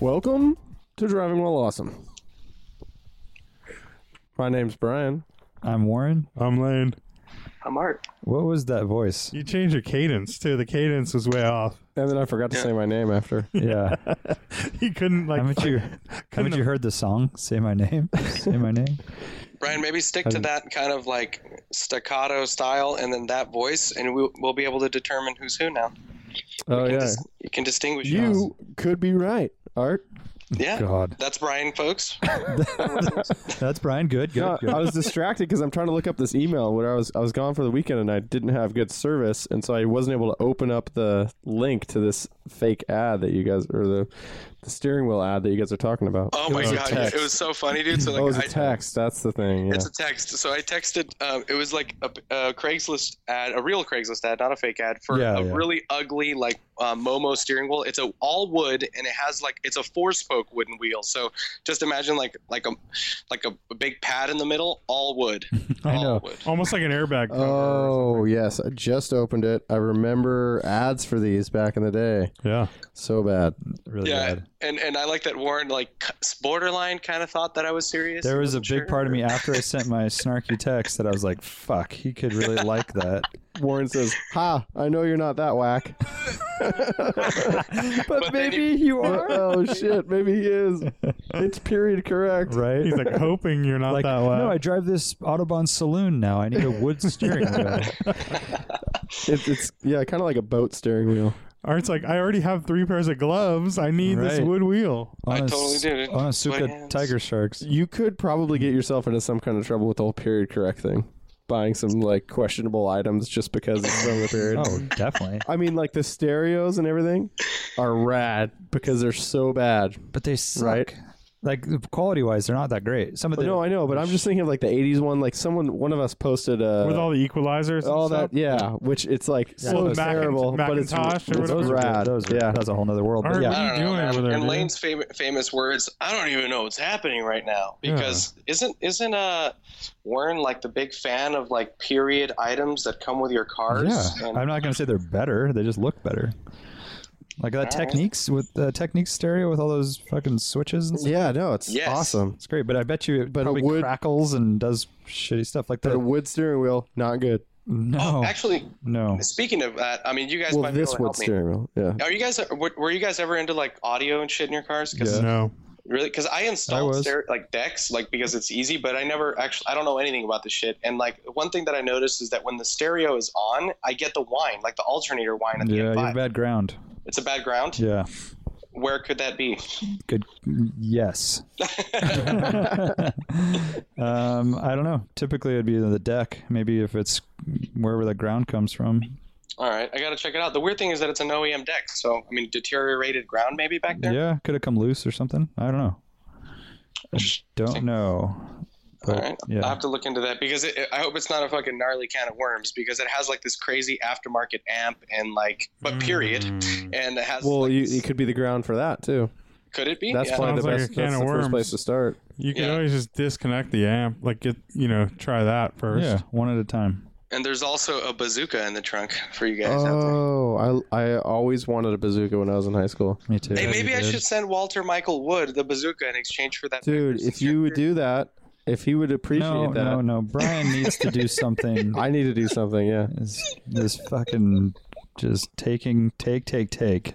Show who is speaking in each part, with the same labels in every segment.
Speaker 1: Welcome to Driving While Awesome. My name's Brian.
Speaker 2: I'm Warren.
Speaker 3: I'm Lane.
Speaker 4: I'm Art.
Speaker 2: What was that voice?
Speaker 3: You changed your cadence too. The cadence was way off.
Speaker 1: And then I forgot to say my name after.
Speaker 2: Yeah.
Speaker 3: He couldn't like.
Speaker 2: haven't you haven't you heard the song? Say my name. Say my name.
Speaker 4: Brian, maybe stick to
Speaker 2: Um,
Speaker 4: that kind of like staccato style and then that voice, and we, we'll be able to determine who's who now.
Speaker 1: Oh,
Speaker 4: You can
Speaker 1: yeah.
Speaker 4: dis- you can distinguish. us.
Speaker 1: You could be right, Art.
Speaker 4: Yeah.
Speaker 2: God.
Speaker 4: That's Brian, folks.
Speaker 2: That's Brian. Good. Good.
Speaker 1: No,
Speaker 2: good.
Speaker 1: I was distracted because I'm trying to look up this email where I was I was gone for the weekend and I didn't have good service, and so I wasn't able to open up the link to this fake ad that you guys or the the steering wheel ad that you guys are talking about.
Speaker 4: Oh
Speaker 1: It
Speaker 4: my
Speaker 1: was a
Speaker 4: god,
Speaker 1: text.
Speaker 4: it was so funny, dude. So like,
Speaker 1: oh, it was a
Speaker 4: I-
Speaker 1: text. That's the thing. Yeah.
Speaker 4: it's a text. So I texted. Um, it was like a, a Craigslist ad, a real Craigslist ad, not a fake ad, for
Speaker 2: Yeah,
Speaker 4: a
Speaker 2: yeah.
Speaker 4: really ugly like uh, Momo steering wheel. It's a all wood, and it has like it's a four spoke wooden wheel. So just imagine like like a like a, big pad in the middle, all wood.
Speaker 2: I
Speaker 4: all
Speaker 2: know.
Speaker 4: Wood.
Speaker 3: almost like an airbag. cover or
Speaker 1: Oh yes, I just opened it. I remember ads for these back in the day.
Speaker 3: something. yeah.
Speaker 1: So bad.
Speaker 2: Really
Speaker 4: yeah,
Speaker 2: bad.
Speaker 4: and and I like that Warren like c- borderline kind of thought that I was serious.
Speaker 2: There was a
Speaker 4: Wasn't
Speaker 2: big
Speaker 4: sure.
Speaker 2: part of me after I sent my snarky text that I was like, "Fuck, he could really like that."
Speaker 1: Warren says, "Ha! I know you're not that whack." but,
Speaker 4: But then you-
Speaker 1: you are. oh shit! Maybe he is. It's period correct.
Speaker 2: Right?
Speaker 3: He's like hoping you're not
Speaker 2: like,
Speaker 3: that way.
Speaker 2: no, I drive this Autobahn saloon now. I need a wood steering wheel.
Speaker 1: It, it's yeah, kind of like a boat steering wheel.
Speaker 3: Art's like, I already have three pairs of gloves. I need this
Speaker 2: Right.
Speaker 3: wood wheel.
Speaker 4: I
Speaker 2: On a
Speaker 4: totally
Speaker 2: s-
Speaker 4: did it.
Speaker 2: On a
Speaker 4: With my
Speaker 2: Suka
Speaker 4: hands.
Speaker 2: Tiger Sharks.
Speaker 1: You could probably get yourself into some kind of trouble with the whole period correct thing, buying some like questionable items just because it's from the period.
Speaker 2: Oh, definitely.
Speaker 1: I mean, like the stereos and everything are rad because they're so bad.
Speaker 2: But they suck.
Speaker 1: Right.
Speaker 2: Like quality wise, they're not that great. Some of
Speaker 1: But
Speaker 2: the
Speaker 1: no, I know, but I'm just thinking of like the '80s one. Like someone, one of us posted uh,
Speaker 3: With all the equalizers. and
Speaker 1: all that,
Speaker 3: stuff.
Speaker 1: yeah, which it's like so
Speaker 3: those-
Speaker 1: terrible,
Speaker 3: Mac-
Speaker 1: but it's,
Speaker 3: Macintosh or
Speaker 1: it's
Speaker 3: whatever.
Speaker 2: those are good.
Speaker 1: rad.
Speaker 2: Those are,
Speaker 1: yeah,
Speaker 2: that's a whole nother world. But
Speaker 3: Aren't
Speaker 2: yeah,
Speaker 3: we-
Speaker 4: I don't know,
Speaker 3: doing
Speaker 4: man.
Speaker 3: over there,
Speaker 4: and
Speaker 3: dude?
Speaker 4: Lane's fam- famous words. I don't even know what's happening right now because isn't isn't uh Warren like the big fan of like period items that come with your cars?
Speaker 2: Yeah,
Speaker 4: And-
Speaker 2: I'm not going to say they're better. They just look better. Like that
Speaker 4: Alright.
Speaker 2: techniques with the techniques stereo with all those fucking switches and stuff.
Speaker 1: yeah, no, it's
Speaker 4: Yes.
Speaker 1: awesome.
Speaker 2: It's great, but I bet you it
Speaker 1: But it
Speaker 2: probably
Speaker 1: would-
Speaker 2: crackles and does shitty stuff like
Speaker 1: But
Speaker 2: that.
Speaker 1: a wood steering wheel, not good.
Speaker 2: no,
Speaker 4: oh, actually,
Speaker 2: no.
Speaker 4: speaking of that, I mean, you guys
Speaker 1: Well,
Speaker 4: might be able
Speaker 1: this
Speaker 4: to
Speaker 1: wood
Speaker 4: help me.
Speaker 1: steering wheel, yeah.
Speaker 4: Are you guys were, were you guys ever into like audio and shit in your cars? 'Cause
Speaker 2: Yeah.
Speaker 3: No.
Speaker 4: Really? Because I installed
Speaker 2: was.
Speaker 4: stereo, like decks, like because it's easy, but I never actually I don't know anything about this shit. And like one thing that I noticed is that when the stereo is on, I get the whine, like the alternator whine at the
Speaker 2: Yeah,
Speaker 4: end.
Speaker 2: you have
Speaker 4: five.
Speaker 2: bad ground.
Speaker 4: It's a bad ground.
Speaker 2: Yeah,
Speaker 4: Where could that be?
Speaker 2: good. Yes. um, I don't know. Typically, it'd be the deck. Maybe if it's wherever the ground comes from.
Speaker 4: All right, I gotta check it out. The weird thing is that it's an OEM deck, so I mean deteriorated ground maybe back there.
Speaker 2: Yeah, could have come loose or something. I don't know. I don't know.
Speaker 4: All
Speaker 2: But,
Speaker 4: right,
Speaker 2: yeah.
Speaker 4: I have to look into that because it, I hope it's not a fucking gnarly can of worms because it has like this crazy aftermarket amp and like, but period, and it has.
Speaker 1: Well,
Speaker 4: like,
Speaker 1: you,
Speaker 4: this-
Speaker 1: it could be the ground for that too.
Speaker 4: could it be?
Speaker 1: That's
Speaker 4: yeah.
Speaker 1: probably
Speaker 3: Sounds
Speaker 1: the
Speaker 3: like a
Speaker 1: best.
Speaker 3: can
Speaker 1: that's
Speaker 3: of
Speaker 1: the first
Speaker 3: worms.
Speaker 1: place to start.
Speaker 3: You can
Speaker 4: Yeah.
Speaker 3: always just disconnect the amp. Like get you know, try that first.
Speaker 2: Yeah, one at a time.
Speaker 4: And there's also a bazooka in the trunk for you guys. out there.
Speaker 1: Oh, I I always wanted a bazooka when I was in high school.
Speaker 2: Me too.
Speaker 4: Hey, maybe I
Speaker 2: Dude.
Speaker 4: should send Walter Michael Wood the bazooka in exchange for that.
Speaker 1: Dude, if you would do that, if he would appreciate
Speaker 2: No,
Speaker 1: that,
Speaker 2: no, no. Brian needs to do something.
Speaker 1: I need to do something. Yeah,
Speaker 2: Is this fucking just taking take take take?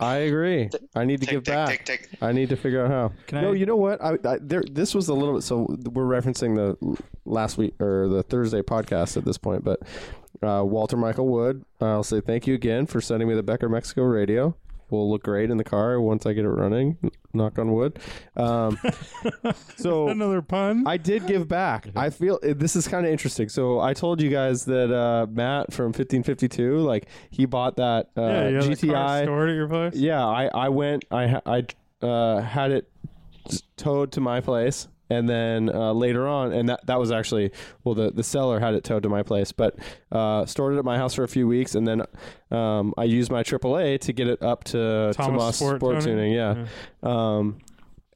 Speaker 1: I agree. I need to
Speaker 4: tick,
Speaker 1: give
Speaker 4: tick,
Speaker 1: back.
Speaker 4: tick, tick.
Speaker 1: I need to figure out how.
Speaker 2: Can
Speaker 1: no,
Speaker 2: I-
Speaker 1: you know what? I, I there. This was a little bit. So we're referencing the last week or the Thursday podcast at this point, but uh, Walter Michael Wood. I'll say thank you again for sending me the Becker Mexico radio. Will look great in the car once I get it running. Knock on wood. Um, so
Speaker 3: Another pun.
Speaker 1: I uh, did give back. I feel eh, this is kind of interesting. So I told you guys that uh, Matt from 1552, like he bought that uh,
Speaker 3: yeah, yeah. The car
Speaker 1: GTI.
Speaker 3: stored at your place.
Speaker 1: Yeah, I, I went, I, ha- I uh, had it towed to my place. And then uh, later on, and that, that was actually, well, the, the seller had it towed to my place, but uh, stored it at my house for a few weeks. And then um, I used my AAA to get it up to
Speaker 3: Thomas
Speaker 1: Tomas Sport,
Speaker 3: Sport
Speaker 1: Tuning.
Speaker 3: Tuning?
Speaker 1: Yeah. Um,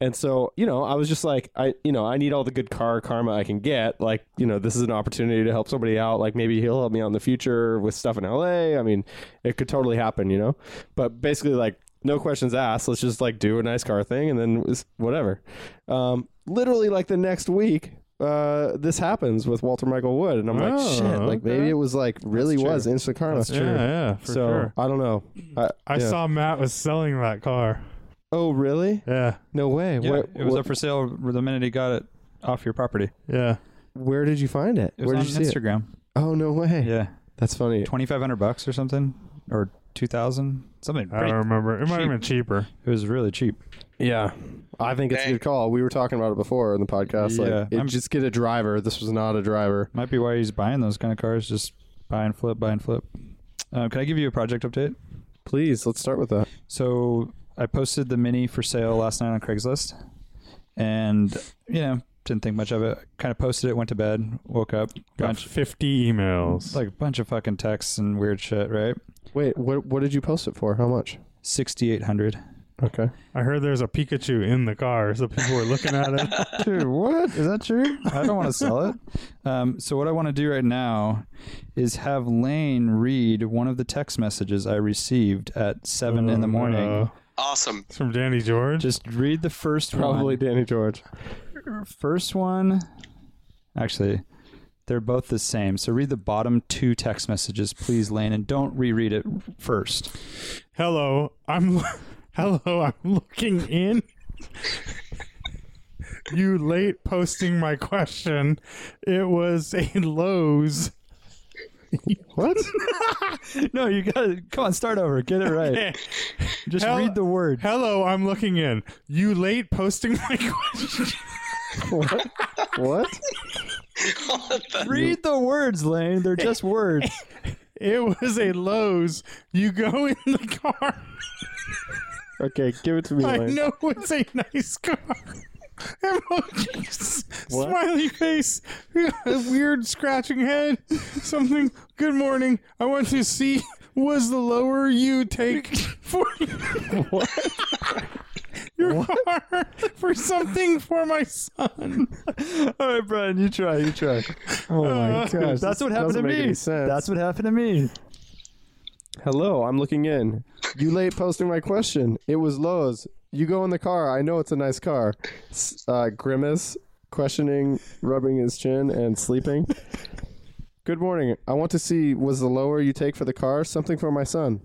Speaker 1: and so, you know, I was just like, I, you know, I need all the good car karma I can get. Like, you know, this is an opportunity to help somebody out. Like, maybe he'll help me out in the future with stuff in LA. I mean, it could totally happen, you know? But basically, like, no questions asked. Let's just like do a nice car thing and then it's whatever. Um, literally, like the next week, uh, this happens with Walter Michael Wood, and I'm like,
Speaker 3: Oh,
Speaker 1: shit. Like
Speaker 3: okay.
Speaker 1: maybe it was like really
Speaker 3: That's true.
Speaker 1: was instant karma.
Speaker 3: Yeah, yeah, for
Speaker 1: so
Speaker 3: sure.
Speaker 1: I don't know. I,
Speaker 3: I
Speaker 1: yeah.
Speaker 3: saw Matt was selling that car.
Speaker 1: Oh, really?
Speaker 3: Yeah,
Speaker 1: No way.
Speaker 2: Yeah,
Speaker 1: where,
Speaker 2: it was
Speaker 1: where,
Speaker 2: up for sale the minute he got it off your property.
Speaker 3: yeah.
Speaker 1: where did you find it?
Speaker 2: It was
Speaker 1: where
Speaker 2: on
Speaker 1: did you see it?
Speaker 2: Instagram.
Speaker 1: Oh, no way.
Speaker 2: Yeah,
Speaker 1: That's funny.
Speaker 2: twenty five hundred bucks or something, or two thousand something.
Speaker 3: I
Speaker 2: pretty-
Speaker 3: don't remember. It might have
Speaker 2: cheap.
Speaker 3: been cheaper.
Speaker 2: It was really cheap.
Speaker 1: Yeah. I think it's a
Speaker 4: Hey.
Speaker 1: good call. We were talking about it before in the podcast.
Speaker 2: Yeah,
Speaker 1: Like, it,
Speaker 2: I'm-
Speaker 1: just get a driver. This was not a driver.
Speaker 2: Might be why he's buying those kind of cars. Just buy and flip, buy and flip. Uh, can I give you a project update?
Speaker 1: Please, let's start with that.
Speaker 2: So I posted the mini for sale last night on Craigslist, and you know didn't think much of it. Kind of posted it, went to bed, woke up,
Speaker 3: Got
Speaker 2: bunch
Speaker 3: fifty emails.
Speaker 2: like a bunch of fucking texts and weird shit. Right,
Speaker 1: Wait, what what did you post it for? How much?
Speaker 2: sixty eight hundred.
Speaker 1: Okay.
Speaker 3: I heard there's a Pikachu in the car, so people were looking at it.
Speaker 2: Dude, what? Is that true? I don't want to sell it. Um, so what I want to do right now is have Lane read one of the text messages I received at seven in the morning.
Speaker 3: Uh,
Speaker 4: Awesome.
Speaker 3: it's from Danny George.
Speaker 2: Just read the first
Speaker 1: Probably
Speaker 2: one.
Speaker 1: Danny George.
Speaker 2: First one. Actually, they're both the same. So read the bottom two text messages, please, Lane, and don't reread it first.
Speaker 3: hello, I'm. hello, I'm looking in. you late posting my question. It was a Lowe's.
Speaker 1: What?
Speaker 2: No, you gotta come on, start over. Get it right. Just
Speaker 3: Hell-
Speaker 2: read the word.
Speaker 3: Hello, I'm looking in. You late posting my question.
Speaker 1: what? What?
Speaker 2: Read the words, Lane. They're just words.
Speaker 3: It was a Lowe's. You go in the car.
Speaker 1: Okay, give it to me.
Speaker 3: I
Speaker 1: Lane.
Speaker 3: know it's a nice car. Emojis.
Speaker 1: What?
Speaker 3: Smiley face. A weird scratching head. Something. Good morning. I want to see was the lower you take for your car for something for my son.
Speaker 2: All right, Brian, you try, you try.
Speaker 1: Oh my gosh.
Speaker 2: That's
Speaker 1: this
Speaker 2: what happened to
Speaker 1: doesn't make
Speaker 2: me.
Speaker 1: any sense.
Speaker 2: That's what happened to me.
Speaker 1: Hello, I'm looking in. You late posting my question. It was Lowe's. You go in the car. I know it's a nice car. S- Uh, grimace, questioning, rubbing his chin, and sleeping. Good morning. I want to see was the lower you take for the car something for my son.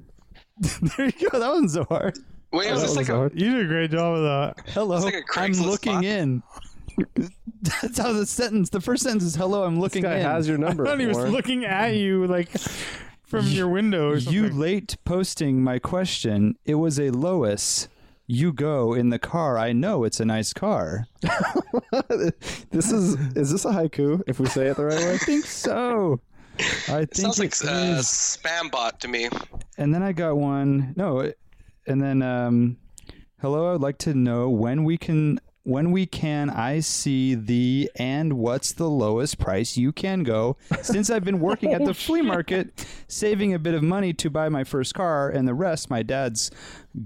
Speaker 2: There you go. That wasn't so hard.
Speaker 4: Wait,
Speaker 1: Oh,
Speaker 4: was this like a,
Speaker 3: You did a great job of that.
Speaker 2: Hello,
Speaker 4: like a
Speaker 2: I'm
Speaker 4: Craigslist
Speaker 2: looking
Speaker 4: bot.
Speaker 2: in. That's how the sentence. The first sentence is "Hello, I'm looking
Speaker 1: This guy
Speaker 2: in."
Speaker 1: has your number.
Speaker 3: I thought he was
Speaker 1: Warren.
Speaker 3: looking at you like from your window or
Speaker 2: you
Speaker 3: something.
Speaker 2: late posting my question. It was a Lois. You go in the car. I know it's a nice car.
Speaker 1: this is is this a haiku? If we say it the right way.
Speaker 2: I think so. I think
Speaker 4: sounds like
Speaker 2: it
Speaker 4: uh,
Speaker 2: is.
Speaker 4: spam bot to me.
Speaker 2: and then I got one. No, it- and then um, hello. I'd like to know when we can when we can I see the and what's the lowest price you can go since I've been working at the flea market, saving a bit of money to buy my first car, and the rest my dad's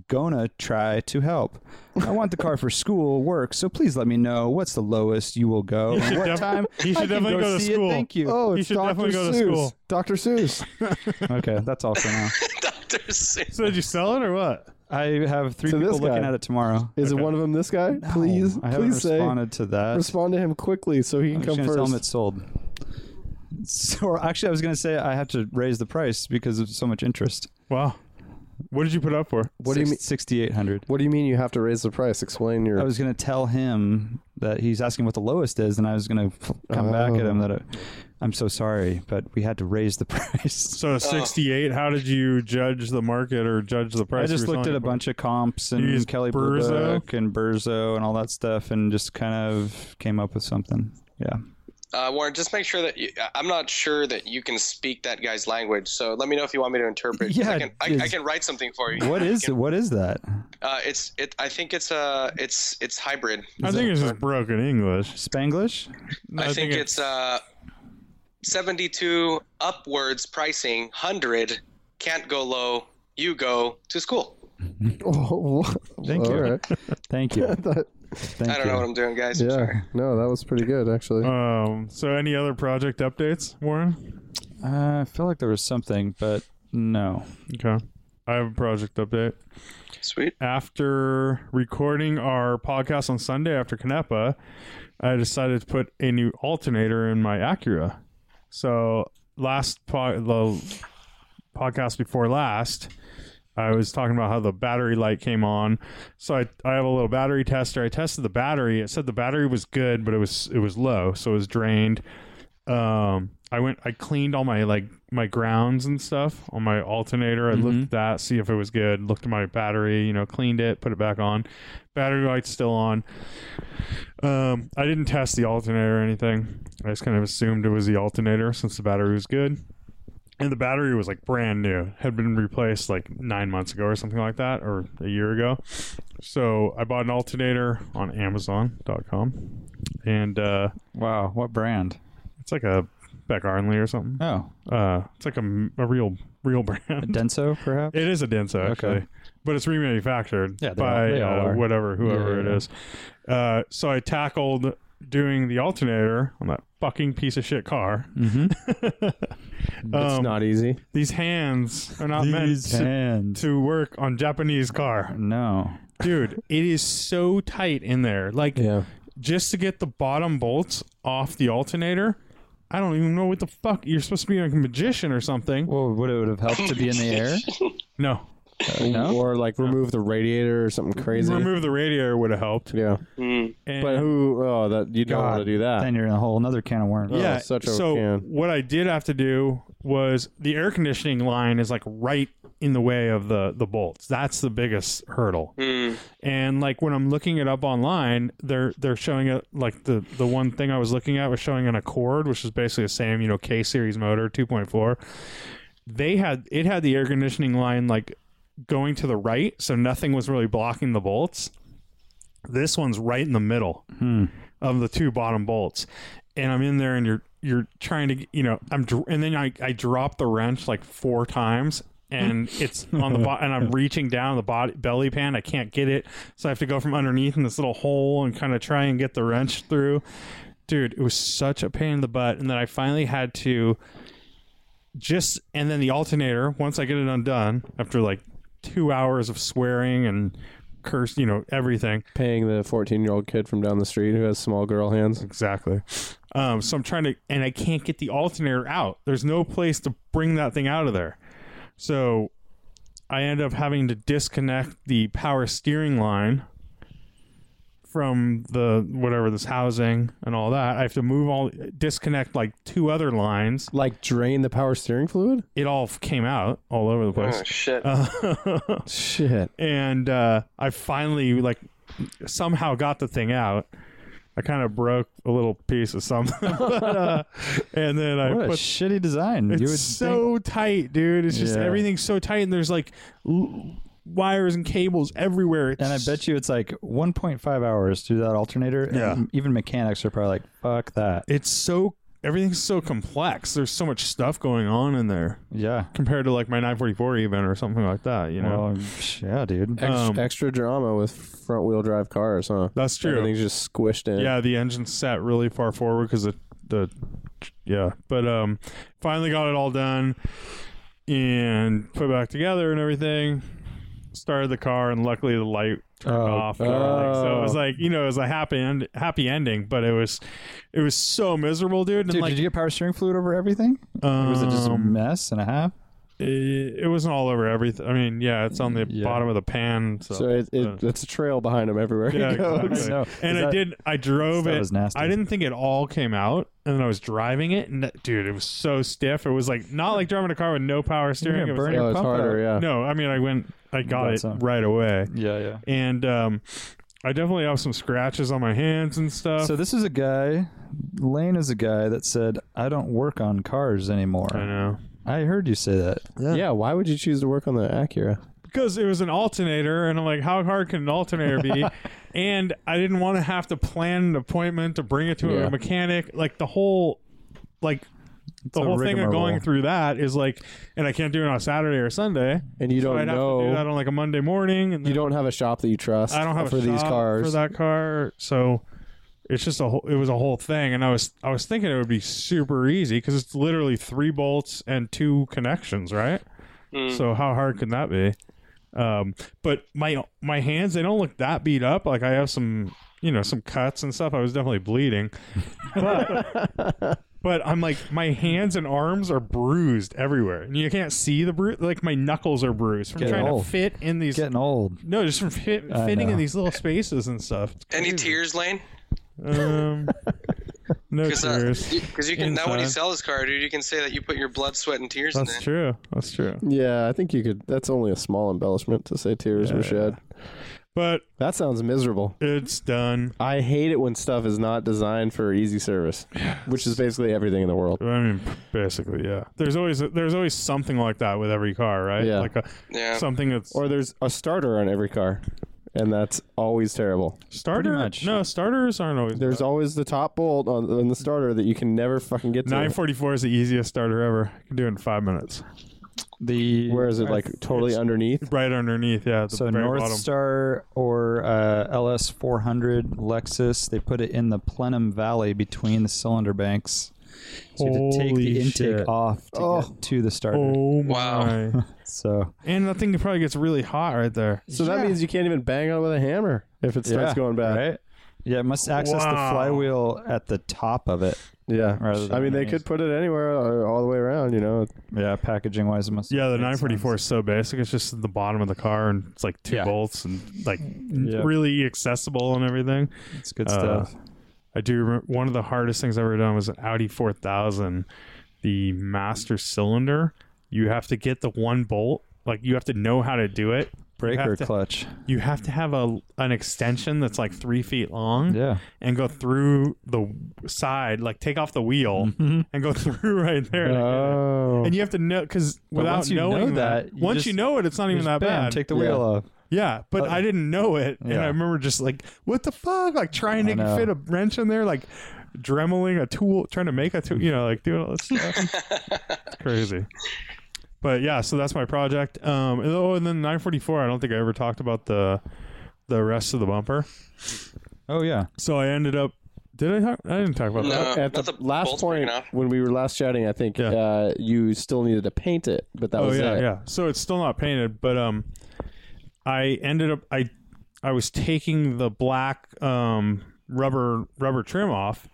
Speaker 2: gonna try to help. I want the car for school work, so please let me know what's the lowest you will go and
Speaker 3: should
Speaker 2: what
Speaker 3: def-
Speaker 2: time.
Speaker 3: he
Speaker 2: I
Speaker 3: should
Speaker 2: can
Speaker 3: definitely go to
Speaker 2: see it.
Speaker 3: school.
Speaker 2: Thank you.
Speaker 1: Oh,
Speaker 3: He
Speaker 1: it's
Speaker 3: should
Speaker 1: Dr.
Speaker 3: definitely go to
Speaker 1: Seuss.
Speaker 3: school.
Speaker 1: Dr. Seuss.
Speaker 2: Okay, that's all for now.
Speaker 4: Dr. Seuss.
Speaker 3: So did you sell it or what?
Speaker 2: I have three
Speaker 1: To this
Speaker 2: people looking
Speaker 1: guy.
Speaker 2: at it tomorrow.
Speaker 1: Is it one of them? This guy? please,
Speaker 2: I haven't
Speaker 1: please say.
Speaker 2: responded to that.
Speaker 1: Respond to him quickly so he can
Speaker 2: I'm
Speaker 1: come
Speaker 2: just gonna
Speaker 1: first.
Speaker 2: tell him it's sold. So, or actually, I was gonna say I have to raise the price because of so much interest.
Speaker 3: Wow. What did you put up for?
Speaker 1: what do you mean?
Speaker 2: Sixty-eight hundred.
Speaker 1: What do you mean you have to raise the price? Explain your.
Speaker 2: I was gonna tell him that he's asking what the lowest is, and I was gonna f- come back at
Speaker 1: Oh.
Speaker 2: him that it, I'm so sorry, but we had to raise the price.
Speaker 3: So
Speaker 4: uh,
Speaker 3: 68, how did you judge the market or judge the price?
Speaker 2: I
Speaker 3: you
Speaker 2: just
Speaker 3: were
Speaker 2: looked at
Speaker 3: selling
Speaker 2: a
Speaker 3: it for?
Speaker 2: bunch of comps
Speaker 3: You
Speaker 2: and
Speaker 3: used
Speaker 2: Kelly Blue
Speaker 3: Burzo?
Speaker 2: Book and Burzo and all that stuff, and just kind of came up with something. Yeah.
Speaker 4: Uh, Warren, just make sure that you, I- I'm not sure that you can speak that guy's language. So let me know if you want me to interpret. 'cause
Speaker 2: Yeah,
Speaker 4: I can, I,
Speaker 2: it's-
Speaker 4: I can write something for you.
Speaker 2: What
Speaker 4: You
Speaker 2: is
Speaker 4: can-
Speaker 2: what is that?
Speaker 4: Uh, it's it. I think it's uh it's it's hybrid.
Speaker 3: I think it's just broken English.
Speaker 2: Spanglish?
Speaker 4: I, think, it's, uh seventy two upwards pricing hundred. Can't go low. You go to school.
Speaker 1: Oh,
Speaker 2: Thank you.
Speaker 1: All right.
Speaker 2: Thank you. Thank
Speaker 4: I don't
Speaker 2: you.
Speaker 4: know what I'm doing, guys. I'm sorry.
Speaker 1: Yeah. No, that was pretty good
Speaker 4: uh,
Speaker 1: actually.
Speaker 3: Um, so any other project updates, Warren?
Speaker 2: Uh, I feel like there was something, but no.
Speaker 3: Okay. I have a project update.
Speaker 4: Sweet.
Speaker 3: After recording our podcast on Sunday after Canepa, I decided to put a new alternator in my Acura. So last po- the podcast before last, I was talking about how the battery light came on. So I, I have a little battery tester. I tested the battery. It said the battery was good, but it was it was low, so it was drained. Um, I went I cleaned all my like my grounds and stuff on my alternator. I looked at that, see if it was good. Looked at my battery, you know, cleaned it, put it back on. Battery light's still on. Um, I didn't test the alternator or anything. I just kind of assumed it was the alternator since the battery was good. And the battery was like brand new, had been replaced like nine months ago or something like that, or a year ago. So I bought an alternator on Amazon.com, and uh,
Speaker 2: Wow, what brand?
Speaker 3: it's like a Beck Arnley or something.
Speaker 2: Oh,
Speaker 3: Uh, it's like a, a real real brand.
Speaker 2: Denso, perhaps.
Speaker 3: It is a Denso, actually,
Speaker 2: Okay.
Speaker 3: but it's remanufactured
Speaker 2: Yeah, they all-
Speaker 3: by
Speaker 2: they all
Speaker 3: uh,
Speaker 2: are.
Speaker 3: whatever, whoever
Speaker 2: Yeah,
Speaker 3: it
Speaker 2: yeah.
Speaker 3: is. Uh, so I tackled doing the alternator on that fucking piece of shit car.
Speaker 2: Mm-hmm.
Speaker 1: it's
Speaker 3: Um,
Speaker 1: not easy.
Speaker 3: These hands are not meant to,
Speaker 2: hands.
Speaker 3: to work on Japanese car,
Speaker 2: No.
Speaker 3: dude. It is so tight in there, like
Speaker 1: Yeah.
Speaker 3: just to get the bottom bolts off the alternator. I don't even know what the fuck you're supposed to be like a magician or something.
Speaker 2: Well, would it would have helped to be in the air?
Speaker 3: No,
Speaker 2: no.
Speaker 1: Or like remove the radiator or something crazy.
Speaker 3: remove the radiator would have helped.
Speaker 1: yeah.
Speaker 4: Mm.
Speaker 3: And-
Speaker 1: But who? Oh, that you don't
Speaker 2: God,
Speaker 1: want to do that.
Speaker 2: Then you're in a whole another can of worms.
Speaker 1: Oh,
Speaker 3: yeah,
Speaker 1: such a
Speaker 3: so
Speaker 1: can.
Speaker 3: what I did have to do was the air conditioning line is like right in the way of the the bolts. That's the biggest hurdle.
Speaker 4: Mm.
Speaker 3: And like when I'm looking it up online, they're they're showing it like the the one thing I was looking at was showing an Accord, which is basically the same, you know, K series motor, 2.4. They had it had the air conditioning line like going to the right, so nothing was really blocking the bolts. This one's right in the middle of the two bottom bolts, and I'm in there, and you're you're trying to you know I'm dr- and then I I drop the wrench like four times. And it's on the bottom, and I'm reaching down the body belly pan. I can't get it, so I have to go from underneath in this little hole and kind of try and get the wrench through. Dude, it was such a pain in the butt, and then I finally had to just and then the alternator once i get it undone after like two hours of swearing and curse you know everything
Speaker 1: Paying the 14 year old kid from down the street who has small girl hands.
Speaker 3: exactly um, so i'm trying to and i can't get the alternator out there's no place to bring that thing out of there so i end up having to disconnect the power steering line from the whatever this housing and all that i have to move all disconnect like two other lines
Speaker 1: Like drain the power steering fluid.
Speaker 3: it all came out all over the place
Speaker 4: Oh shit.
Speaker 1: Shit.
Speaker 3: and uh, I finally like somehow got the thing out. I kind of broke a little piece of something, but, uh, and then I
Speaker 2: What a
Speaker 3: put.
Speaker 2: shitty design.
Speaker 3: it's
Speaker 2: you would think
Speaker 3: so tight, dude. It's just
Speaker 2: Yeah.
Speaker 3: everything's so tight, and there's like l- wires and cables everywhere. It's
Speaker 2: and I bet you it's like 1.5 hours to that alternator.
Speaker 3: Yeah.
Speaker 2: And even mechanics are probably like, fuck that.
Speaker 3: it's so everything's so complex. There's so much stuff going on in there
Speaker 2: Yeah.
Speaker 3: compared to like my 944 even or something like that. You know,
Speaker 2: Well, yeah, dude.
Speaker 1: Ex-
Speaker 3: Um,
Speaker 1: extra drama with front wheel drive cars, huh?
Speaker 3: that's true.
Speaker 1: Everything's just squished in.
Speaker 3: Yeah, the engine sat really far forward because the the yeah. But um, finally got it all done and put back together and everything. Started the car and luckily the light turned
Speaker 2: Oh,
Speaker 3: off. and everything. So it was
Speaker 1: oh.
Speaker 3: like you know it was a happy end, happy ending, but it was it was so miserable, dude. And
Speaker 2: Dude,
Speaker 3: like
Speaker 2: did you get power steering fluid over everything? Or was it just a
Speaker 3: um,
Speaker 2: mess and a half?
Speaker 3: it, it wasn't all over everything. I mean, yeah, it's on the
Speaker 2: Yeah.
Speaker 3: bottom of the pan. So,
Speaker 1: So it, it,
Speaker 3: uh,
Speaker 1: it's a trail behind him everywhere
Speaker 3: Yeah,
Speaker 1: he goes.
Speaker 2: I
Speaker 3: exactly.
Speaker 2: know.
Speaker 3: and
Speaker 2: Is
Speaker 3: I
Speaker 2: that-
Speaker 3: did. I drove
Speaker 2: that
Speaker 3: it.
Speaker 2: was nasty.
Speaker 3: I didn't think it all came out, and then I was driving it, and that- dude, it was so stiff. It was like not like driving a car with no power steering.
Speaker 2: gonna
Speaker 3: It was
Speaker 2: burn
Speaker 3: like-
Speaker 2: your
Speaker 1: Oh, it's
Speaker 2: pump
Speaker 1: harder. Yeah.
Speaker 3: no, I mean, I went, I got
Speaker 2: got
Speaker 3: it
Speaker 2: some.
Speaker 3: right away,
Speaker 2: Yeah, yeah.
Speaker 3: and um, I definitely have some scratches on my hands and stuff.
Speaker 2: So this is a guy. Lane is a guy that said, "I don't work on cars anymore."
Speaker 3: I know
Speaker 2: I heard you say that.
Speaker 1: Yeah. Why would you choose to work on the Acura?
Speaker 3: because it was an alternator, and I'm like, how hard can an alternator be? and I didn't want to have to plan an appointment to bring it to
Speaker 1: Yeah.
Speaker 3: a mechanic. Like the whole, like. The
Speaker 2: a
Speaker 3: whole thing of going
Speaker 2: rigmarole.
Speaker 3: through that is like, and I can't do it on a Saturday or Sunday.
Speaker 1: And you
Speaker 3: So
Speaker 1: don't
Speaker 3: I'd have to do that
Speaker 1: know.
Speaker 3: on like a Monday morning, and
Speaker 1: You
Speaker 3: then
Speaker 1: don't have a shop that you trust.
Speaker 3: I don't have a
Speaker 1: for these
Speaker 3: shop
Speaker 1: cars.
Speaker 3: for that car, so it's just a whole, it was a whole thing, and I was I was thinking it would be super easy because it's literally three bolts and two connections, right?
Speaker 4: Mm.
Speaker 3: So how hard can that be? Um, but my my hands they don't look that beat up. Like I have some you know some cuts and stuff. I was definitely bleeding, but but I'm like my hands and arms are bruised everywhere, and you can't see the bruise. Like my knuckles are bruised from
Speaker 2: Getting
Speaker 3: trying
Speaker 2: old.
Speaker 3: to fit in these.
Speaker 2: Getting old.
Speaker 3: no, just from fit,
Speaker 2: I
Speaker 3: fitting
Speaker 2: know.
Speaker 3: in these little spaces and stuff. It's
Speaker 4: Any
Speaker 3: crazy.
Speaker 4: tears, Lane?
Speaker 3: Um, no
Speaker 4: Because
Speaker 3: tears.
Speaker 4: uh, you can now when you
Speaker 3: Inside.
Speaker 4: sell this car, dude, you can say that you put your blood, sweat, and tears in
Speaker 3: That's
Speaker 4: it.
Speaker 3: true. That's true.
Speaker 1: Yeah, I think you could. That's only a small embellishment to say tears were shed.
Speaker 3: But
Speaker 1: That sounds miserable.
Speaker 3: it's done.
Speaker 1: I hate it when stuff is not designed for easy service, which is basically everything in the world.
Speaker 3: I mean, basically, yeah. There's always there's always something like that with every car, right?
Speaker 1: Yeah.
Speaker 3: Like a,
Speaker 4: Yeah.
Speaker 3: something that's
Speaker 1: Or there's a starter on every car, and that's always terrible.
Speaker 3: starter.
Speaker 2: Pretty much.
Speaker 3: No, starters aren't always.
Speaker 1: There's always the top bolt on, on the starter that you can never fucking get to.
Speaker 3: nine forty four is the easiest starter ever. You can do it in five minutes.
Speaker 2: The
Speaker 1: Where is it like totally underneath?
Speaker 3: Right underneath, yeah. at The
Speaker 2: so
Speaker 3: very
Speaker 2: North
Speaker 3: bottom.
Speaker 2: Star or uh, LS 400 Lexus, they put it in the plenum valley between the cylinder banks. So you have to take
Speaker 3: Holy
Speaker 2: the intake
Speaker 3: shit.
Speaker 2: off to
Speaker 1: Oh.
Speaker 2: get to the starter.
Speaker 3: Oh
Speaker 4: Wow.
Speaker 3: my!
Speaker 2: So
Speaker 3: and that thing probably gets really hot right there.
Speaker 1: So that
Speaker 2: Yeah.
Speaker 1: means you can't even bang on it with a hammer if it starts
Speaker 2: Yeah,
Speaker 1: going bad.
Speaker 2: Right? Yeah, it must access
Speaker 3: Wow.
Speaker 2: the flywheel at the top of it. Rather
Speaker 1: Yeah.
Speaker 2: than
Speaker 1: I mean, they
Speaker 2: underneath.
Speaker 1: could put it anywhere uh, all the way around. You know,
Speaker 2: Yeah, packaging wise, it must.
Speaker 3: Yeah, the
Speaker 2: make
Speaker 3: nine forty four
Speaker 2: sense.
Speaker 3: is so basic. It's just at the bottom of the car, and it's like two
Speaker 2: Yeah.
Speaker 3: bolts, and like
Speaker 2: Yeah.
Speaker 3: really accessible and everything.
Speaker 2: It's good
Speaker 3: Uh,
Speaker 2: stuff.
Speaker 3: I do remember one of the hardest things I've ever done was an Audi 4000, the master cylinder. You have to get the one bolt, like you have to know how to do it. you
Speaker 2: Breaker
Speaker 3: have to,
Speaker 2: clutch.
Speaker 3: You have to have a an extension that's like three feet long,
Speaker 2: Yeah.
Speaker 3: and go through the side, like take off the wheel
Speaker 2: Mm-hmm.
Speaker 3: and go through right there. to get it.
Speaker 1: oh,
Speaker 3: And you have to know because without
Speaker 2: once you
Speaker 3: knowing
Speaker 2: know
Speaker 3: that,
Speaker 2: that, you
Speaker 3: once
Speaker 2: just-
Speaker 3: you know it, it's not even
Speaker 2: Just
Speaker 3: that
Speaker 2: bam,
Speaker 3: bad.
Speaker 2: Take the
Speaker 1: Yeah.
Speaker 2: wheel off.
Speaker 3: Yeah, but I didn't know it, and
Speaker 2: yeah.
Speaker 3: I remember just like, what the fuck, like trying
Speaker 2: I
Speaker 3: to
Speaker 2: know.
Speaker 3: fit a wrench in there, like dremeling a tool, trying to make a tool, you know, like doing all this stuff. it's crazy. But yeah, so that's my project. Um, and, oh, and then 944. I don't think I ever talked about the the rest of the bumper.
Speaker 2: Oh yeah.
Speaker 3: So I ended up. Did I? Talk, I didn't talk about that.
Speaker 4: No,
Speaker 1: at the,
Speaker 4: not the
Speaker 1: last
Speaker 4: bolts
Speaker 1: point
Speaker 4: breaking off.
Speaker 1: when we were last chatting, I think
Speaker 3: Yeah.
Speaker 1: uh, you still needed to paint it, but that
Speaker 3: Oh
Speaker 1: was
Speaker 3: yeah,
Speaker 1: it.
Speaker 3: yeah. So it's still not painted, but um, I ended up I I was taking the black um rubber rubber trim off,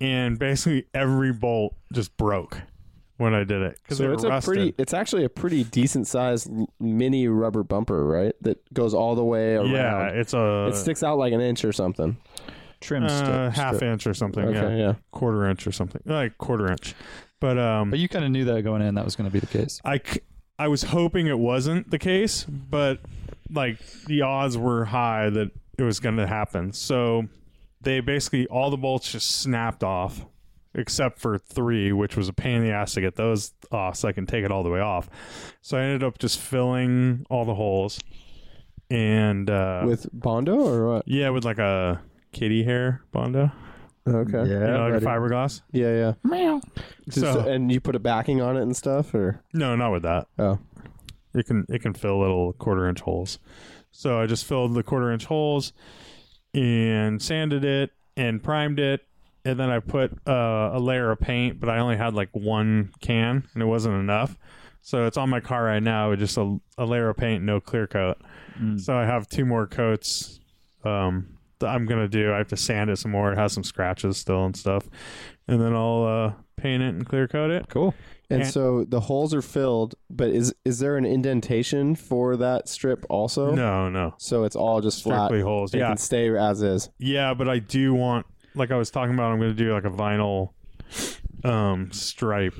Speaker 3: and basically every bolt just broke when I did it because
Speaker 1: So it's a pretty, it's actually a pretty decent sized l- mini rubber bumper, right? That goes all the way around.
Speaker 3: yeah, it's a
Speaker 1: it sticks out like an inch or something.
Speaker 2: Trim
Speaker 3: uh,
Speaker 2: stuff.
Speaker 3: half inch or something.
Speaker 1: Okay,
Speaker 3: yeah,
Speaker 1: yeah.
Speaker 3: quarter inch or something like quarter inch, but um,
Speaker 2: But you kind of knew that going in. That was going to be the case.
Speaker 3: I, c- I was hoping it wasn't the case, but like the odds were high that it was going to happen. So they basically all the bolts just snapped off except for three, which was a pain in the ass to get those off so I can take it all the way off. So I ended up just filling all the holes and uh,
Speaker 1: With bondo or what?
Speaker 3: yeah, with like a kitty hair bondo,
Speaker 1: Okay.
Speaker 3: you
Speaker 1: Yeah.
Speaker 3: know, like
Speaker 1: buddy.
Speaker 3: a fiberglass.
Speaker 1: Yeah, yeah. Just-
Speaker 3: So-
Speaker 1: and you put a backing on it and stuff, or
Speaker 3: No, not with that.
Speaker 1: oh,
Speaker 3: it can it can fill little quarter inch holes. So I just filled the quarter inch holes and sanded it and primed it, and then I put uh, a layer of paint. But I only had like one can, and it wasn't enough. So it's on my car right now with just a, a layer of paint, no clear coat. So I have two more coats um, that I'm gonna do. I have to sand it some more. It has some scratches still and stuff, and then I'll uh, paint it and clear coat it.
Speaker 2: Cool.
Speaker 1: and,
Speaker 3: And-
Speaker 1: so the holes are filled, but is is there an indentation for that strip also?
Speaker 3: No, no,
Speaker 1: So it's all just flat.
Speaker 3: strictly holes.
Speaker 1: It
Speaker 3: Yeah,
Speaker 1: can stay as is.
Speaker 3: Yeah, but I do want, like I was talking about, I'm going to do like a vinyl um stripe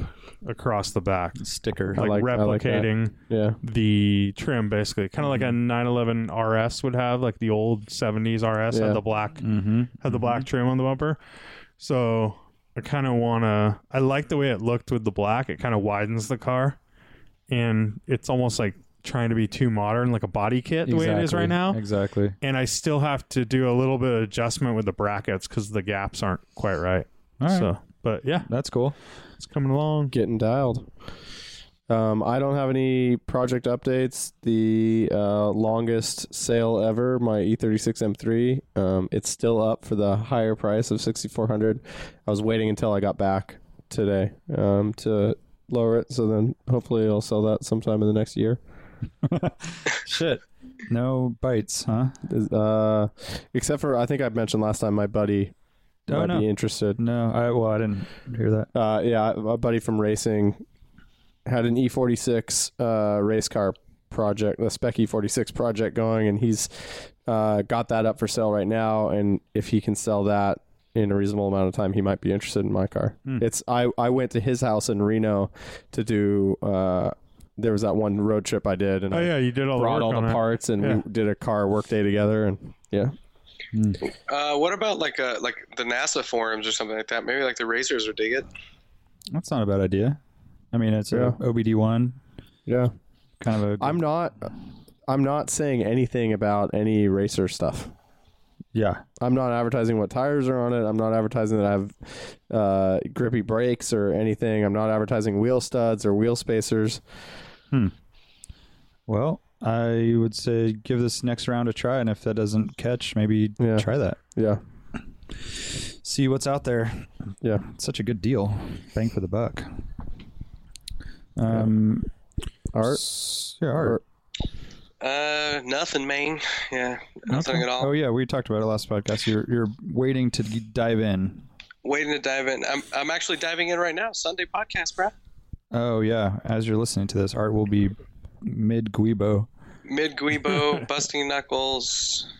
Speaker 3: across the back,
Speaker 2: Sticker.
Speaker 1: I
Speaker 3: like,
Speaker 1: like- I like that.
Speaker 3: replicating
Speaker 1: Yeah.
Speaker 3: the trim, basically, kind of like
Speaker 2: Mm-hmm.
Speaker 3: a 911 RS would have, like the old 70s RS
Speaker 1: Yeah.
Speaker 3: had the black
Speaker 2: mm-hmm.
Speaker 3: had the black trim on the bumper. So I kind of want to. I like the way it looked with the black. It kind of widens the car, and it's almost like trying to be too modern, like a body kit the way it is right now
Speaker 2: Exactly.
Speaker 3: and I still have to do a little bit of adjustment with the brackets because the gaps aren't quite right.
Speaker 2: All right.
Speaker 3: So, but yeah,
Speaker 2: That's cool.
Speaker 3: it's coming along.
Speaker 1: getting dialed. Um, I don't have any project updates. The uh, longest sale ever, my E E36 M3. Um, it's still up for the higher price of 6400. I was waiting until I got back today um, to lower it. So then hopefully I'll sell that sometime in the next year.
Speaker 2: Shit. No bites, huh?
Speaker 1: Is- Uh, except for I think I mentioned last time my buddy
Speaker 2: Oh,
Speaker 1: might
Speaker 2: no.
Speaker 1: be interested.
Speaker 2: No, I well, I didn't hear that.
Speaker 1: Uh, yeah, a buddy from racing had an E46 uh, race car project, the spec E46 project going, and he's uh, got that up for sale right now. And if he can sell that in a reasonable amount of time, he might be interested in my car.
Speaker 3: Hmm.
Speaker 1: It's I I went to his house in Reno to do. Uh, there was that one road trip I did, and
Speaker 3: Oh
Speaker 1: I
Speaker 3: yeah, you did all the
Speaker 1: brought
Speaker 3: work
Speaker 1: all
Speaker 3: on
Speaker 1: the
Speaker 3: it.
Speaker 1: parts, and
Speaker 3: Yeah.
Speaker 1: we did a car work day together, and yeah.
Speaker 4: Uh, what about like uh like the NASA forums or something like that? Maybe like the racers would dig it.
Speaker 2: That's not a bad idea. I mean, it's
Speaker 1: Yeah.
Speaker 2: a OBD one
Speaker 1: Yeah.
Speaker 2: kind of a.
Speaker 1: I'm not I'm not saying anything about any racer stuff.
Speaker 2: yeah.
Speaker 1: I'm not advertising what tires are on it. I'm not advertising that I have uh, grippy brakes or anything. I'm not advertising wheel studs or wheel spacers.
Speaker 2: Well, I would say give this next round a try, and if that doesn't catch, maybe
Speaker 1: Yeah.
Speaker 2: try that.
Speaker 1: Yeah.
Speaker 2: See what's out there.
Speaker 1: Yeah.
Speaker 2: It's such a good deal, bang for the buck. Um,
Speaker 1: Art.
Speaker 2: s- yeah, art.
Speaker 1: Art.
Speaker 4: Uh, nothing, man. Yeah, nothing at all.
Speaker 2: Oh yeah, we talked about it last podcast. You're you're waiting to g- dive in.
Speaker 4: Waiting to dive in. I'm I'm actually diving in right now. Sunday podcast, bruh.
Speaker 2: Oh yeah, as you're listening to this, art will be mid guibo.
Speaker 4: Mid guibo, busting knuckles,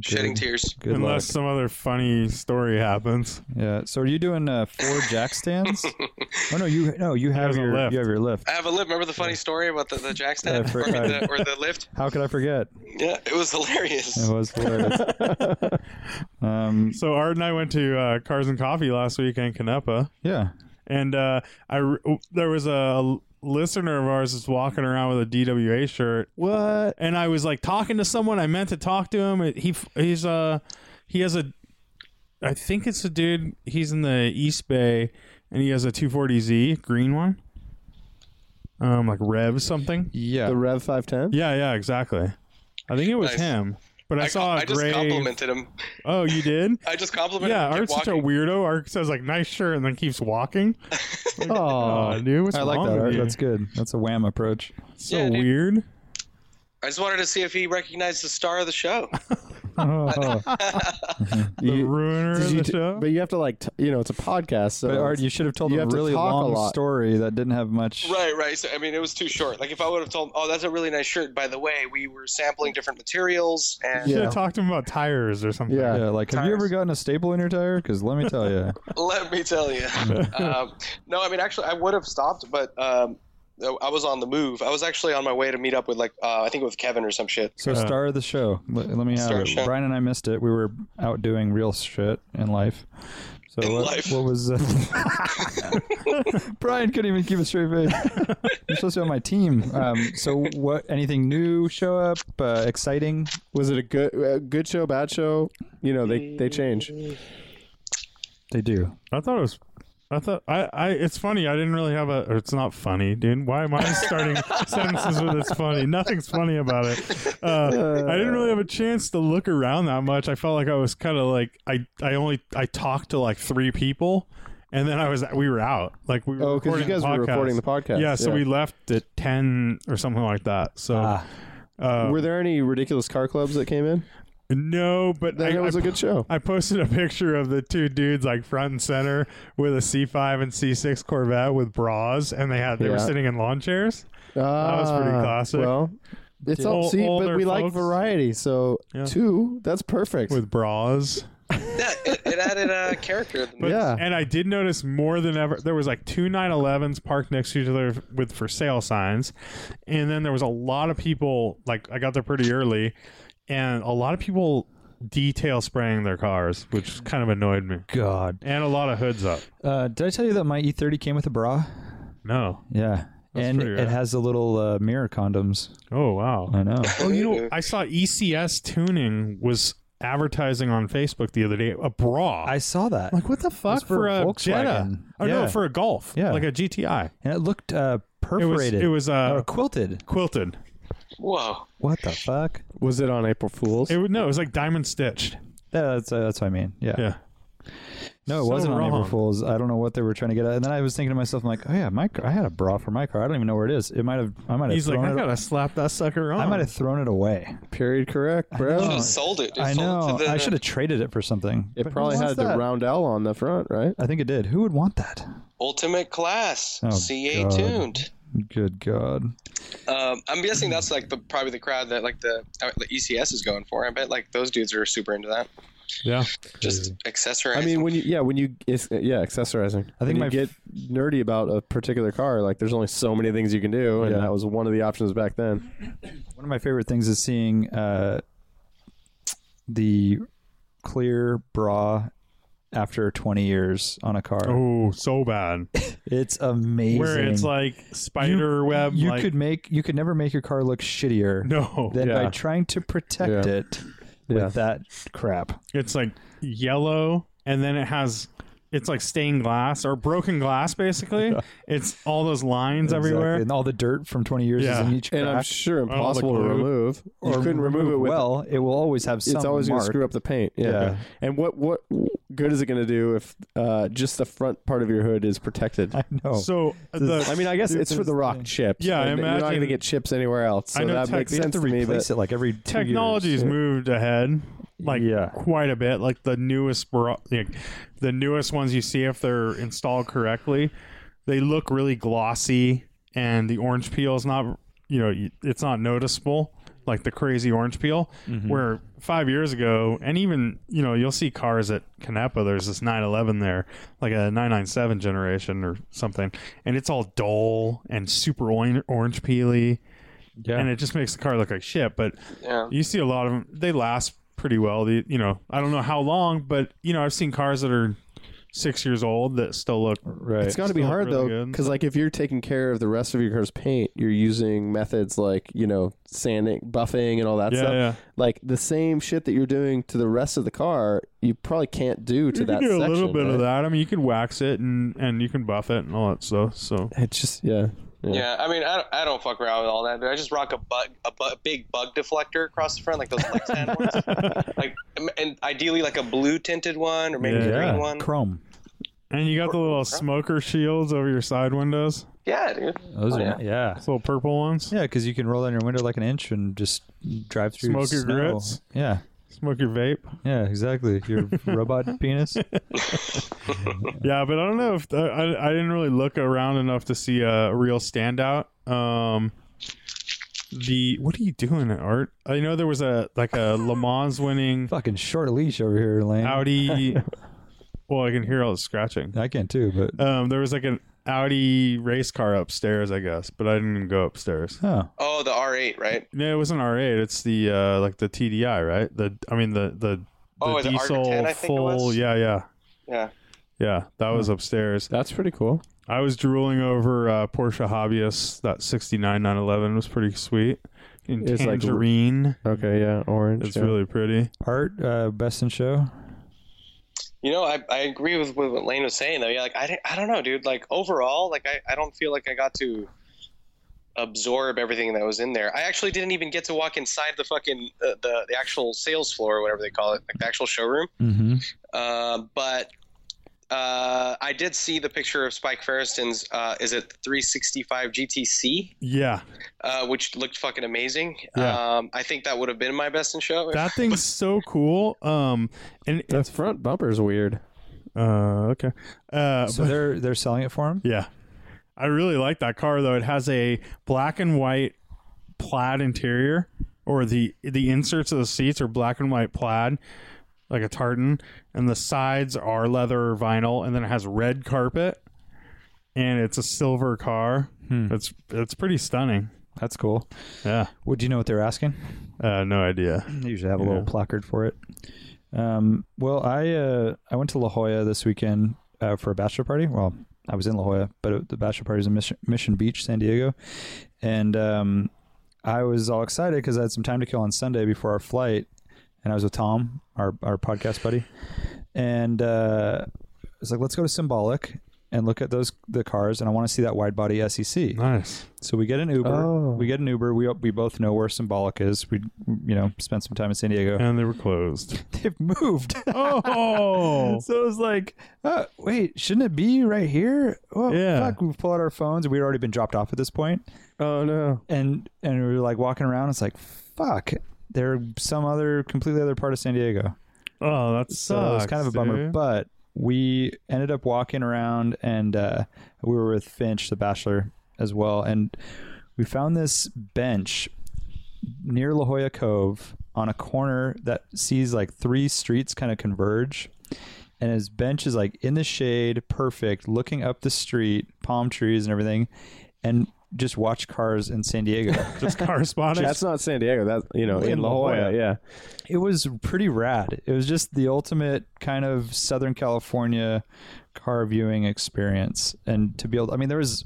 Speaker 4: shedding tears.
Speaker 2: Good
Speaker 3: Unless some other funny story happens.
Speaker 2: luck. Yeah. So are you doing uh, four jack stands? oh no, you no you have
Speaker 3: There's a
Speaker 2: your
Speaker 3: lift.
Speaker 2: you have your lift.
Speaker 4: I have a lift. Remember the funny story about the, the jack stand
Speaker 2: Yeah, for-
Speaker 4: or, the, or the lift?
Speaker 2: How could I forget?
Speaker 4: Yeah, it was hilarious.
Speaker 2: It was hilarious. um,
Speaker 3: So Art and I went to uh, Cars and Coffee last week in Canepa,
Speaker 2: yeah.
Speaker 3: and uh, I re- there was a listener of ours that's walking around with a DWA shirt,
Speaker 1: What?
Speaker 3: and I was like talking to someone. I meant to talk to him. He he's uh he has a I think it's a dude. He's in the East Bay, and he has a 240Z green one, um like Rev something.
Speaker 2: Yeah.
Speaker 1: The Rev 510?
Speaker 3: Yeah, yeah, exactly. I think it was
Speaker 4: Nice.
Speaker 3: him. But I,
Speaker 4: I,
Speaker 3: saw a
Speaker 4: I just
Speaker 3: gray.
Speaker 4: complimented him.
Speaker 3: Oh, you did?
Speaker 4: I just complimented
Speaker 3: yeah,
Speaker 4: him. Kept
Speaker 3: Art's such a
Speaker 4: walking.
Speaker 3: weirdo. Art says like nice shirt and then keeps walking.
Speaker 1: Oh,
Speaker 3: Oh, dude, what's
Speaker 2: I like
Speaker 3: wrong
Speaker 2: that.
Speaker 3: with
Speaker 2: Art.
Speaker 3: you?
Speaker 2: That's good. That's a wham approach.
Speaker 3: so
Speaker 4: Yeah, dude.
Speaker 3: weird.
Speaker 4: I just wanted to see if he recognized the star of the show.
Speaker 2: Oh.
Speaker 3: The ruiner
Speaker 1: did
Speaker 3: of
Speaker 1: you
Speaker 3: the
Speaker 1: t-
Speaker 3: show.
Speaker 1: but you have to like, t- you know, it's a podcast. So
Speaker 2: But Art, you should have told
Speaker 1: You
Speaker 2: a
Speaker 1: have to
Speaker 2: really
Speaker 1: talk a
Speaker 2: long
Speaker 1: lot.
Speaker 2: story that didn't have much.
Speaker 4: Right, right. So I mean, it was too short. Like if I would have told, him, "Oh, that's a really nice shirt." By the way, we were sampling different materials, and
Speaker 3: You should
Speaker 1: Yeah.
Speaker 3: have talked to him about tires or something.
Speaker 1: Yeah.
Speaker 2: Yeah, like, have you
Speaker 4: Tires.
Speaker 2: ever gotten a staple in your tire? Because let me tell you,
Speaker 4: let me tell you, um, no, I mean, actually, I would have stopped, but um, I was on the move. I was actually on my way to meet up with like uh, I think with Kevin or some shit.
Speaker 2: So
Speaker 3: Uh,
Speaker 2: star of the show. Let, let me have
Speaker 4: Star of
Speaker 2: it.
Speaker 4: the show.
Speaker 2: Brian and I missed it. We were out doing real shit in life. So
Speaker 4: In
Speaker 2: what,
Speaker 4: life.
Speaker 2: what was? Uh, Brian couldn't even keep a straight face. You're supposed to be on my team. Um, so what? Anything new show up? Uh, exciting?
Speaker 1: was it a good a good show, bad show? You know, they, they change.
Speaker 2: They do.
Speaker 3: I thought it was. I thought I, I. It's funny. I didn't really have a. Or it's not funny, dude. Why am I starting sentences with "it's funny"? Nothing's funny about it. Uh, I didn't really have a chance to look around that much. I felt like I was kind of like I. I only I talked to like three people, and then I was we were out. Like we were
Speaker 1: Oh, because you
Speaker 3: recording
Speaker 1: guys
Speaker 3: the
Speaker 1: were
Speaker 3: podcast.
Speaker 1: recording the podcast.
Speaker 3: Yeah, so
Speaker 1: Yeah. Ah.
Speaker 3: we left at ten or something like that. So uh,
Speaker 1: Were there any ridiculous car clubs that came in?
Speaker 3: no, but
Speaker 1: Then
Speaker 3: I,
Speaker 1: it was
Speaker 3: I
Speaker 1: a good show.
Speaker 3: I posted a picture of the two dudes like front and center with a C5 and C6 Corvette with bras, and they had they were
Speaker 1: Yeah.
Speaker 3: sitting in lawn chairs.
Speaker 1: Ah,
Speaker 3: was pretty classic.
Speaker 1: Well, it's
Speaker 3: Ol-
Speaker 1: all see, but
Speaker 3: older
Speaker 1: we like
Speaker 3: folks.
Speaker 1: variety. So
Speaker 3: Yeah.
Speaker 1: two, that's perfect.
Speaker 3: With bras,
Speaker 4: Yeah, it, it added a character. To the
Speaker 3: But-
Speaker 4: movie.
Speaker 1: Yeah.
Speaker 3: And I did notice more than ever. There was like two 911s parked next to each other with for sale signs, and then there was a lot of people. Like I got there pretty early, and a lot of people detail spraying their cars, which kind of annoyed me.
Speaker 2: God.
Speaker 3: And a lot of hoods up.
Speaker 2: Uh, did I tell you that my E30 came with a bra?
Speaker 3: No.
Speaker 2: Yeah. and
Speaker 3: pretty
Speaker 2: it
Speaker 3: rad.
Speaker 2: has the little uh, mirror condoms.
Speaker 3: Oh wow.
Speaker 2: I know.
Speaker 3: Oh, you know, I saw ECS tuning was advertising on Facebook the other day a bra.
Speaker 2: I saw that.
Speaker 3: like what the fuck
Speaker 2: was
Speaker 3: for,
Speaker 2: for
Speaker 3: a
Speaker 2: Volkswagen.
Speaker 3: Jetta? Oh
Speaker 2: Yeah.
Speaker 3: no, for a Golf.
Speaker 2: Yeah.
Speaker 3: like a GTI.
Speaker 2: and it looked uh,
Speaker 3: It was
Speaker 2: perforated.
Speaker 3: it was
Speaker 2: or
Speaker 3: uh,
Speaker 2: quilted.
Speaker 3: quilted.
Speaker 4: Whoa.
Speaker 2: What the fuck?
Speaker 1: was it on April Fools?
Speaker 3: It was no, it was like diamond stitched.
Speaker 2: That's uh, that's what I mean. Yeah.
Speaker 3: Yeah,
Speaker 2: No, it
Speaker 3: So
Speaker 2: wasn't on
Speaker 3: wrong.
Speaker 2: April Fools. I don't know what they were trying to get at. And then I was thinking to myself, I'm like, oh yeah, my car, I had a bra for my car. I don't even know where it is. It might have. I might have.
Speaker 3: He's like,
Speaker 2: thrown
Speaker 3: I
Speaker 2: it,
Speaker 3: gotta slap that sucker on.
Speaker 2: I might have thrown it away.
Speaker 1: Period. Correct, bro.
Speaker 4: Should have sold it. Just
Speaker 2: I
Speaker 4: sold
Speaker 2: know.
Speaker 4: It to the,
Speaker 2: I should have traded it for something. But
Speaker 1: It
Speaker 2: who
Speaker 1: probably
Speaker 2: wants
Speaker 1: had the
Speaker 2: that?
Speaker 1: round L on the front, right?
Speaker 2: I think it did. Who would want that?
Speaker 4: Ultimate Class,
Speaker 2: Oh,
Speaker 4: CA
Speaker 2: God.
Speaker 4: tuned.
Speaker 2: Good God.
Speaker 4: Um, I'm guessing that's like the probably the crowd that like the uh, the ECS is going for. I bet like those dudes are super into that.
Speaker 3: yeah.
Speaker 4: Just accessorize.
Speaker 1: I mean, when you yeah, when you it's, uh, yeah, accessorizing.
Speaker 2: I
Speaker 1: when
Speaker 2: think my
Speaker 1: you get
Speaker 2: f-
Speaker 1: nerdy about a particular car, like there's only so many things you can do, and
Speaker 2: Yeah.
Speaker 1: that was one of the options back then.
Speaker 2: One of my favorite things is seeing uh, the clear bra after 20 years on a car.
Speaker 3: Oh, so bad.
Speaker 2: It's amazing.
Speaker 3: Where it's like spider web.
Speaker 2: you
Speaker 3: like-
Speaker 2: could make you could never make your car look shittier
Speaker 3: no.
Speaker 2: than by
Speaker 1: Yeah.
Speaker 2: trying to protect
Speaker 1: Yeah.
Speaker 2: it
Speaker 1: Yeah.
Speaker 2: with that crap.
Speaker 3: It's like yellow, and then it has. It's like stained glass or broken glass, basically. It's all those lines everywhere.
Speaker 2: Exactly. and all the dirt from 20 years
Speaker 3: Yeah.
Speaker 2: is in each
Speaker 1: And I'm
Speaker 2: crack.
Speaker 1: sure
Speaker 3: the
Speaker 1: impossible to
Speaker 3: glue.
Speaker 1: remove. You couldn't remove it with.
Speaker 2: well. It will always have some.
Speaker 1: it's always going
Speaker 2: mark.
Speaker 1: to screw up the paint. Yeah.
Speaker 2: Yeah.
Speaker 1: And what what good is it going to do if uh, just the front part of your hood is protected?
Speaker 2: I know.
Speaker 3: So the
Speaker 1: Oh. I mean, I guess it's for the rock chips.
Speaker 3: Yeah, I
Speaker 1: and you're not
Speaker 3: imagine-
Speaker 1: going to get chips anywhere else. So
Speaker 3: I know
Speaker 1: that
Speaker 3: tech-
Speaker 1: makes
Speaker 3: they have
Speaker 1: sense
Speaker 2: to
Speaker 1: to me.
Speaker 2: replace
Speaker 1: But
Speaker 2: it like every two
Speaker 3: technology's
Speaker 2: years.
Speaker 3: moved ahead like
Speaker 2: Yeah.
Speaker 3: quite a bit like the newest bro- like, the newest ones you see if they're installed correctly they look really glossy and the orange peel is not you know y- it's not noticeable like the crazy orange peel
Speaker 1: Mm-hmm.
Speaker 3: where five years ago and even you know you'll see cars at canepa there's this 911 there like a 997 generation or something and it's all dull and super oin- orange peely
Speaker 2: Yeah.
Speaker 3: and it just makes the car look like shit but
Speaker 4: yeah.
Speaker 3: you see a lot of them. They last pretty well. The, you know, I don't know how long, but you know, I've seen cars that are six years old that still look
Speaker 2: right.
Speaker 1: it's got to be
Speaker 3: Still
Speaker 1: hard
Speaker 3: really
Speaker 1: though,
Speaker 3: good.
Speaker 1: because like if you're taking care of the rest of your car's paint, you're using methods like you know sanding, buffing, and all that
Speaker 3: Yeah,
Speaker 1: stuff.
Speaker 3: yeah.
Speaker 1: Like the same shit that you're doing to the rest of the car, you probably can't do to
Speaker 3: you
Speaker 1: that
Speaker 3: can do a little
Speaker 1: section,
Speaker 3: bit of
Speaker 1: right?
Speaker 3: that. I mean, you can wax it and and you can buff it and all that stuff. So
Speaker 1: It's just yeah, yeah.
Speaker 4: Yeah, I mean, I don't, I don't fuck around with all that. Dude. I just rock a bug, a bu- big bug deflector across the front, like those Lexan ones. Like, and ideally like a blue tinted one or maybe a
Speaker 3: Yeah.
Speaker 4: green one.
Speaker 2: Chrome.
Speaker 3: and you got the little smoker shields over your side windows,
Speaker 4: Yeah, dude.
Speaker 2: Those
Speaker 4: Oh,
Speaker 2: are
Speaker 4: yeah.
Speaker 2: yeah.
Speaker 3: those little purple ones.
Speaker 2: Yeah, because you can roll down your window like an inch and just drive through.
Speaker 3: Smoke your
Speaker 2: snow.
Speaker 3: grits.
Speaker 2: Yeah,
Speaker 3: Smoke your vape.
Speaker 2: yeah, exactly. Your robot penis.
Speaker 3: Yeah, but I don't know if I, I didn't really look around enough to see a real standout. Um, the what are you doing, Art? I know there was a like a Le Mans winning
Speaker 2: Fucking short leash over here, Lane.
Speaker 3: Audi. well, I can hear all the scratching.
Speaker 2: I can too, but
Speaker 3: Um, there was like an Audi race car upstairs, I guess, but I didn't even go upstairs.
Speaker 2: oh,
Speaker 4: Oh, the R8, right?
Speaker 3: No, it wasn't R8. It's the uh, like the TDI, right? The I mean the the, the
Speaker 4: Oh, the
Speaker 3: diesel
Speaker 4: R10, I think it
Speaker 3: full.
Speaker 4: was?
Speaker 3: Yeah, yeah,
Speaker 4: Yeah.
Speaker 3: yeah. That was upstairs.
Speaker 1: That's pretty cool.
Speaker 3: I was drooling over uh, Porsche Hobbyist. That 69 911 was pretty sweet. In
Speaker 1: It's like-
Speaker 3: tangerine.
Speaker 1: Okay, yeah, orange.
Speaker 3: it's really pretty.
Speaker 2: art uh, best in show.
Speaker 4: You know, I, I agree with, with what Lane was saying though. Yeah, like I, di- I don't know, dude. Like overall, like I, I don't feel like I got to absorb everything that was in there. I actually didn't even get to walk inside the fucking uh, the the actual sales floor or whatever they call it, like the actual showroom.
Speaker 2: Mm-hmm.
Speaker 4: Uh, but uh, I did see the picture of Spike Ferriston's. Uh, is it 365 GTC,
Speaker 3: Yeah,
Speaker 4: uh, which looked fucking amazing.
Speaker 3: Yeah.
Speaker 4: Um, I think that would have been my best in show.
Speaker 3: that thing's so cool. Um, and
Speaker 1: That front bumper's weird.
Speaker 3: uh, okay, uh,
Speaker 2: So
Speaker 3: but-
Speaker 2: they're they're selling it for him.
Speaker 3: yeah, I really like that car though. It has a black and white plaid interior, or the the inserts of the seats are black and white plaid, like a tartan, and the sides are leather or vinyl, and then it has red carpet, and it's a silver car.
Speaker 2: Hmm.
Speaker 3: It's it's pretty stunning.
Speaker 2: That's cool.
Speaker 3: Yeah,
Speaker 2: What do you know what they're asking?
Speaker 3: uh, no idea.
Speaker 2: They usually have a little placard for it. Um, well, I uh, I went to La Jolla this weekend uh, for a bachelor party. Well, I was in La Jolla, but it, the bachelor party was in Mission, Mission Beach, San Diego, and um, I was all excited because I had some time to kill on Sunday before our flight, and I was with Tom, our our podcast buddy, and uh, I was like, "Let's go to Symbolic." and look at those the cars, and I want to see that E wide body SEC.
Speaker 3: Nice.
Speaker 2: So we get an Uber.
Speaker 1: Oh.
Speaker 2: We get an Uber. We we both know where Symbolic is. We you know spent some time in San Diego.
Speaker 3: And they were closed.
Speaker 2: They've moved.
Speaker 3: Oh,
Speaker 2: so it was like, uh, wait, shouldn't it be right here? Well,
Speaker 3: Yeah.
Speaker 2: fuck, we pull out our phones. We'd already been dropped off at this point,
Speaker 1: Oh no.
Speaker 2: and and we were like walking around. It's like, fuck, they're some other completely other part of San Diego.
Speaker 3: oh, that sucks.
Speaker 2: So it was kind of a bummer,
Speaker 3: dude.
Speaker 2: but we ended up walking around, and uh, we were with Finch, the bachelor, as well, and we found this bench near La Jolla Cove on a corner that sees like three streets kind of converge. And his bench is like in the shade, perfect, looking up the street, palm trees and everything, and just watch cars in San Diego.
Speaker 3: just corresponding.
Speaker 1: That's not San Diego. That's you know in,
Speaker 2: In
Speaker 1: La
Speaker 2: La
Speaker 1: Jolla.
Speaker 2: Jolla.
Speaker 1: Yeah.
Speaker 2: it was pretty rad. It was just the ultimate kind of Southern California car viewing experience. And to be able, I mean, there was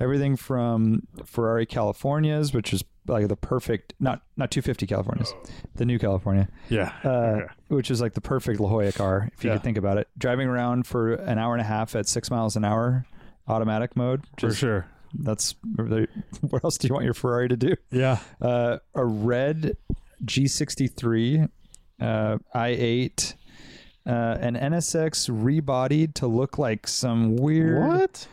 Speaker 2: everything from Ferrari Californias, which is like the perfect, not not 250 Californias, the new California,
Speaker 3: yeah.
Speaker 2: uh,
Speaker 3: Okay.
Speaker 2: which is like the perfect La Jolla car, if you
Speaker 3: Yeah.
Speaker 2: could think about it. Driving around for an hour and a half at six miles an hour, automatic mode.
Speaker 3: For
Speaker 2: Just,
Speaker 3: sure.
Speaker 2: That's what else do you want your Ferrari to do?
Speaker 3: Yeah.
Speaker 2: uh, a red G63, uh, i8, uh, an NSX rebodied to look like some weird.
Speaker 1: What?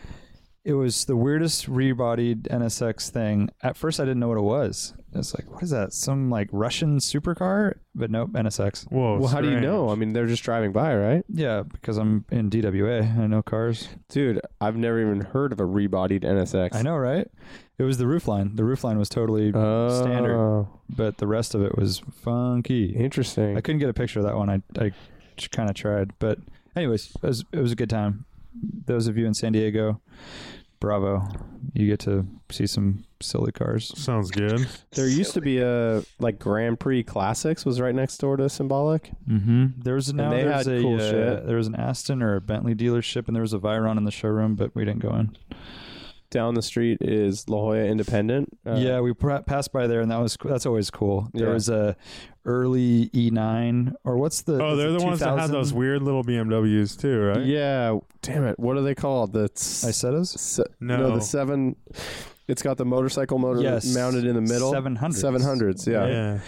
Speaker 2: It was the weirdest rebodied NSX thing. At first, I didn't know what it was. It's like, what is that? Some like Russian supercar? But nope, NSX.
Speaker 3: Whoa.
Speaker 1: Well, how do you
Speaker 3: strange.
Speaker 1: know? I mean, they're just driving by, right?
Speaker 2: Yeah, because I'm in DWA. I know cars.
Speaker 1: Dude, I've never even heard of a rebodied NSX.
Speaker 2: I know, right? It was the roofline. The roofline was totally
Speaker 1: Oh,
Speaker 2: standard, but the rest of it was funky.
Speaker 1: Interesting.
Speaker 2: I couldn't get a picture of that one. I I kind of tried, but anyways, it was it was a good time. Those of you in San Diego, bravo! You get to see some silly cars.
Speaker 3: Sounds good.
Speaker 1: There used to be a like Grand Prix Classics was right next door to Symbolic.
Speaker 2: Mm-hmm. There was now
Speaker 1: they
Speaker 2: there's
Speaker 1: had
Speaker 2: a
Speaker 1: cool
Speaker 2: uh,
Speaker 1: shit.
Speaker 2: there was an Aston or a Bentley dealership, and there was a Viron in the showroom, but we didn't go in.
Speaker 1: Down the street is La Jolla Independent. Uh,
Speaker 2: yeah, we pra- passed by there, and that was co- that's always cool. There
Speaker 1: Yeah.
Speaker 2: was a early E9 or what's the
Speaker 3: Oh,
Speaker 2: is
Speaker 3: they're
Speaker 2: it
Speaker 3: the ones that had
Speaker 2: 2000?
Speaker 3: those weird little BMWs too, right?
Speaker 1: Yeah. Damn it. What are they called? The s-
Speaker 2: Isetas.
Speaker 1: se-
Speaker 3: No.
Speaker 1: the seven. It's got the motorcycle motor
Speaker 2: Yes.
Speaker 1: mounted in the middle.
Speaker 2: 700s.
Speaker 1: Seven hundreds. Yeah.
Speaker 3: Yeah.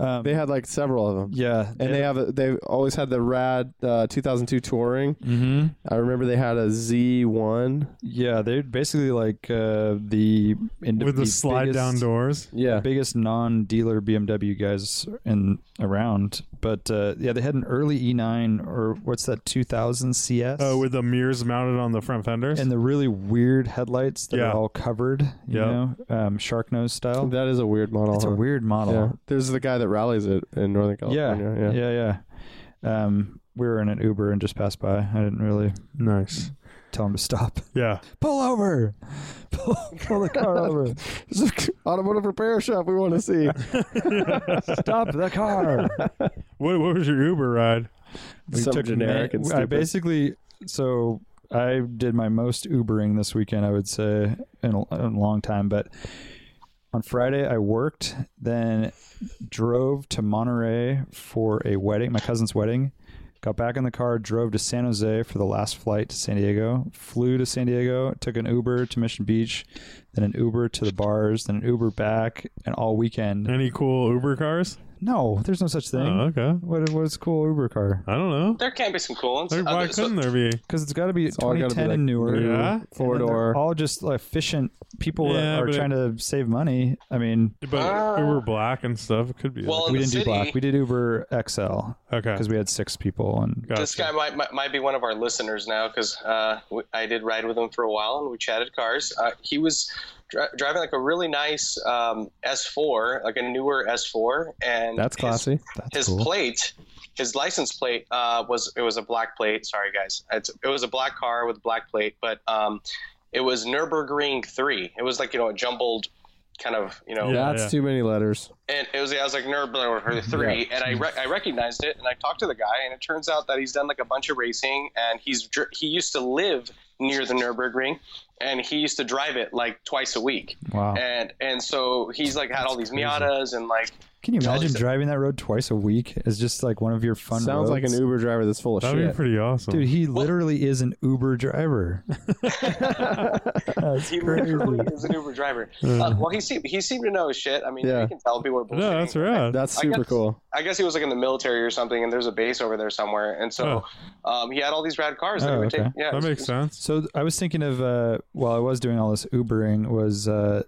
Speaker 2: Um,
Speaker 1: They had like several of them.
Speaker 2: yeah,
Speaker 1: And they have a, they've always had the rad uh, 2002 touring.
Speaker 2: mm-hmm.
Speaker 1: I remember they had a Z1.
Speaker 2: Yeah, they're basically like uh, the ind-
Speaker 3: With the slide down
Speaker 2: biggest-
Speaker 3: doors.
Speaker 1: Yeah.
Speaker 2: biggest non-dealer BMW guys in around. But uh, yeah, they had an early E9 or what's that 2000 CS?
Speaker 3: Oh, with the mirrors mounted on the front fenders.
Speaker 2: and the really weird headlights that
Speaker 3: Yeah.
Speaker 2: are all covered, you
Speaker 3: Yeah.
Speaker 2: know, um, shark nose style.
Speaker 1: That is a weird model.
Speaker 2: It's a
Speaker 1: huh?
Speaker 2: weird
Speaker 1: Yeah.
Speaker 2: model.
Speaker 1: There's the guy that rallies it in Northern
Speaker 2: Yeah,
Speaker 1: California.
Speaker 2: yeah, yeah. Um, we were in an Uber and just passed by. I didn't really
Speaker 3: nice.
Speaker 2: tell him to stop.
Speaker 3: Yeah.
Speaker 2: Pull over. Pull, pull the car over.
Speaker 1: automotive repair shop we want to see.
Speaker 2: Stop the car.
Speaker 3: What What was your Uber ride?
Speaker 2: We
Speaker 1: Some
Speaker 2: took
Speaker 1: generic
Speaker 2: ma-
Speaker 1: and
Speaker 2: I
Speaker 1: stupid.
Speaker 2: basically so I did my most Ubering this weekend, I would say, in a, in a long time. But on Friday, I worked, then drove to Monterey for a wedding, my cousin's wedding. Got back in the car, drove to San Jose for the last flight to San Diego. Flew to San Diego, took an Uber to Mission Beach, then an Uber to the bars, then an Uber back, and all weekend.
Speaker 3: Any cool Uber cars?
Speaker 2: No, there's no such thing.
Speaker 1: Uh-huh.
Speaker 3: Oh, okay.
Speaker 2: What what is cool Uber car?
Speaker 3: I don't know.
Speaker 4: There can be some cool ones.
Speaker 3: Like,
Speaker 4: Uh,
Speaker 3: why
Speaker 4: so-
Speaker 3: couldn't there be?
Speaker 2: Because it's got to be
Speaker 1: all gotta be,
Speaker 2: 2010 and
Speaker 1: like,
Speaker 2: newer.
Speaker 1: new.
Speaker 3: Yeah.
Speaker 1: Four
Speaker 2: And they're
Speaker 1: door.
Speaker 2: All just efficient people that
Speaker 3: Yeah,
Speaker 2: are
Speaker 3: but it-
Speaker 2: trying to save money. I mean,
Speaker 3: But
Speaker 4: Ah.
Speaker 3: Uber Black and stuff it could be.
Speaker 4: well, in
Speaker 2: we
Speaker 4: the
Speaker 2: didn't
Speaker 4: city,
Speaker 2: do black. We did Uber XL
Speaker 3: okay.
Speaker 2: because we had six people, and
Speaker 3: Gotcha.
Speaker 4: This guy might, might might be one of our listeners now because uh, we- I did ride with him for a while and we chatted cars. Uh, he was dri- driving like a really nice um, S4, like a newer S4, and
Speaker 1: That's
Speaker 4: his-
Speaker 1: classy.
Speaker 4: His,
Speaker 2: that's cool.
Speaker 4: plate, his license plate uh, was it was a black plate. Sorry guys, it's, it was a black car with a black plate, but um, it was Nurburgring three. It was like you know a jumbled kind of you know
Speaker 3: Yeah,
Speaker 1: That's
Speaker 3: Oh, yeah.
Speaker 1: too many letters.
Speaker 4: and it was I was like Nurburgring three, and I re- I recognized it, and I talked to the guy, and it turns out that he's done like a bunch of racing, and he's dr- he used to live near the Nurburgring, and he used to drive it like twice a week.
Speaker 2: Wow.
Speaker 4: And and so he's like had all these Miatas and like
Speaker 2: Can you
Speaker 4: Charlie
Speaker 2: imagine
Speaker 4: said-
Speaker 2: driving that road twice a week as just like one of your fun
Speaker 1: Sounds like an
Speaker 2: roads?
Speaker 1: Uber driver that's full of
Speaker 3: That'd be
Speaker 1: shit.
Speaker 3: pretty awesome.
Speaker 2: Dude, he literally is an Uber driver. That's
Speaker 4: he
Speaker 2: crazy.
Speaker 4: literally is an Uber driver. Uh, well, he seemed he seemed to know retired. I mean,
Speaker 1: Yeah.
Speaker 4: you can tell people are bullshitting.
Speaker 3: no, that's rad.
Speaker 1: That's
Speaker 4: I
Speaker 1: super
Speaker 4: guess-
Speaker 1: cool.
Speaker 4: I guess he was like in the military or something, and there's a base over there somewhere, and so um, he had all these rad cars. that he
Speaker 2: Oh,
Speaker 4: would take-
Speaker 2: okay.
Speaker 4: Yeah,
Speaker 3: Oh. that
Speaker 4: it's-
Speaker 3: makes sense.
Speaker 2: So th- I was thinking of uh, while I was doing all this Ubering was uh,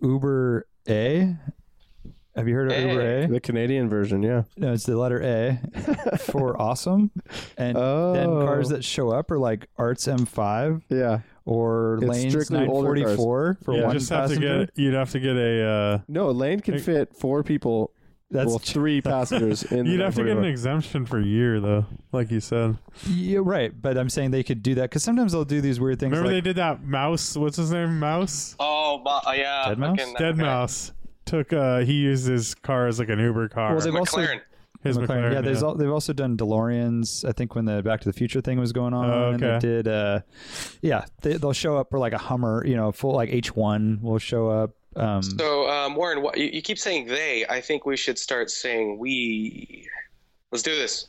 Speaker 2: Uber A. Have you heard of
Speaker 4: A.
Speaker 2: Uber A?
Speaker 1: The Canadian version, yeah.
Speaker 2: No, it's the letter A for awesome. And then
Speaker 1: Oh.
Speaker 2: cars that show up are like Arts M5
Speaker 1: Yeah.
Speaker 2: or
Speaker 1: It's
Speaker 2: Lanes
Speaker 1: strictly older
Speaker 2: 944 for
Speaker 3: You
Speaker 2: one
Speaker 3: just have to
Speaker 2: passenger.
Speaker 3: get. You'd have to get a. Uh,
Speaker 1: No, a lane can
Speaker 3: Hey.
Speaker 1: fit four people,
Speaker 2: That's
Speaker 1: well, three passengers in
Speaker 3: you'd
Speaker 1: the
Speaker 3: have to get an
Speaker 1: 941.
Speaker 3: exemption for a year though, like you said.
Speaker 2: yeah, right. But I'm saying they could do that because sometimes they'll do these weird things.
Speaker 3: Remember they
Speaker 2: like,
Speaker 3: did that mouse. What's his name? Mouse.
Speaker 4: Oh, but, uh, yeah.
Speaker 2: Dead mouse?
Speaker 4: fucking-
Speaker 3: Dead
Speaker 4: okay.
Speaker 3: mouse took. uh He used his car as like an Uber car.
Speaker 2: Well, they've also
Speaker 4: McLaren.
Speaker 3: his
Speaker 2: McLaren.
Speaker 3: McLaren.
Speaker 2: Yeah, there's All, they've also done DeLoreans. I think when the Back to the Future thing was going on,
Speaker 3: Oh,
Speaker 2: and they
Speaker 3: okay.
Speaker 2: did. Uh, yeah, they, they'll show up for like a Hummer, you know, full like H1 will show up. Um,
Speaker 4: So, um, Warren, what, you, you keep saying they. I think we should start saying we. Let's do this.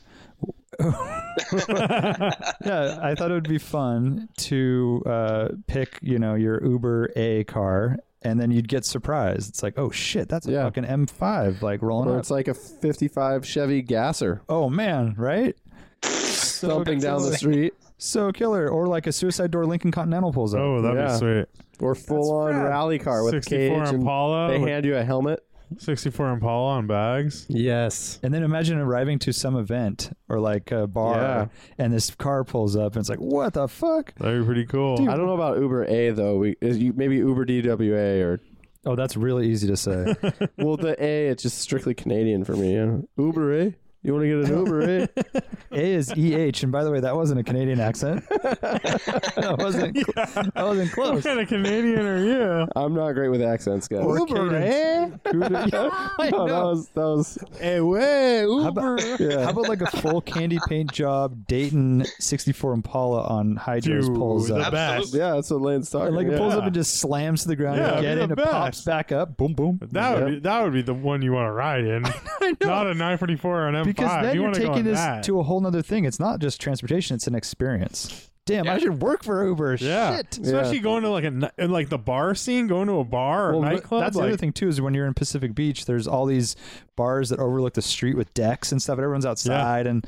Speaker 2: yeah, I thought it would be fun to uh, pick, you know, your Uber A car, and then you'd get surprised. It's like, oh shit, that's a
Speaker 1: Yeah.
Speaker 2: fucking M5 like rolling
Speaker 1: Or
Speaker 2: up.
Speaker 1: it's like a 55 Chevy Gasser
Speaker 2: oh man, right? So
Speaker 1: thumping down the
Speaker 2: killer.
Speaker 1: street
Speaker 2: so killer, or like a suicide door Lincoln Continental pulls up.
Speaker 3: Oh, that'd
Speaker 1: Yeah.
Speaker 3: be sweet.
Speaker 1: or full on
Speaker 2: rad.
Speaker 1: rally car with a
Speaker 3: 64
Speaker 1: cage and
Speaker 3: Impala
Speaker 1: they
Speaker 3: with-
Speaker 1: hand you a helmet.
Speaker 3: 64 Impala on bags.
Speaker 1: Yes.
Speaker 2: And then imagine arriving to some event or like a bar,
Speaker 1: Yeah.
Speaker 2: and this car pulls up, and it's like, what the fuck?
Speaker 3: That'd be pretty cool.
Speaker 1: I don't know about Uber A though. We is you, maybe Uber DWA or
Speaker 2: Oh, that's really easy to say.
Speaker 1: well the A it's just strictly Canadian for me. Yeah. Uber A. You want to get an Uber A?
Speaker 2: a is E H, and by the way, that wasn't a Canadian accent. that wasn't. cl- That wasn't
Speaker 3: what
Speaker 2: close.
Speaker 3: kind of Canadian are you?
Speaker 1: I'm not great with accents, guys.
Speaker 2: Uber,
Speaker 3: eh?
Speaker 2: eh? I
Speaker 1: No, that
Speaker 2: know.
Speaker 1: was that was
Speaker 3: Hey, way,
Speaker 2: How about, how about like a full candy paint job Dayton 64 Impala on Hydros
Speaker 3: Dude,
Speaker 2: pulls
Speaker 3: the
Speaker 2: up?
Speaker 3: best.
Speaker 4: Absolutely.
Speaker 1: yeah, that's what Lane's talking.
Speaker 2: And like it
Speaker 1: yeah.
Speaker 2: pulls up and just slams to the ground
Speaker 3: Yeah,
Speaker 2: again
Speaker 3: it'd
Speaker 2: and
Speaker 3: be the
Speaker 2: it pops
Speaker 3: best.
Speaker 2: back up. Boom, boom.
Speaker 3: That would be that would be the one you want to ride in. Not a 944 or an M5.
Speaker 2: Because then you
Speaker 3: you
Speaker 2: are
Speaker 3: want to go
Speaker 2: taking
Speaker 3: on
Speaker 2: this
Speaker 3: that.
Speaker 2: to a whole nother thing. It's not just transportation, it's an experience. Damn, I
Speaker 4: Yeah.
Speaker 2: should work for Uber.
Speaker 3: yeah,
Speaker 2: Shit.
Speaker 3: especially going to like a ni- and like the bar scene, going to a bar or
Speaker 2: Well,
Speaker 3: nightclub.
Speaker 2: that's the
Speaker 3: like,
Speaker 2: other thing too is when you're in Pacific Beach, there's all these bars that overlook the street with decks and stuff. And everyone's outside and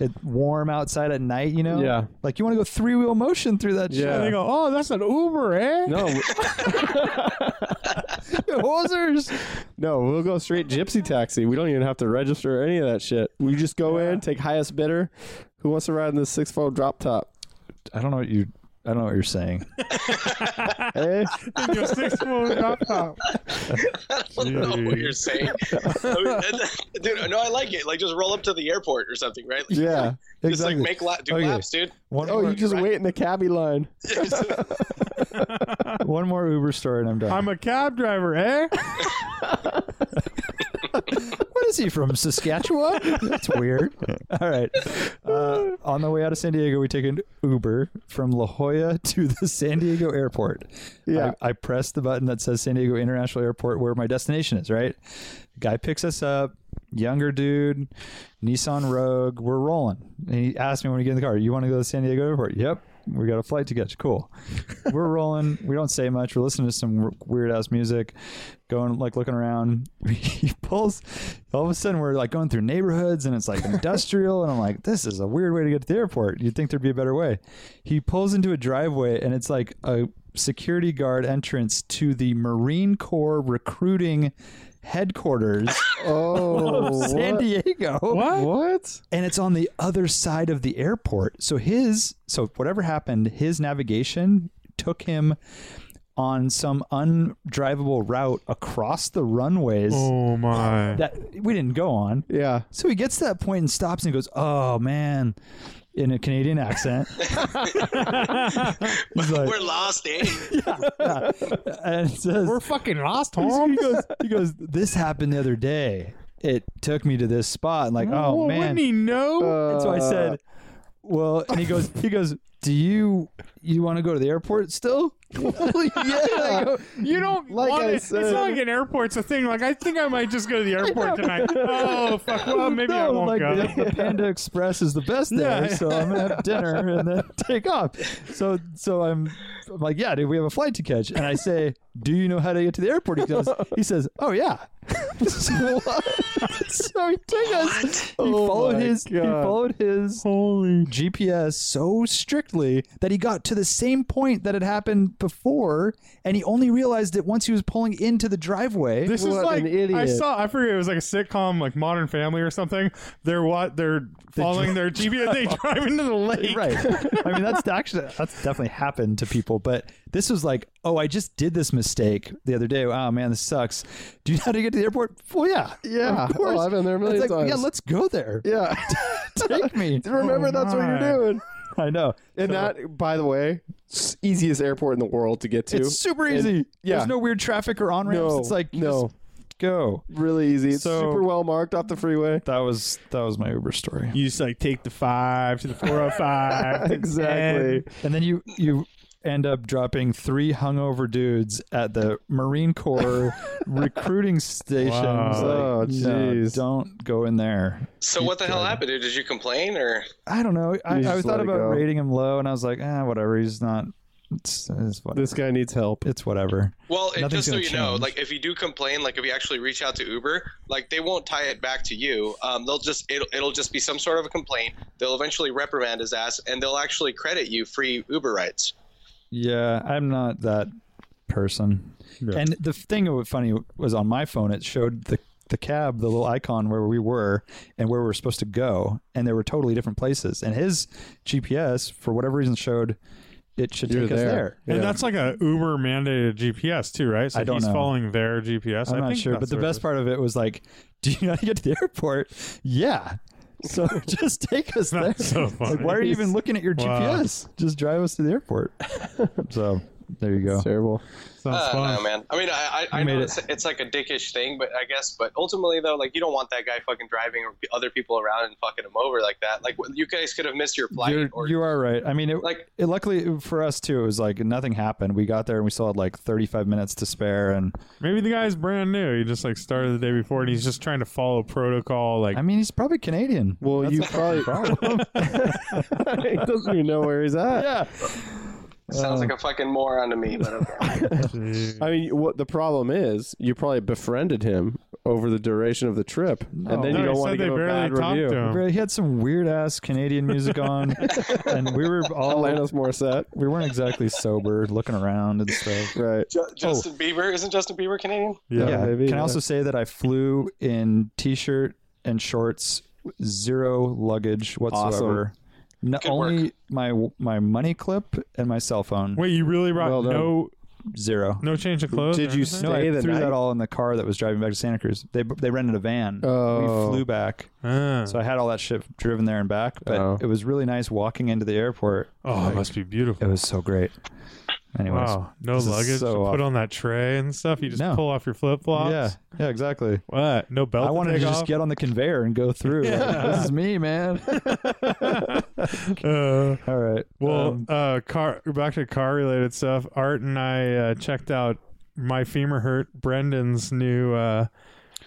Speaker 2: it's warm outside at night. You know,
Speaker 1: Yeah.
Speaker 2: Like you want to go three wheel motion through that.
Speaker 1: Yeah.
Speaker 3: And they go, oh, that's an Uber, eh?
Speaker 1: no,
Speaker 2: shit. Hosers.
Speaker 1: No, we'll go straight gypsy taxi. We don't even have to register or any of that shit. We just go in, take highest bidder. Who wants to ride in this six foot drop top?
Speaker 2: I don't know what you. I don't know what you're saying.
Speaker 1: Hey,
Speaker 3: Your six foot drop top.
Speaker 4: I don't know what you're saying. dude, no, I like it. Like, just roll up to the airport or something, right? Like,
Speaker 1: yeah.
Speaker 4: Just
Speaker 2: exactly.
Speaker 4: like make la- do
Speaker 2: Okay.
Speaker 4: laps, dude.
Speaker 2: one,
Speaker 1: Oh,
Speaker 2: more,
Speaker 1: you just wait in the cabbie line.
Speaker 2: one more Uber story and I'm done.
Speaker 3: I'm a cab driver, eh?
Speaker 2: What is he from Saskatchewan? That's weird. All right. Uh, on the way out of San Diego, we take an Uber from La Jolla to the San Diego airport.
Speaker 1: Yeah.
Speaker 2: I, I press the button that says San Diego International Airport, where my destination is. Right. Guy picks us up. Younger dude, Nissan Rogue. We're rolling. And he asked me when we get in the car, "You want to go to San Diego Airport?" Yep. We got a flight to catch. Cool. We're rolling. We don't say much. We're listening to some weird ass music, going like looking around. He pulls. All of a sudden, we're like going through neighborhoods, and it's like industrial. And I'm like, this is a weird way to get to the airport. You'd think there'd be a better way. He pulls into a driveway, and it's like a security guard entrance to the Marine Corps recruiting headquarters
Speaker 1: Oh,
Speaker 2: of San
Speaker 1: what?
Speaker 2: Diego
Speaker 1: What?
Speaker 2: and it's on the other side of the airport. So his so whatever happened, his navigation took him on some undrivable route across the runways
Speaker 3: Oh my.
Speaker 2: that we didn't go on.
Speaker 1: Yeah.
Speaker 2: So he gets to that point and stops and goes, "Oh man," in a Canadian accent. He's like,
Speaker 4: We're lost, eh?
Speaker 2: and says,
Speaker 3: We're fucking lost,
Speaker 2: he
Speaker 3: home.
Speaker 2: goes, he goes, "This happened the other day. It took me to this spot." And like, oh man,
Speaker 1: Uh,
Speaker 3: wouldn't he know?
Speaker 2: And so I said, Uh, well, and he goes, he goes, do you you want to go to the airport still?
Speaker 1: yeah.
Speaker 3: You don't
Speaker 1: Like
Speaker 3: want
Speaker 1: I
Speaker 3: it.
Speaker 1: said-
Speaker 3: It's not like an airport's a thing. Like I think I might just go to the airport tonight. Oh fuck! Well, maybe I
Speaker 2: No,
Speaker 3: won't
Speaker 2: like
Speaker 3: go.
Speaker 2: The, the Panda Express is the best
Speaker 3: Yeah,
Speaker 2: there,
Speaker 3: yeah.
Speaker 2: so I'm gonna have dinner and then take off. So, so I'm, I'm like, yeah, dude, we have a flight to catch, and I say, do you know how to get to the airport? He goes, he says, oh yeah. so, so he took us. He
Speaker 1: Oh
Speaker 2: followed
Speaker 1: my
Speaker 2: his. He
Speaker 1: God.
Speaker 2: followed his.
Speaker 3: Holy
Speaker 2: GPS so strictly that he got to the same point that had happened before, and he only realized it once he was pulling into the driveway.
Speaker 3: This is
Speaker 1: What
Speaker 3: like
Speaker 1: an idiot.
Speaker 3: I saw. I forget it was like a sitcom, like Modern Family or something. They're what they're following their GPS. They drive into the lake.
Speaker 2: right. I mean, that's actually that's definitely happened to people, but this was like, oh, I just did this mistake the other day. Oh man, this sucks. Do you know how to get to the airport? Well, yeah,
Speaker 1: Yeah.
Speaker 2: Of course.
Speaker 1: Oh, I've been there a million
Speaker 2: It's like,
Speaker 1: times.
Speaker 2: Yeah, let's go there.
Speaker 1: Yeah.
Speaker 2: Take me.
Speaker 1: Remember,
Speaker 3: Oh
Speaker 1: that's what
Speaker 3: my.
Speaker 1: you're doing.
Speaker 2: I know.
Speaker 1: And that, by the way, s- easiest airport in the world to get to.
Speaker 2: It's super easy.
Speaker 1: yeah.
Speaker 2: There's no weird traffic or on ramps.
Speaker 1: No,
Speaker 2: it's like
Speaker 1: no.
Speaker 2: just go.
Speaker 1: really easy. It's
Speaker 2: So-
Speaker 1: super well marked off the freeway.
Speaker 2: That was that was my Uber story.
Speaker 3: You just like take the five to the four hundred five.
Speaker 1: Exactly.
Speaker 2: and then you you end up dropping three hungover dudes at the Marine Corps recruiting station.
Speaker 3: Wow.
Speaker 2: It's
Speaker 1: Oh,
Speaker 2: no,
Speaker 1: jeez.
Speaker 2: don't go in there.
Speaker 4: So what the hell happened, dude? Did you complain or?
Speaker 2: I don't know. I,
Speaker 1: You just
Speaker 2: I thought
Speaker 1: let it
Speaker 2: about
Speaker 1: go.
Speaker 2: rating him low, and I was like, ah, whatever. He's not. It's, it's whatever.
Speaker 1: This guy needs help.
Speaker 2: it's whatever.
Speaker 4: Well, it,
Speaker 2: Nothing's
Speaker 4: just so you
Speaker 2: gonna
Speaker 4: know,
Speaker 2: change.
Speaker 4: like if you do complain, like if you actually reach out to Uber, like they won't tie it back to you. Um, they'll just it'll it'll just be some sort of a complaint. They'll eventually reprimand his ass, and they'll actually credit you free Uber rides.
Speaker 2: Yeah, I'm not that person.
Speaker 3: Yeah.
Speaker 2: And the thing that was funny was on my phone, it showed the the cab, the little icon where we were and where we were supposed to go, and they were totally different places. And his GPS, for whatever reason, showed it should
Speaker 1: You're
Speaker 2: take us there.
Speaker 1: there.
Speaker 3: And
Speaker 1: Yeah.
Speaker 3: that's like a Uber mandated GPS too, right? So
Speaker 2: I don't
Speaker 3: he's
Speaker 2: know.
Speaker 3: following their GPS.
Speaker 2: I'm
Speaker 3: I
Speaker 2: not
Speaker 3: think
Speaker 2: sure,
Speaker 3: that's
Speaker 2: but the
Speaker 3: what it
Speaker 2: best
Speaker 3: is.
Speaker 2: part of it was like, do you know how to get to the airport? Yeah. So just take us there.
Speaker 3: That's so funny.
Speaker 2: Like, why are you even looking at your
Speaker 3: Wow.
Speaker 2: GPS? Just drive us to the airport. so there you go.
Speaker 1: It's terrible.
Speaker 3: Sounds
Speaker 4: I don't
Speaker 3: fun.
Speaker 4: know, man. I mean, I I, I
Speaker 2: Oh, You made
Speaker 4: know
Speaker 2: it.
Speaker 4: it's, it's like a dickish thing, but I guess, but ultimately though, like you don't want that guy fucking driving or other people around and fucking him over like that. Like you guys could have missed your flight,
Speaker 2: You're,
Speaker 4: or
Speaker 2: you are right. I mean, it,
Speaker 4: like
Speaker 2: it, luckily for us too, it was like nothing happened. We got there and we still had like 35 minutes to spare. And
Speaker 3: Maybe the guy's brand new. He just like started the day before, and he's just trying to follow protocol. Like
Speaker 2: I mean, he's probably Canadian.
Speaker 1: Well, you probably he doesn't even know where he's at.
Speaker 2: yeah. uh,
Speaker 4: sounds like a fucking moron to me. But okay.
Speaker 3: geez.
Speaker 1: I mean, what the problem is, you probably befriended him over the duration of the trip, and then
Speaker 2: Oh, No,
Speaker 1: you
Speaker 3: he
Speaker 1: don't want to
Speaker 3: said
Speaker 1: give
Speaker 3: they
Speaker 1: a
Speaker 3: barely
Speaker 1: bad
Speaker 3: talked
Speaker 1: review.
Speaker 3: to him.
Speaker 2: He had some weird ass Canadian music on, and we were all
Speaker 1: Alanis Morissette,
Speaker 2: we weren't exactly sober, looking around and stuff.
Speaker 1: right?
Speaker 2: Oh.
Speaker 4: Ju- Justin Bieber isn't Justin Bieber Canadian?
Speaker 1: Yeah, maybe,
Speaker 2: Can I
Speaker 1: yeah.
Speaker 2: also say that I flew in t-shirt and shorts, zero luggage whatsoever. No,
Speaker 4: Good work.
Speaker 2: only my my money clip and my cell phone,
Speaker 3: Wait, you really brought
Speaker 1: Well done.
Speaker 3: no
Speaker 2: zero.
Speaker 3: no change of clothes?
Speaker 1: Did
Speaker 3: or
Speaker 1: you
Speaker 3: anything?
Speaker 1: No,
Speaker 2: No, I
Speaker 1: Stay the
Speaker 2: threw
Speaker 1: night?
Speaker 2: that all in the car that was driving back to Santa Cruz. They they rented a van.
Speaker 1: Oh.
Speaker 2: We flew back,
Speaker 3: Ah.
Speaker 2: so I had all that shit driven there and back. But
Speaker 1: Oh.
Speaker 2: it was really nice walking into the airport.
Speaker 3: Oh, it must be beautiful.
Speaker 2: It was so great. Anyways,
Speaker 3: Wow, no
Speaker 2: This is
Speaker 3: luggage
Speaker 2: so
Speaker 3: to put
Speaker 2: awful.
Speaker 3: on that tray and stuff. You just
Speaker 2: No.
Speaker 3: pull off your flip flops.
Speaker 2: yeah, yeah, exactly.
Speaker 3: What? No belt.
Speaker 2: I wanted to just get on the conveyor and go through. Like, this is me, man.
Speaker 3: get. Uh,
Speaker 2: all right.
Speaker 3: well,
Speaker 2: Um,
Speaker 3: uh, car. Back to car related stuff. Art and I uh, checked out my femur hurt. Brendan's new uh,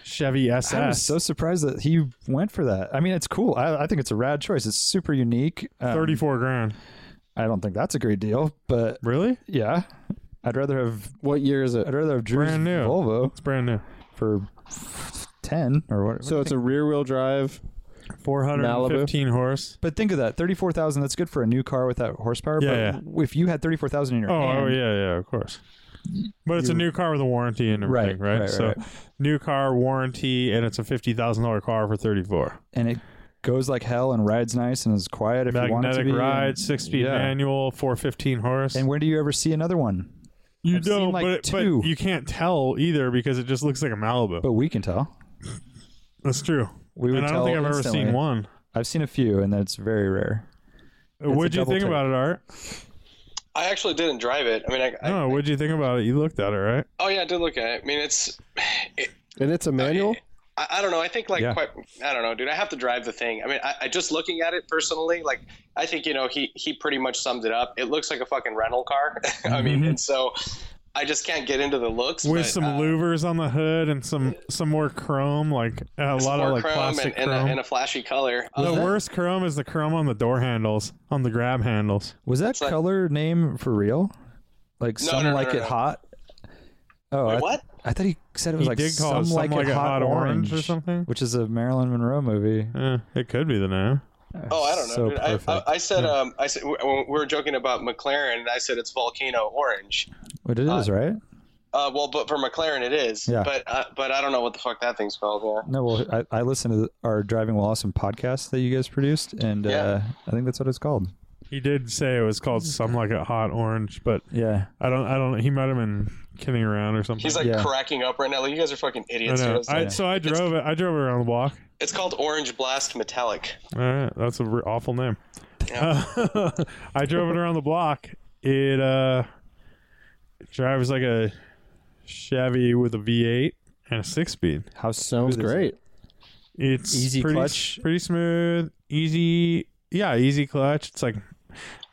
Speaker 3: Chevy SS.
Speaker 2: I was so surprised that he went for that. I mean, it's cool. I, I think it's a rad choice. It's super unique. Um,
Speaker 3: Thirty-four grand.
Speaker 2: I don't think that's a great deal, but
Speaker 3: Really?
Speaker 2: yeah, I'd rather have
Speaker 1: What year is it?
Speaker 2: I'd rather have Drew's
Speaker 3: Brand new.
Speaker 2: Volvo
Speaker 3: It's brand new.
Speaker 2: for ten or what.
Speaker 1: So it's a rear-wheel drive.
Speaker 3: Four hundred and fifteen horse.
Speaker 2: but think of that thirty-four thousand. That's good for a new car with that horsepower.
Speaker 3: Yeah,
Speaker 2: but if you had thirty-four thousand in your
Speaker 3: Oh, oh
Speaker 2: hand,
Speaker 3: yeah, yeah, of course. But it's a new car with a warranty and everything,
Speaker 2: Right,
Speaker 3: right?
Speaker 2: right, right,
Speaker 3: so,
Speaker 2: right.
Speaker 3: new car warranty, and it's a fifty thousand dollar car for thirty four.
Speaker 2: and it goes like hell and rides nice and is quiet if you want it to
Speaker 3: Magnetic
Speaker 2: be.
Speaker 3: ride,
Speaker 2: and-
Speaker 3: six speed
Speaker 2: yeah.
Speaker 3: manual, four fifteen horse.
Speaker 2: And where do you ever see another one?
Speaker 3: you
Speaker 2: I've seen,
Speaker 3: don't,
Speaker 2: like,
Speaker 3: but, it- but
Speaker 2: two.
Speaker 3: you can't tell either because it just looks like a Malibu.
Speaker 2: But we can tell.
Speaker 3: That's true.
Speaker 2: We would
Speaker 3: and I don't
Speaker 2: tell
Speaker 3: think I've ever
Speaker 2: instantly.
Speaker 3: seen one.
Speaker 2: I've seen a few, and that's very rare.
Speaker 3: What'd
Speaker 2: a
Speaker 3: you
Speaker 2: double
Speaker 3: think
Speaker 2: take.
Speaker 3: about it, Art?
Speaker 4: I actually didn't drive it. I mean, I, I
Speaker 3: No, what'd you think about it? You looked at it, right?
Speaker 4: oh yeah, I did look at it. I mean, it's
Speaker 1: And it's a manual?
Speaker 4: I, I don't know. I think like
Speaker 2: Yeah.
Speaker 4: quite. I don't know, dude. I have to drive the thing. I mean, I, I just looking at it personally, like I think you know he he pretty much summed it up. It looks like a fucking rental car. I mean,
Speaker 3: Mhm.
Speaker 4: and so I just can't get into the looks
Speaker 3: with
Speaker 4: but,
Speaker 3: some
Speaker 4: uh,
Speaker 3: louvers on the hood and some some more chrome, like a
Speaker 4: some
Speaker 3: lot
Speaker 4: more
Speaker 3: of like
Speaker 4: chrome
Speaker 3: plastic
Speaker 4: and, and,
Speaker 3: chrome.
Speaker 4: A, and a flashy color.
Speaker 3: the
Speaker 4: Uh,
Speaker 3: worst chrome is the chrome on the door handles, on the grab handles.
Speaker 2: Was that
Speaker 4: like-
Speaker 2: color name for real? Like
Speaker 4: No,
Speaker 2: some
Speaker 4: no, no,
Speaker 2: like
Speaker 4: no,
Speaker 2: it
Speaker 4: no.
Speaker 2: hot. Oh, I,
Speaker 4: wait, what?
Speaker 2: I thought he said it was
Speaker 3: He
Speaker 2: like
Speaker 3: did
Speaker 2: some
Speaker 3: call it
Speaker 2: like,
Speaker 3: something
Speaker 2: it hot, orange,
Speaker 3: or something.
Speaker 2: which is a Marilyn Monroe movie.
Speaker 3: Eh, it could be the name.
Speaker 4: Oh, I don't know.
Speaker 2: So
Speaker 4: dude. I,
Speaker 2: perfect.
Speaker 4: I, I said, um, I said when we were joking about McLaren, and I said it's volcano orange.
Speaker 2: what it is, right?
Speaker 4: Uh, well, but for McLaren it is.
Speaker 2: Yeah.
Speaker 4: But uh, but I don't know what the fuck that thing's called. Yeah.
Speaker 2: No, well, I, I listened to the- our Driving While Awesome podcast that you guys produced, and
Speaker 4: Yeah.
Speaker 2: uh, I think that's what it's called.
Speaker 3: He did say it was called some like a hot orange, but
Speaker 2: Yeah.
Speaker 3: I don't, I don't. He might have been kidding around or something.
Speaker 4: He's like
Speaker 2: Yeah.
Speaker 4: cracking up right now. Like you guys are fucking
Speaker 3: I
Speaker 4: idiots. dude.
Speaker 3: know.
Speaker 4: It's,
Speaker 3: I,
Speaker 4: like-
Speaker 3: so I drove it. I drove it around the block.
Speaker 4: it's called Orange Blast Metallic.
Speaker 3: All right, that's a re- awful name. Uh, I drove it around the block. It uh, drives like a Chevy with a V8 and a six-speed.
Speaker 2: How
Speaker 1: Sounds
Speaker 2: smooth is it?
Speaker 1: great.
Speaker 3: It's
Speaker 2: Easy
Speaker 3: pretty,
Speaker 2: clutch?
Speaker 3: pretty smooth, easy. Yeah, easy clutch. It's like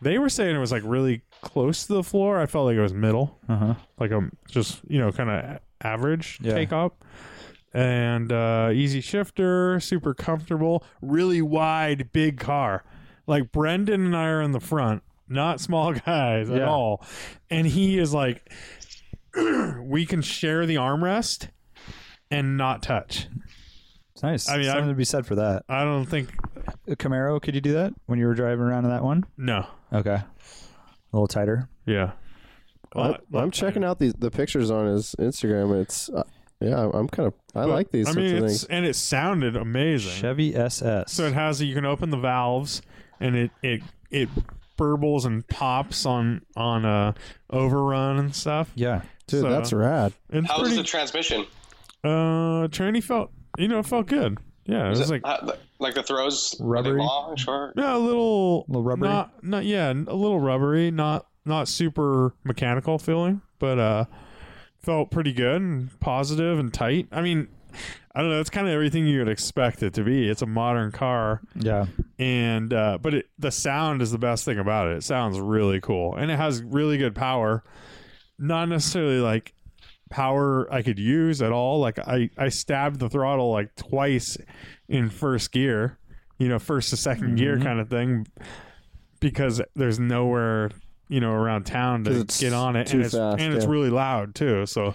Speaker 3: they were saying it was like really close to the floor. I felt like it was middle.
Speaker 2: Uh-huh.
Speaker 3: like a just you know kind of average
Speaker 2: Yeah.
Speaker 3: take up and uh easy shifter super comfortable really wide big car like brendan and i are in the front not small guys at
Speaker 2: Yeah.
Speaker 3: all and he is like we can share the armrest and not touch
Speaker 2: It's nice.
Speaker 3: I mean,
Speaker 2: Something
Speaker 3: I'm-
Speaker 2: to be said for that.
Speaker 3: i don't think
Speaker 2: A Camaro, could you do that when you were driving around in that one?
Speaker 3: no
Speaker 2: Okay. A little tighter.
Speaker 3: yeah
Speaker 1: I'm,
Speaker 3: Lot-
Speaker 1: I'm
Speaker 3: lot
Speaker 1: checking out these the pictures on his Instagram. It's uh, yeah, I'm kind of I
Speaker 3: But,
Speaker 1: like these
Speaker 3: i
Speaker 1: sorts
Speaker 3: mean
Speaker 1: of
Speaker 3: it's
Speaker 1: things.
Speaker 3: and it sounded amazing
Speaker 2: Chevy SS.
Speaker 3: So it has you can open the valves and it it it burbles and pops on on uh overrun and stuff.
Speaker 2: yeah.
Speaker 1: Dude,
Speaker 3: so-
Speaker 1: that's rad.
Speaker 3: It's
Speaker 4: How was
Speaker 3: pretty
Speaker 4: the transmission?
Speaker 3: uh tranny felt you know, it felt good. Yeah. It was, like
Speaker 4: How- like, uh, the throws were they
Speaker 2: Rubbery?
Speaker 4: long, short?
Speaker 3: yeah, a little
Speaker 2: Little rubbery?
Speaker 3: Not not yeah, a little rubbery, not not super mechanical feeling, but uh felt pretty good and positive and tight. I mean I don't know. It's kind of everything you would expect it to be. It's a modern car.
Speaker 2: Yeah.
Speaker 3: and uh, but it, the sound is the best thing about it. It sounds really cool, and it has really good power. Not necessarily like power I could use at all. Like I I stabbed the throttle like twice in first gear, you know, first to 2nd gear
Speaker 1: Mm-hmm.
Speaker 3: kind of thing, because there's nowhere you know around town to
Speaker 1: 'Cause it's
Speaker 3: get on it,
Speaker 1: too
Speaker 3: and it's
Speaker 1: fast,
Speaker 3: and it's
Speaker 1: yeah.
Speaker 3: really loud too. So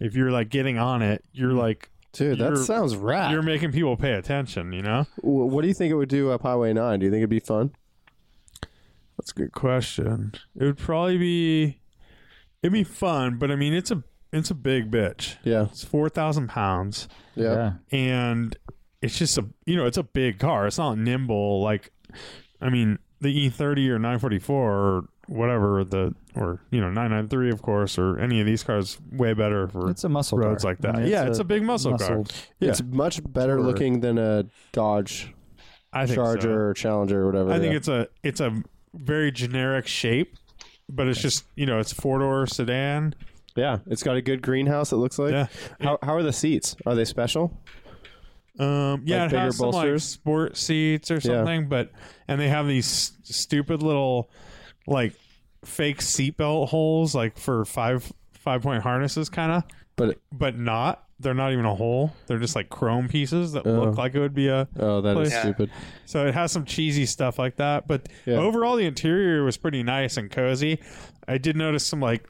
Speaker 3: if you're like getting on it, you're like
Speaker 1: Mm. Dude, that
Speaker 3: You're-
Speaker 1: sounds rad.
Speaker 3: you're making people pay attention. You know.
Speaker 1: Wh- What do you think it would do up Highway 9? Do you think it'd be fun?
Speaker 3: That's a good question. It would probably be it'd be fun, but I mean it's a it's a big bitch.
Speaker 1: Yeah.
Speaker 3: It's four thousand pounds.
Speaker 1: Yeah.
Speaker 2: Yeah.
Speaker 3: And it's just a you know, it's a big car. It's not nimble like I mean, the E thirty or nine forty four or whatever the or you know, nine nine three of course, or any of these cars way better for
Speaker 2: It's a muscle
Speaker 3: roads
Speaker 2: car.
Speaker 3: like that.
Speaker 2: I mean,
Speaker 3: yeah, it's a, big muscle, car.
Speaker 2: muscle-
Speaker 3: Yeah.
Speaker 1: It's much better
Speaker 3: Sure.
Speaker 1: looking than a Dodge
Speaker 3: I think so.
Speaker 1: Charger or Challenger or whatever.
Speaker 3: I think
Speaker 1: yeah.
Speaker 3: it's a it's a very generic shape, but it's just you know, it's four door sedan.
Speaker 1: yeah, it's got a good greenhouse. It looks like.
Speaker 3: Yeah.
Speaker 1: How, how are the seats? Are they special?
Speaker 3: Um, yeah,
Speaker 1: Like
Speaker 3: it
Speaker 1: bigger
Speaker 3: has some like
Speaker 1: bolsters?
Speaker 3: sport seats or something, but and they have these st- stupid little like fake seatbelt holes, like for five five point harnesses, kind of,
Speaker 1: But it,
Speaker 3: but not. They're not even a hole. They're just like chrome pieces that
Speaker 1: Oh.
Speaker 3: look like it would be a.
Speaker 1: oh, that is
Speaker 3: Place-
Speaker 4: Yeah.
Speaker 1: stupid.
Speaker 3: So it has some cheesy stuff like that, but
Speaker 1: Yeah.
Speaker 3: overall the interior was pretty nice and cozy. I did notice some like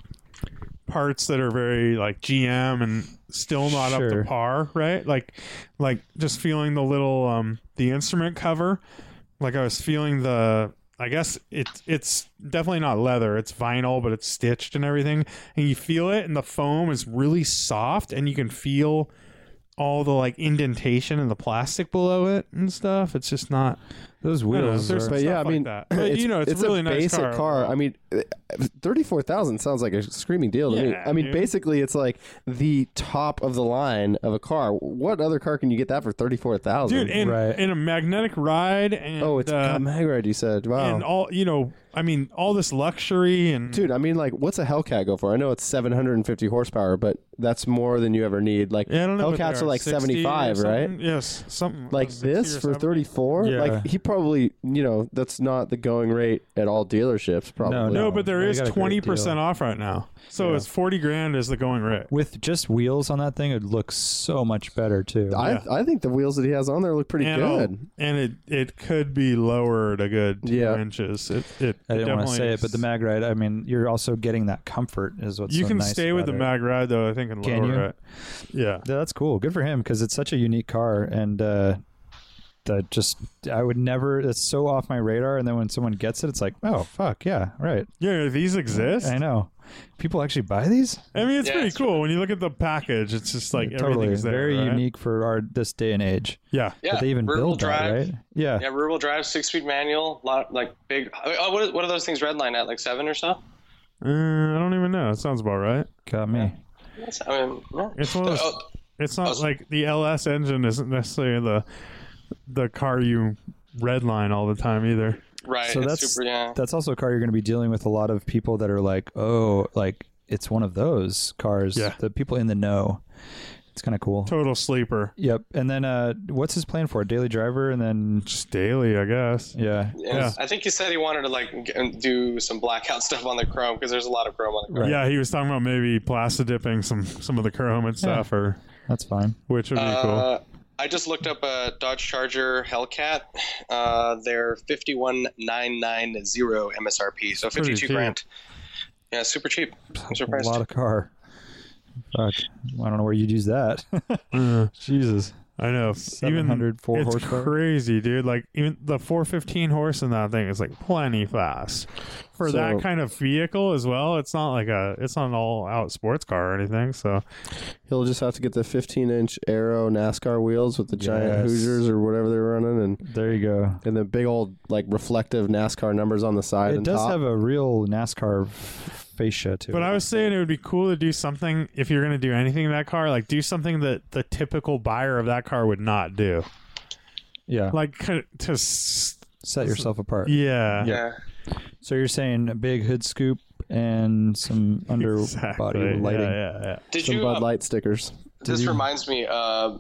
Speaker 3: parts that are very like GM and still not up
Speaker 2: Sure.
Speaker 3: to par, right? Like like just feeling the little um the instrument cover. Like I was feeling the I guess it's it's definitely not leather. It's vinyl, but it's stitched and everything. And you feel it and the foam is really soft and you can feel all the like indentation and the plastic below it and stuff. It's just not
Speaker 2: Those wheels.
Speaker 3: there's-
Speaker 2: are-
Speaker 1: But
Speaker 3: Stuff
Speaker 1: yeah, I
Speaker 3: like
Speaker 1: mean,
Speaker 3: that. But, you know, it's a really nice
Speaker 1: basic
Speaker 3: car.
Speaker 1: I mean, thirty four thousand sounds like a screaming deal to me.
Speaker 3: Yeah,
Speaker 1: I mean,
Speaker 3: dude.
Speaker 1: basically, it's like the top of the line of a car. What other car can you get that for thirty four thousand?
Speaker 3: dude, and,
Speaker 2: Right.
Speaker 3: and a magnetic ride, and
Speaker 1: oh, it's
Speaker 3: uh,
Speaker 1: a mag ride. You said, wow,
Speaker 3: and all you know. I mean, all this luxury and
Speaker 1: dude. I mean, like, what's a Hellcat go for? I know it's seven hundred and fifty horsepower, but that's more than you ever need. Like,
Speaker 3: Yeah, I don't know what they
Speaker 1: Hellcats are like
Speaker 3: 60 or
Speaker 1: seventy five, right?
Speaker 3: something. Yes, something
Speaker 1: like
Speaker 3: 60 or
Speaker 1: this for
Speaker 3: 70.
Speaker 1: 34
Speaker 2: Yeah.
Speaker 1: like he probably you know that's not the going rate at all dealerships probably
Speaker 3: No, but there
Speaker 2: They
Speaker 3: is
Speaker 2: got a great
Speaker 3: twenty percent
Speaker 2: deal.
Speaker 3: off right now. So
Speaker 2: Yeah.
Speaker 3: it's forty grand is the going rate.
Speaker 2: with just wheels on that thing, it looks so much better too.
Speaker 1: I,
Speaker 3: Yeah.
Speaker 1: I think the wheels that he has on there look pretty
Speaker 3: and
Speaker 1: good
Speaker 3: it'll- and it it could be lowered a good two
Speaker 1: Yeah.
Speaker 3: inches. It, it
Speaker 2: I didn't want to
Speaker 3: definitely
Speaker 2: say it, but the
Speaker 3: is-
Speaker 2: mag ride. I mean, you're also getting that comfort is what's
Speaker 3: you
Speaker 2: so
Speaker 3: can
Speaker 2: nice
Speaker 3: stay with the
Speaker 2: about it.
Speaker 3: mag ride though. I think and
Speaker 2: Can
Speaker 3: lower
Speaker 2: you?
Speaker 3: it. Yeah.
Speaker 2: Yeah, that's cool. Good for him because it's such a unique car, and uh, that just I would never. It's so off my radar. And then when someone gets it, it's like, oh fuck, yeah, right.
Speaker 3: Yeah, these exist.
Speaker 2: I know. People actually buy these.
Speaker 3: I mean, it's
Speaker 4: Yeah,
Speaker 3: pretty
Speaker 4: it's-
Speaker 3: cool when you look at the package. It's just like
Speaker 2: totally,
Speaker 3: everything's there.
Speaker 2: very
Speaker 3: right?
Speaker 2: unique for our this day and age.
Speaker 3: Yeah,
Speaker 4: Yeah,
Speaker 2: that they even
Speaker 4: rear-wheel
Speaker 2: build
Speaker 4: drive.
Speaker 2: that, right? Yeah.
Speaker 4: Yeah, rear wheel drive, six speed manual, lot like big. Oh, what, is, what are those things redline at? Like seven or so?
Speaker 3: uh, I don't even know. It sounds about right.
Speaker 2: got me.
Speaker 4: That's, I mean, yeah.
Speaker 3: It's one of those.
Speaker 4: Oh,
Speaker 3: It's
Speaker 4: oh,
Speaker 3: not
Speaker 4: s-
Speaker 3: like the LS engine isn't necessarily the the car you redline all the time either.
Speaker 4: right.
Speaker 2: So
Speaker 4: it's
Speaker 2: that's
Speaker 4: super. Yeah.
Speaker 2: that's also a car you're going to be dealing with a lot of people that are like, oh, like it's one of those cars.
Speaker 3: Yeah.
Speaker 2: The people in the know. It's kind of cool.
Speaker 3: Total sleeper,
Speaker 2: Yep. And then uh, what's his plan for it? Daily driver, and then
Speaker 3: just daily, I guess.
Speaker 2: yeah,
Speaker 4: And
Speaker 3: Yeah.
Speaker 4: I think he said he wanted to like g- and do some blackout stuff on the Chrome because there's a lot of Chrome on the Chrome.
Speaker 2: Right.
Speaker 3: Yeah, he was talking about maybe plastic dipping some some of the chrome and stuff, or
Speaker 2: that's fine.
Speaker 3: which would be cool.
Speaker 4: Uh, I just looked up a Dodge Charger Hellcat. Uh, they're fifty one nine nine zero MSRP, so
Speaker 3: pretty
Speaker 4: fifty two
Speaker 3: cheap.
Speaker 4: grand. Yeah, super cheap. I'm surprised.
Speaker 2: A lot of car. Fuck. I don't know where you'd use that.
Speaker 3: Uh,
Speaker 2: Jesus.
Speaker 3: I know. Even
Speaker 2: 704
Speaker 3: it's
Speaker 2: horsepower.
Speaker 3: crazy, dude. Like even the 415 horse in that thing is like plenty fast for
Speaker 1: So-
Speaker 3: that kind of vehicle as well. It's not like a it's not an all out sports car or anything. So
Speaker 1: he'll just have to get the 15 inch aero nascar wheels with the giant
Speaker 2: Yes.
Speaker 1: hoosiers or whatever they're running and
Speaker 2: There you go.
Speaker 1: and the big old like reflective nascar numbers on the side
Speaker 2: It
Speaker 1: and
Speaker 2: does
Speaker 1: top.
Speaker 2: have a real NASCAR f- fascia to
Speaker 3: But
Speaker 2: it.
Speaker 3: I was saying it would be cool to do something if you're going to do anything in that car, like do something that the typical buyer of that car would not do.
Speaker 2: yeah.
Speaker 3: Like kind of to s-
Speaker 2: Set yourself apart.
Speaker 3: yeah.
Speaker 4: yeah.
Speaker 2: So you're saying a big hood scoop and some underbody
Speaker 3: Exactly.
Speaker 2: lighting.
Speaker 3: Yeah, yeah, yeah.
Speaker 4: Did
Speaker 1: some
Speaker 4: you?
Speaker 1: bud
Speaker 4: uh,
Speaker 1: light stickers
Speaker 4: this reminds me. Uh,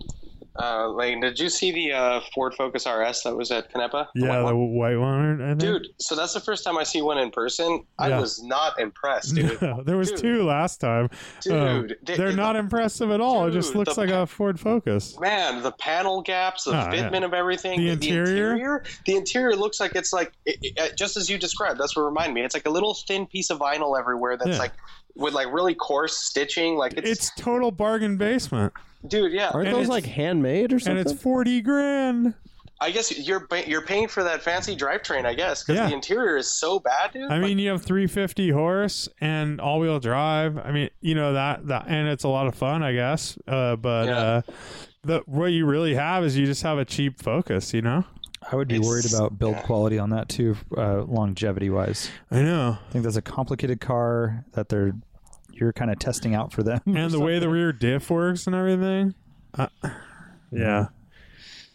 Speaker 4: uh, Lane, did you see the uh, Ford Focus RS that was at Canepa? The
Speaker 3: Yeah,
Speaker 4: white
Speaker 3: the
Speaker 4: one?
Speaker 3: white one, I think.
Speaker 4: Dude, so that's the first time I see one in person. I
Speaker 3: Yeah.
Speaker 4: was not impressed, dude.
Speaker 3: No, there was
Speaker 4: Dude.
Speaker 3: two last time.
Speaker 4: Dude,
Speaker 3: Um,
Speaker 4: they-
Speaker 3: they're
Speaker 4: they-
Speaker 3: not impressive at all. it just
Speaker 4: Dude,
Speaker 3: looks
Speaker 4: the-
Speaker 3: like a Ford Focus.
Speaker 4: Man, the panel gaps, the
Speaker 3: Ah, yeah.
Speaker 4: fitment of everything,
Speaker 3: The interior?
Speaker 4: the interior looks like it's like it, it- just as you described. That's what reminded me. It's like a little thin piece of vinyl everywhere that's
Speaker 3: Yeah.
Speaker 4: like with like really coarse stitching. Like it's,
Speaker 3: It's total bargain basement,
Speaker 4: dude, yeah.
Speaker 1: aren't
Speaker 3: and
Speaker 1: those
Speaker 3: it's-
Speaker 1: like handmade or
Speaker 3: and
Speaker 1: something
Speaker 3: it's forty grand.
Speaker 4: I guess you're ba- you're paying for that fancy drivetrain, I guess, because
Speaker 3: Yeah.
Speaker 4: the interior is so bad, dude.
Speaker 3: I mean, you have 350 horse and all-wheel drive. I mean, you know that that, and it's a lot of fun, I guess. Uh, but
Speaker 4: Yeah.
Speaker 3: uh, the what you really have is you just have a cheap Focus. You know,
Speaker 2: I would be worried
Speaker 4: It's-
Speaker 2: about build quality on that too, uh, longevity wise.
Speaker 3: I know.
Speaker 2: I think that's a complicated car that they're you're kind of testing out for them.
Speaker 3: And the way the rear diff works and everything. Uh, yeah,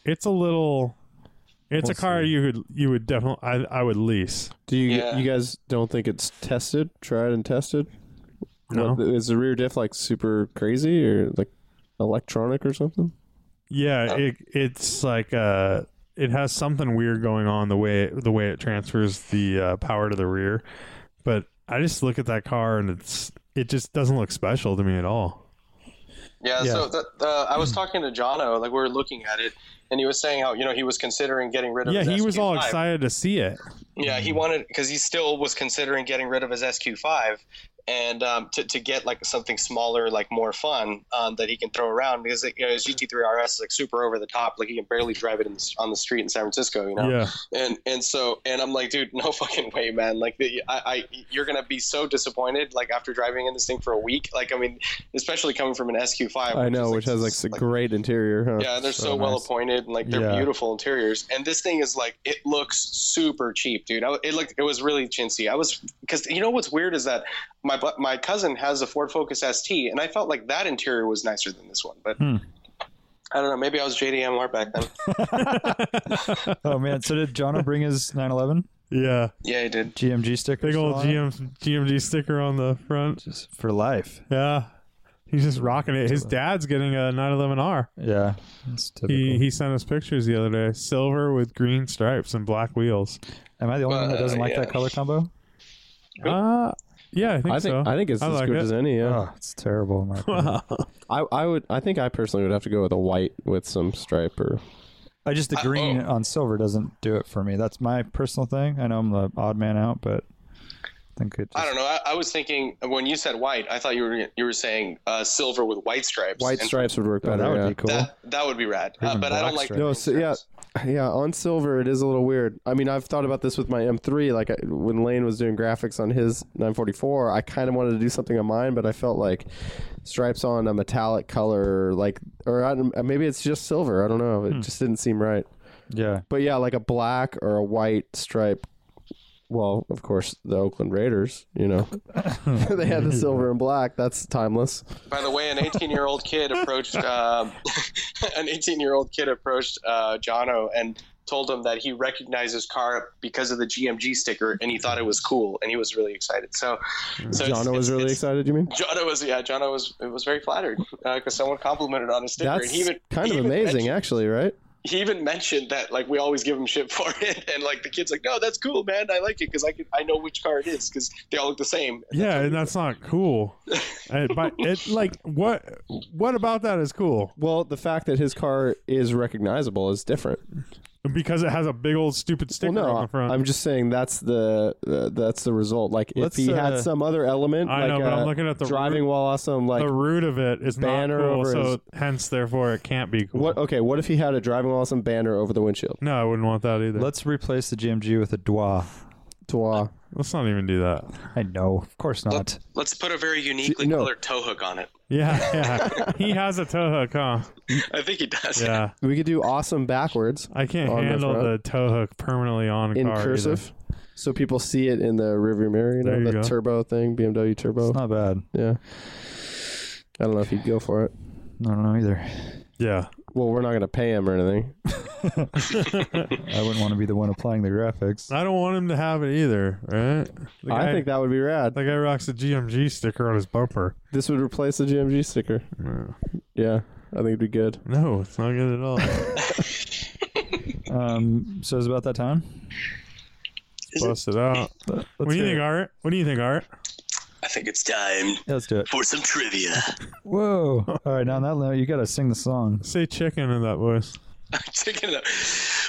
Speaker 3: it's a little. It's a car you would you would definitely I I would lease.
Speaker 1: do you
Speaker 4: Yeah.
Speaker 1: you guys don't think it's tested tried and tested
Speaker 3: No.
Speaker 1: What- is the rear diff like super crazy or like electronic or something
Speaker 3: Yeah, it it's like uh it has something weird going on the way the way it transfers the uh, power to the rear. But I just look at that car and it's it just doesn't look special to me at all.
Speaker 4: Yeah,
Speaker 2: Yeah.
Speaker 4: so the, the, I was talking to Jono, like we were looking at it, and he was saying how you know he was considering getting rid of.
Speaker 3: Yeah,
Speaker 4: his
Speaker 3: he was all
Speaker 4: SQ5.
Speaker 3: excited to see it.
Speaker 1: Mm-hmm.
Speaker 4: Yeah, he wanted because he still was considering getting rid of his SQ5, and um, to, to get like something smaller, like more fun um, that he can throw around because like, you know, his GT3 RS is like super over the top, like he can barely drive it in the, on the street in San Francisco, you know.
Speaker 3: Yeah.
Speaker 4: And and so and I'm like, dude, no fucking way, man. Like, the, I, I you're gonna be so disappointed, like after driving in this thing for a week. Like, I mean, especially coming from an SQ5.
Speaker 1: I know,
Speaker 4: is,
Speaker 1: which has like
Speaker 4: s-
Speaker 1: a great interior. Huh?
Speaker 4: yeah, and they're so, well
Speaker 1: nice.
Speaker 4: appointed, and like they're
Speaker 1: Yeah.
Speaker 4: beautiful interiors. And this thing is like it looks super cheap, dude. I, it looked it was really chintzy. I was because you know what's weird is that my bu- my cousin has a Ford Focus ST, and I felt like that interior was nicer than this one. But
Speaker 2: Hmm.
Speaker 4: I don't know, maybe I was JDMR back then.
Speaker 2: Oh man, so did Jono bring his 911
Speaker 3: yeah.
Speaker 4: yeah, I did.
Speaker 2: GMG sticker?
Speaker 3: Big old
Speaker 2: still on it?
Speaker 3: GM, GMG sticker on the front.
Speaker 2: Just for life.
Speaker 3: Yeah. He's just rocking it. His dad's getting a 911R.
Speaker 2: Yeah, that's typical.
Speaker 3: He he sent us pictures the other day. Silver with green stripes and black wheels.
Speaker 2: Am I the only one that doesn't
Speaker 4: Uh,
Speaker 2: like
Speaker 4: yeah.
Speaker 2: that color combo?
Speaker 3: Uh, yeah, I think
Speaker 1: I think
Speaker 3: so.
Speaker 1: I think it's
Speaker 3: I
Speaker 1: as
Speaker 3: like
Speaker 1: good
Speaker 3: it.
Speaker 1: as any. Yeah,
Speaker 2: Oh, it's terrible. in my opinion.
Speaker 3: Wow.
Speaker 1: I, I would I think I personally would have to go with a white with some stripe or
Speaker 2: I just the
Speaker 4: I- oh.
Speaker 2: green on silver doesn't do it for me. That's my personal thing. I know I'm the odd man out, but I think it. Just,
Speaker 4: I don't know. I, I was thinking when you said white, I thought you were you were saying uh, silver with white stripes.
Speaker 1: white
Speaker 4: and
Speaker 1: stripes would work
Speaker 2: Oh,
Speaker 1: better.
Speaker 2: that would
Speaker 1: yeah.
Speaker 2: be cool.
Speaker 4: That that would be rad. Uh,
Speaker 2: Even
Speaker 4: but I
Speaker 2: black
Speaker 4: don't like.
Speaker 2: stripes.
Speaker 1: No, so, yeah,
Speaker 4: stripes.
Speaker 1: yeah. On silver, it is a little weird. I mean, I've thought about this with my M3. Like I, when Lane was doing graphics on his 944, I kind of wanted to do something on mine, but I felt like stripes on a metallic color, like or I, don't- maybe it's just silver. I don't know.
Speaker 2: Hmm.
Speaker 1: It just didn't seem right.
Speaker 2: Yeah,
Speaker 1: But yeah, like a black or a white stripe. Well, of course, the Oakland Raiders. You know, they had the silver and black. That's timeless.
Speaker 4: By the way, an 18-year-old kid approached um, an 18-year-old kid approached uh, Jono and told him that he recognized his car because of the GMG sticker, and he thought it was cool, and he was really excited. So, so it's-
Speaker 1: Mm, Jono was
Speaker 4: it's-
Speaker 1: really
Speaker 4: it's-
Speaker 1: excited. You mean?
Speaker 4: Jono was yeah, Jono was was very flattered because someone complimented on his sticker. and
Speaker 1: That's
Speaker 4: he even,
Speaker 1: kind
Speaker 4: he
Speaker 1: of
Speaker 4: even
Speaker 1: amazing,
Speaker 4: mentioned-
Speaker 1: actually, right?
Speaker 4: he even mentioned that like we always give him shit for it, and like the kid's like, no, that's cool, man. I like it because I can I know which car it is because they all look the same.
Speaker 3: yeah, and that's not cool. Uh, but it like what what about that is cool?
Speaker 1: Well, the fact that his car is recognizable is different.
Speaker 3: Because it has a big old stupid sticker
Speaker 1: Well, no,
Speaker 3: on the front.
Speaker 1: I'm just saying that's the uh, that's the result. Like if
Speaker 2: Let's,
Speaker 1: he
Speaker 2: uh,
Speaker 1: had some other element,
Speaker 3: I
Speaker 1: like
Speaker 3: know, but
Speaker 1: uh,
Speaker 3: I'm looking at the
Speaker 1: driving while awesome, like.
Speaker 3: the root of it is not
Speaker 1: banner
Speaker 3: cool,
Speaker 1: over
Speaker 3: so
Speaker 1: his-
Speaker 3: hence therefore it can't be cool.
Speaker 1: what okay? What if he had a driving while awesome banner over the windshield?
Speaker 3: No, I wouldn't want that either.
Speaker 2: let's
Speaker 3: Let's,
Speaker 2: replace the GMG with a Dwa.
Speaker 1: Twa.
Speaker 3: not even do that.
Speaker 2: I know, of course not.
Speaker 4: Let's put a very uniquely
Speaker 1: no.
Speaker 4: colored toe hook on it.
Speaker 3: Yeah, yeah. he has a toe hook, huh?
Speaker 4: I think he does.
Speaker 3: Yeah.
Speaker 1: We could do awesome backwards
Speaker 3: I can't
Speaker 1: On the
Speaker 3: handle the,
Speaker 1: front.
Speaker 3: toe hook permanently on a
Speaker 1: in
Speaker 3: car. either.
Speaker 1: cursive, so people see it in the rearview mirror. You know
Speaker 3: There you
Speaker 1: the
Speaker 3: go.
Speaker 1: turbo thing, BMW turbo.
Speaker 2: It's not bad.
Speaker 1: yeah. I don't know if he'd go for it.
Speaker 2: I don't know either.
Speaker 3: Yeah.
Speaker 1: Well, we're not gonna pay him or anything.
Speaker 2: I wouldn't want to be the one applying the graphics.
Speaker 3: I don't want him to have it either, right? The
Speaker 1: I
Speaker 3: guy-
Speaker 1: think that would be rad.
Speaker 3: that guy rocks a GMG sticker on his bumper.
Speaker 1: This would replace the GMG sticker. Yeah, I think it'd be good.
Speaker 3: No, it's not good at all.
Speaker 2: Um, so it's about that time.
Speaker 3: Bust it out.
Speaker 2: But
Speaker 3: What
Speaker 2: let's
Speaker 3: do you
Speaker 2: hear
Speaker 3: think,
Speaker 2: it.
Speaker 3: Art? What do you think, Art?
Speaker 4: I think it's time
Speaker 2: Yeah, let's do it.
Speaker 4: for some trivia.
Speaker 2: Whoa! All right, now on that note, you gotta sing the song.
Speaker 3: Say chicken in that voice.
Speaker 4: chicken.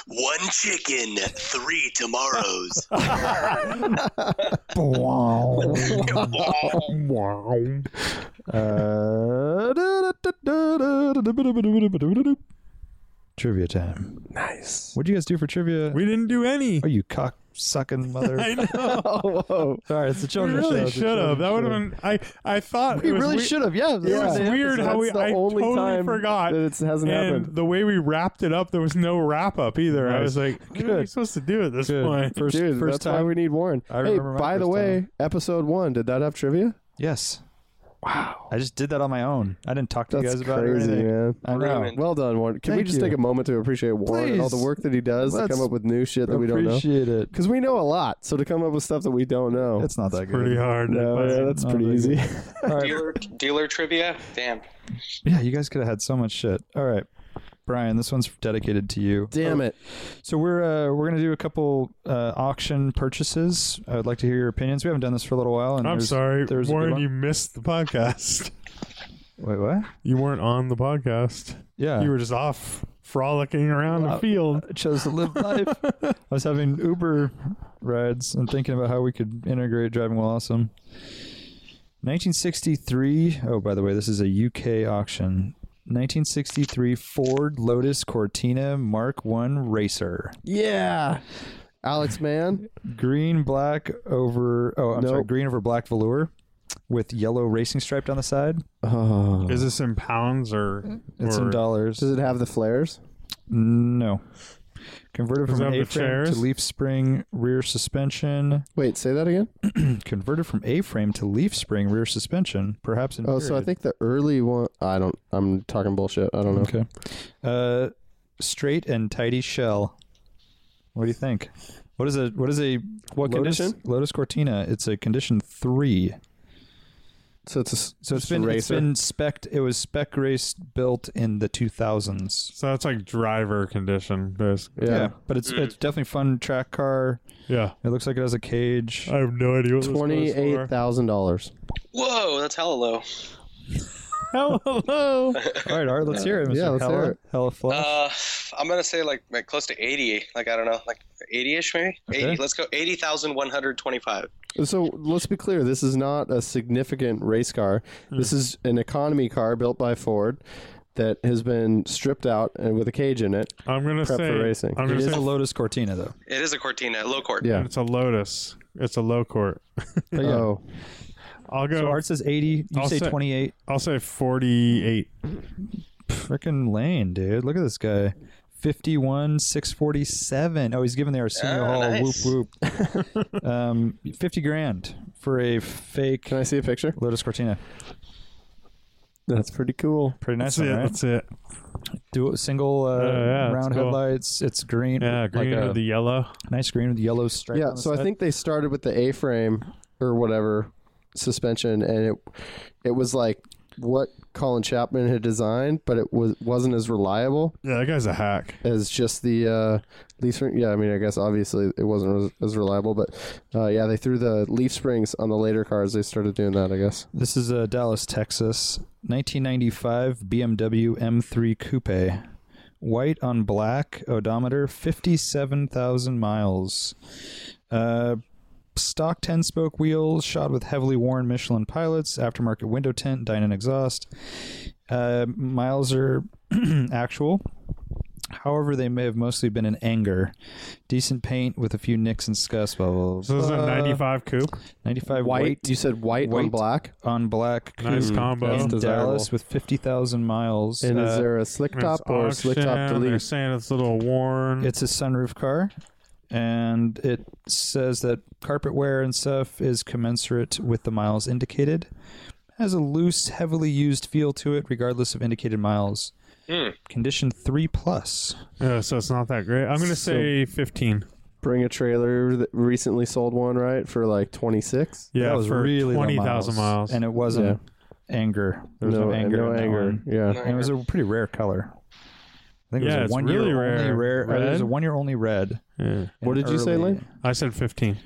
Speaker 4: One chicken, three tomorrows.
Speaker 2: Uh, trivia time.
Speaker 1: Nice.
Speaker 2: What'd you guys do for trivia?
Speaker 3: We didn't do any.
Speaker 2: Are you cock sucking mother?
Speaker 3: I know.
Speaker 1: Oh, whoa.
Speaker 2: Sorry, it's the
Speaker 3: We
Speaker 2: children's show.
Speaker 3: really
Speaker 2: it's a
Speaker 3: should
Speaker 2: children's
Speaker 3: have. That would have
Speaker 2: show.
Speaker 3: been. I I thought
Speaker 2: We
Speaker 3: it was
Speaker 2: really
Speaker 3: we-
Speaker 2: should have. Yeah.
Speaker 3: It was weird how we.
Speaker 1: That's the
Speaker 3: I
Speaker 1: only
Speaker 3: totally
Speaker 1: time
Speaker 3: forgot.
Speaker 1: that it hasn't
Speaker 3: And
Speaker 1: happened.
Speaker 3: the way we wrapped it up, there was no wrap up either. I was like, "What are we
Speaker 2: Good.
Speaker 3: supposed to do at this
Speaker 2: Good.
Speaker 3: point?"
Speaker 2: First,
Speaker 1: Dude,
Speaker 2: first
Speaker 1: that's why
Speaker 2: time.
Speaker 1: we need Warren.
Speaker 2: I
Speaker 1: hey,
Speaker 2: remember my
Speaker 1: by the
Speaker 2: first
Speaker 1: way, episode one, did that have trivia?
Speaker 2: Yes. Wow. I just did that on my own. I didn't talk to
Speaker 1: That's
Speaker 2: you guys about it. or
Speaker 1: crazy,
Speaker 2: anything.
Speaker 1: man.
Speaker 2: I know.
Speaker 4: Ruined.
Speaker 1: Well done, Warren. Can we
Speaker 2: Thank
Speaker 1: just
Speaker 2: you.
Speaker 1: take a moment to appreciate Warren and all the
Speaker 2: Please.
Speaker 1: work that he does
Speaker 2: Let's
Speaker 1: to come up with new shit that we don't know?
Speaker 2: Appreciate it.
Speaker 1: Because we know a lot, so to come up with stuff that we don't know,
Speaker 2: It's not that good.
Speaker 3: Pretty hard.
Speaker 1: no, yeah, that's
Speaker 2: not
Speaker 1: pretty
Speaker 2: that
Speaker 1: easy.
Speaker 2: All right.
Speaker 4: dealer, dealer trivia. Damn.
Speaker 2: Yeah, you guys could have had so much shit. All right. Brian, this one's dedicated to you.
Speaker 1: Damn it!
Speaker 2: So we're uh, we're gonna do a couple uh, auction purchases. I would like to hear your opinions. We haven't done this for a little while. And
Speaker 3: I'm
Speaker 2: there's-
Speaker 3: sorry,
Speaker 2: there's a good
Speaker 3: Warren.
Speaker 2: one.
Speaker 3: You missed the podcast.
Speaker 2: Wait, what?
Speaker 3: You weren't on the podcast.
Speaker 2: Yeah,
Speaker 3: You were just off frolicking around the
Speaker 2: Uh,
Speaker 3: field.
Speaker 2: I chose to live life. I was having Uber rides and thinking about how we could integrate driving while awesome. 1963. Oh, by the way, this is a UK auction. 1963 Ford Lotus Cortina Mark One Racer.
Speaker 1: Yeah. Alex Mann.
Speaker 2: Green, black over. Oh, I'm sorry.
Speaker 1: Nope.
Speaker 2: Green over black velour with yellow racing striped on the side.
Speaker 1: Oh.
Speaker 3: Is this in pounds or
Speaker 2: It's in
Speaker 3: or-
Speaker 2: dollars.
Speaker 1: Does it have the flares?
Speaker 2: No. Converted
Speaker 3: Does it
Speaker 2: from
Speaker 3: have the
Speaker 2: A-frame to
Speaker 3: chairs?
Speaker 2: leaf spring rear suspension.
Speaker 1: Wait, say that again.
Speaker 2: Converted from A-frame to leaf spring rear suspension. Perhaps in
Speaker 1: Oh, so I
Speaker 2: period.
Speaker 1: think the early one. I don't. I'm talking bullshit. I don't know.
Speaker 2: Okay. Uh, straight and tidy shell. What do you think? What is a what is a what
Speaker 1: Lotus?
Speaker 2: condition? Lotus Cortina. It's a condition three.
Speaker 1: So it's a s-
Speaker 2: So it's
Speaker 1: just a
Speaker 2: been it's
Speaker 1: racer.
Speaker 2: been spec. It was spec race built in the two thousands.
Speaker 3: So that's like driver condition, basically.
Speaker 1: yeah.
Speaker 2: but it's
Speaker 3: Mm.
Speaker 2: it's definitely fun track car.
Speaker 3: Yeah.
Speaker 2: It looks like it has a cage.
Speaker 3: I have no idea what
Speaker 1: Twenty eight thousand dollars.
Speaker 4: Whoa, that's hella low.
Speaker 3: Hello.
Speaker 2: All right, all right, let's hear it, Mr.
Speaker 1: Yeah, let's
Speaker 2: Hella,
Speaker 1: hear it.
Speaker 2: Hella Flush.
Speaker 4: Uh, I'm gonna say like, like close to 80. Like I don't know, like 80ish maybe.
Speaker 2: Okay.
Speaker 4: 80. Let's go 80,125.
Speaker 1: So let's be clear. This is not a significant race car.
Speaker 2: Hmm.
Speaker 1: This is an economy car built by Ford that has been stripped out and with a cage in it.
Speaker 3: I'm gonna
Speaker 1: Prep for
Speaker 3: say
Speaker 1: racing.
Speaker 3: I'm gonna
Speaker 1: It
Speaker 2: it's
Speaker 3: say
Speaker 2: a Lotus Cortina though.
Speaker 4: It is a Cortina, low court.
Speaker 1: Yeah.
Speaker 3: it's a Lotus. It's a low court.
Speaker 2: But yeah.
Speaker 1: Oh,
Speaker 3: I'll go.
Speaker 2: So Art says eighty. You
Speaker 3: I'll
Speaker 2: say
Speaker 3: say-
Speaker 2: twenty eight.
Speaker 3: I'll say 48.
Speaker 2: Freaking lane, dude. Look at this guy. 51, 647. Oh, he's giving the Arsenio
Speaker 4: Ah,
Speaker 2: Hall
Speaker 4: nice.
Speaker 2: whoop whoop. um, 50 grand for a fake
Speaker 1: can I see a picture?
Speaker 2: Lotus Cortina.
Speaker 1: That's pretty cool.
Speaker 2: Pretty nice
Speaker 3: That's
Speaker 2: one,
Speaker 3: it.
Speaker 2: right?
Speaker 3: That's it.
Speaker 2: Do single
Speaker 1: Oh,
Speaker 2: uh,
Speaker 3: Yeah, yeah, it's
Speaker 2: round
Speaker 3: cool.
Speaker 2: headlights. It's green.
Speaker 3: Yeah, green
Speaker 2: like
Speaker 3: with
Speaker 2: a
Speaker 3: the yellow.
Speaker 2: nice green with yellow stripe.
Speaker 1: Yeah.
Speaker 2: on the
Speaker 1: So I
Speaker 2: side.
Speaker 1: think they started with the A-frame or whatever suspension, and it it was like what Colin Chapman had designed, but it was wasn't as reliable
Speaker 3: Yeah, that guy's a hack.
Speaker 1: as just the uh, leaf spring. Yeah, I mean, I guess obviously it wasn't as, as reliable, but uh, yeah, they threw the leaf springs on the later cars. They started doing that, I guess.
Speaker 2: This is uh, Dallas, Texas, 1995 BMW M3 Coupe. White on black, odometer 57,000 miles. Uh, stock 10 spoke wheels, shod with heavily worn Michelin pilots, aftermarket window tint, Dynan exhaust. Uh, miles are actual. However, they may have mostly been in anger. Decent paint with a few nicks and scuffs. Blah, blah,
Speaker 3: So this is
Speaker 1: Uh,
Speaker 2: blah.
Speaker 3: a 95 coupe.
Speaker 2: 95
Speaker 1: You said white, on
Speaker 2: White.
Speaker 1: black.
Speaker 2: on black
Speaker 3: Nice
Speaker 2: coupe in
Speaker 3: combo.
Speaker 1: That's desirable.
Speaker 2: Dallas with 50,000 miles.
Speaker 1: And is
Speaker 2: Uh,
Speaker 1: there a slick top
Speaker 3: It's
Speaker 1: or a slick top
Speaker 3: auction. They're
Speaker 1: delete?
Speaker 3: saying it's a little worn.
Speaker 2: it's a sunroof car, and it says that carpet wear and stuff is commensurate with the miles indicated. Has a loose, heavily used feel to it, regardless of indicated miles.
Speaker 4: Hmm.
Speaker 2: Condition 3 plus.
Speaker 3: Yeah, so it's not that great. I'm gonna
Speaker 1: So-
Speaker 3: say 15.
Speaker 1: Bring a trailer that recently sold one right for like twenty six.
Speaker 3: Yeah,
Speaker 2: that was
Speaker 3: for
Speaker 2: really low
Speaker 3: 20,000 miles.
Speaker 2: And it wasn't anger. There was no, anger.
Speaker 1: no
Speaker 2: in that
Speaker 1: anger.
Speaker 2: one.
Speaker 1: Yeah.
Speaker 2: And it was a pretty rare color. I think it
Speaker 3: Yeah,
Speaker 2: was
Speaker 3: it's
Speaker 2: a one year
Speaker 3: really
Speaker 2: only
Speaker 3: rare.
Speaker 2: rare. uh, it was
Speaker 3: Red?
Speaker 2: a one year only red.
Speaker 3: yeah.
Speaker 1: What
Speaker 2: and
Speaker 1: did you say,
Speaker 2: early-
Speaker 1: Lane?
Speaker 3: I said 15.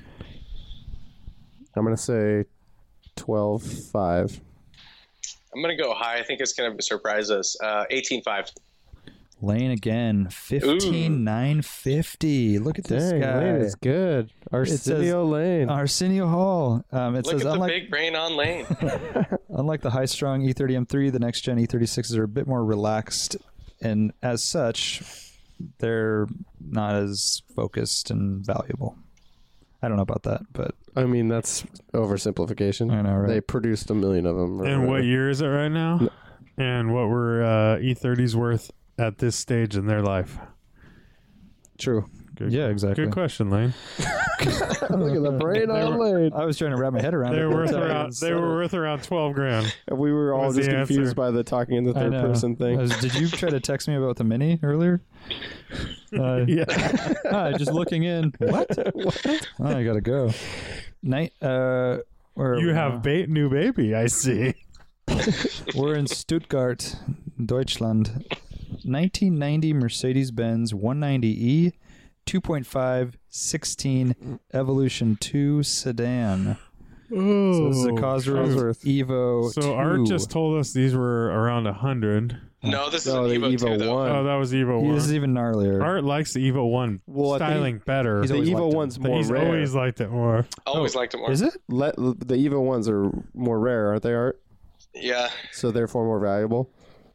Speaker 1: I'm gonna say twelve five.
Speaker 4: I'm gonna go high. I think it's gonna surprise us. Uh, 18.5.
Speaker 2: Lane again, fifteen nine fifty. Look at this
Speaker 1: Dang,
Speaker 2: guy,
Speaker 1: Lane is good. Arsenio
Speaker 2: says- uh,
Speaker 1: Lane.
Speaker 2: Arsenio Hall. Um, it
Speaker 4: Look
Speaker 2: says
Speaker 4: at the
Speaker 2: unlike
Speaker 4: big brain on lane.
Speaker 2: unlike the E high-strung E30 M3, the next gen E36s are a bit more relaxed, and as such, they're not as focused and valuable. I don't know about that, but
Speaker 1: I mean, that's oversimplification.
Speaker 2: I know, right?
Speaker 1: They produced a million of them. or
Speaker 3: And what
Speaker 1: whatever.
Speaker 3: year is it right now? And what were uh, E30s worth at this stage in their life?
Speaker 1: True.
Speaker 3: Good,
Speaker 2: yeah, exactly.
Speaker 3: Good question, Lane.
Speaker 1: Look at the brain on Lane.
Speaker 2: I was trying to wrap my head around
Speaker 3: They
Speaker 2: it.
Speaker 3: were worth
Speaker 2: but I
Speaker 3: around.
Speaker 2: was- uh,
Speaker 3: They were worth around twelve grand.
Speaker 1: We were all
Speaker 3: was the
Speaker 1: just confused
Speaker 3: answer?
Speaker 1: by the talking in the
Speaker 2: I
Speaker 1: third
Speaker 2: know.
Speaker 1: person
Speaker 2: I
Speaker 1: thing.
Speaker 2: was- did you try to text me about the mini earlier? Uh,
Speaker 3: Yeah.
Speaker 2: Hi, just looking in. What? Oh, I gotta go. Night. Uh, where
Speaker 3: you have ba- new baby. I see.
Speaker 2: We're in Stuttgart, Deutschland. 1990 Mercedes-Benz E, 190e, 2.5, 16 Evolution 2 sedan. So this is a Cosworth,
Speaker 3: Oh, Cosworth.
Speaker 2: Evo.
Speaker 3: So
Speaker 2: 2.
Speaker 3: Art just told us these were around hundred.
Speaker 4: No, this is
Speaker 1: No,
Speaker 4: an
Speaker 1: the
Speaker 4: Evo,
Speaker 1: Evo
Speaker 4: 2, though.
Speaker 1: One.
Speaker 3: Oh, that was Evo
Speaker 2: He-
Speaker 3: one.
Speaker 2: this is even gnarlier.
Speaker 3: Art likes the Evo one
Speaker 1: Well, I think
Speaker 3: styling better.
Speaker 2: he's
Speaker 1: The
Speaker 2: always
Speaker 1: Evo
Speaker 2: liked
Speaker 1: one's
Speaker 3: but
Speaker 1: more
Speaker 3: he's
Speaker 1: rare.
Speaker 3: always liked it more.
Speaker 4: Always liked it more.
Speaker 2: is it?
Speaker 1: Le- the Evo ones are more rare, aren't they, Art?
Speaker 4: Yeah.
Speaker 1: So therefore more valuable.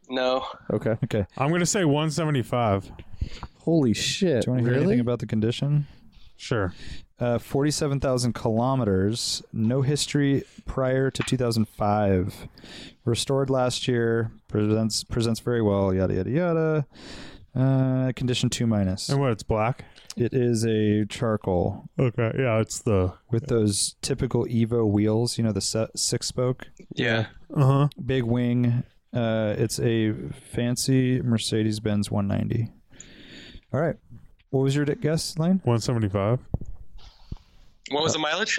Speaker 4: No.
Speaker 1: Okay.
Speaker 2: Okay.
Speaker 3: I'm gonna say 175.
Speaker 1: Holy shit!
Speaker 2: Do you want to hear anything about the condition?
Speaker 3: Sure.
Speaker 2: Uh, 47,000 kilometers. No history prior to 2005. Restored last year. Presents presents very well. Yada yada yada. Uh, condition two minus.
Speaker 3: And what? It's black.
Speaker 2: It is a charcoal
Speaker 3: Okay. Yeah, it's the.
Speaker 2: with those typical Evo wheels. You know the se- six spoke,
Speaker 4: Yeah.
Speaker 3: Uh huh.
Speaker 2: big wing. Uh, it's a fancy Mercedes Benz 190. All right. What was your guess, Lane?
Speaker 3: 175.
Speaker 4: What
Speaker 2: Uh,
Speaker 4: was the mileage?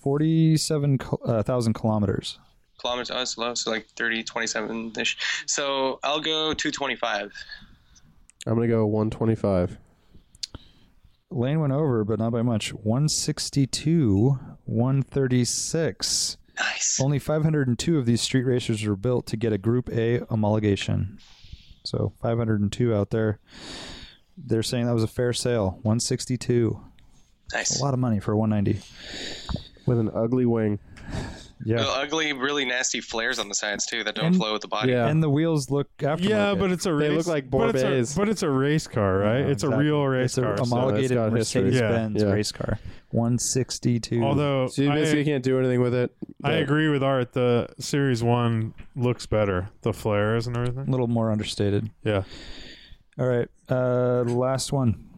Speaker 2: 47,000 kil- uh, thousand kilometers.
Speaker 4: Kilometers. Oh, that's low. So like 30, 27 ish. So I'll go 225.
Speaker 1: I'm gonna go 125.
Speaker 2: Lane went over, but not by much. 162, 136.
Speaker 4: Nice.
Speaker 2: Only 502 of these street racers were built to get a Group A homologation. So 502 out there. They're saying that was a fair sale. 162.
Speaker 4: Nice.
Speaker 2: A lot of money for 190.
Speaker 1: With an ugly wing.
Speaker 2: Yeah.
Speaker 4: Little ugly, really nasty flares on the sides too that don't
Speaker 2: And-
Speaker 4: flow with the body.
Speaker 1: Yeah.
Speaker 2: And the wheels look after.
Speaker 3: Yeah, but it's a race.
Speaker 1: They look like
Speaker 3: but it's
Speaker 1: Borbets.
Speaker 3: a, but it's a race car, right? it's a real race
Speaker 2: it's a
Speaker 3: car. so-
Speaker 2: homologated
Speaker 1: got history.
Speaker 2: Mercedes Benz
Speaker 1: Yeah, yeah.
Speaker 2: race car. 162.
Speaker 3: Although
Speaker 1: So you basically
Speaker 3: I,
Speaker 1: can't do anything with it.
Speaker 3: I agree with Art, the Series One looks better. The flares and
Speaker 2: a
Speaker 3: everything.
Speaker 2: little more understated.
Speaker 3: Yeah.
Speaker 2: All right. Uh, last one.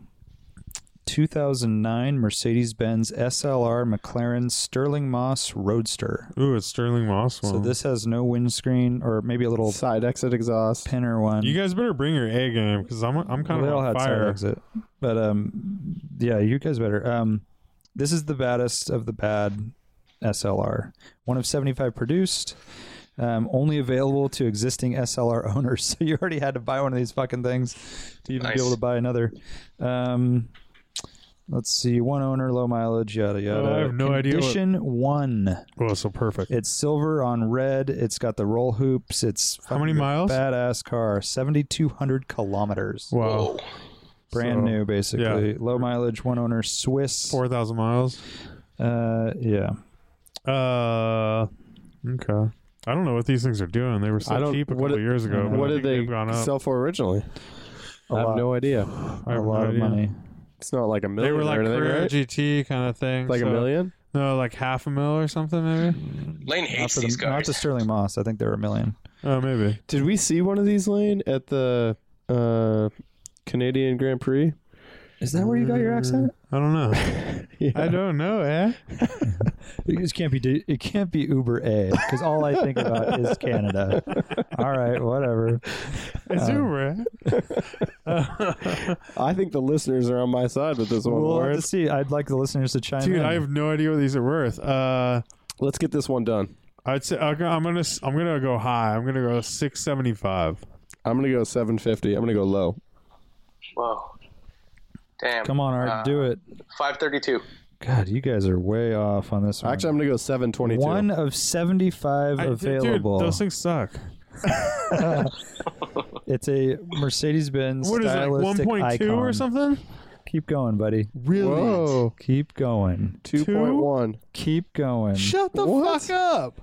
Speaker 2: 2009 Mercedes Benz SLR McLaren Sterling Moss Roadster.
Speaker 3: Ooh, it's Sterling Moss one.
Speaker 2: So this has no windscreen or maybe a little
Speaker 1: Side exit exhaust.
Speaker 2: pinner one.
Speaker 3: You guys better bring your A game because I'm I'm
Speaker 2: Well,
Speaker 3: kind
Speaker 2: they
Speaker 3: of
Speaker 2: all
Speaker 3: on
Speaker 2: had side
Speaker 3: fire.
Speaker 2: exit. But um, yeah, you guys better. Um, this is the baddest of the bad SLR. One of 75 produced. Um, only available to existing SLR owners. So you already had to buy one of these fucking things to even
Speaker 4: Nice.
Speaker 2: be able to buy another. Um, let's see. One owner, low mileage, yada yada.
Speaker 3: Uh, I have no idea what-
Speaker 2: Condition one.
Speaker 3: Oh, so perfect.
Speaker 2: It's silver on red. It's got the roll hoops. It's
Speaker 3: How many
Speaker 2: fucking
Speaker 3: miles?
Speaker 2: Badass car. 7,200 kilometers
Speaker 3: Wow,
Speaker 4: Whoa.
Speaker 2: brand
Speaker 3: So,
Speaker 2: new basically
Speaker 3: yeah.
Speaker 2: low mileage one owner swiss
Speaker 3: four thousand miles.
Speaker 2: uh yeah
Speaker 3: Uh, okay. I don't know what these things are doing. They were
Speaker 1: I
Speaker 3: so
Speaker 1: don't-
Speaker 3: cheap a
Speaker 1: what
Speaker 3: couple
Speaker 1: did-
Speaker 3: years ago. but
Speaker 1: What
Speaker 3: I
Speaker 1: did
Speaker 3: think
Speaker 1: they
Speaker 3: they've gone up.
Speaker 1: sell for originally?
Speaker 2: a
Speaker 1: I have
Speaker 2: lot,
Speaker 1: no idea.
Speaker 3: I
Speaker 2: a
Speaker 3: have
Speaker 2: lot of
Speaker 3: no idea.
Speaker 2: money
Speaker 1: It's not like a
Speaker 3: They
Speaker 1: million.
Speaker 3: were like
Speaker 1: or anything,
Speaker 3: career
Speaker 1: right?
Speaker 3: GT kind of thing.
Speaker 1: Like a
Speaker 3: so-
Speaker 1: million.
Speaker 3: No, like half a mil or something maybe.
Speaker 4: Lane
Speaker 2: not
Speaker 4: hates
Speaker 2: for, the,
Speaker 4: these
Speaker 2: not
Speaker 4: cars.
Speaker 2: to sterling moss i think they're a million
Speaker 3: Oh, maybe.
Speaker 1: Did we see one of these lane at the uh, Canadian Grand Prix?
Speaker 2: is that where you got your accent
Speaker 3: I don't know. I don't know, eh?
Speaker 2: it just can't be D- it can't be uber a because all i think about is canada all right whatever
Speaker 1: Uh,
Speaker 3: It's
Speaker 2: Um,
Speaker 3: Uber. eh?
Speaker 1: I think the listeners are on my side with this one,
Speaker 2: we'll have to
Speaker 1: Lawrence.
Speaker 2: see i'd like the listeners to chime
Speaker 3: Dude,
Speaker 2: in
Speaker 3: I have no idea what these are worth. Uh,
Speaker 1: Let's get this one done.
Speaker 3: I'd say I'll go- I'm gonna s- I'm gonna go high. I'm gonna go six seventy five.
Speaker 1: I'm gonna go 750. I'm gonna go low.
Speaker 4: Whoa. Damn.
Speaker 2: come on art
Speaker 4: Uh,
Speaker 2: do it
Speaker 4: 532.
Speaker 2: god you guys are way off on this one
Speaker 1: Actually, I'm gonna go 722.
Speaker 2: one of 75 available
Speaker 3: Dude, those things suck.
Speaker 2: It's a Mercedes Benz.
Speaker 3: What is that? One
Speaker 2: stylistic
Speaker 3: point two or
Speaker 2: icon.
Speaker 3: something?
Speaker 2: Keep going, buddy.
Speaker 3: Really?
Speaker 1: Whoa,
Speaker 2: Keep going.
Speaker 1: 2.1.
Speaker 2: Keep going.
Speaker 3: Shut the
Speaker 1: What?
Speaker 3: fuck up.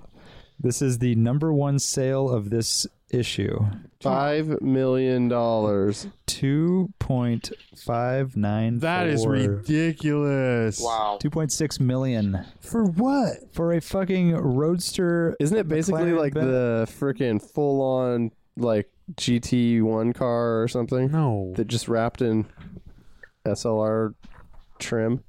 Speaker 2: This is the number one sale of this issue.
Speaker 1: Five million dollars.
Speaker 2: Two point five nine.
Speaker 3: That is ridiculous.
Speaker 4: Wow.
Speaker 2: Two point six million
Speaker 3: For what?
Speaker 2: for a fucking roadster.
Speaker 1: Isn't it basically
Speaker 2: McLaren
Speaker 1: like
Speaker 2: Ben-
Speaker 1: the freaking full-on like GT1 car or something
Speaker 3: No.
Speaker 1: that just wrapped in SLR trim?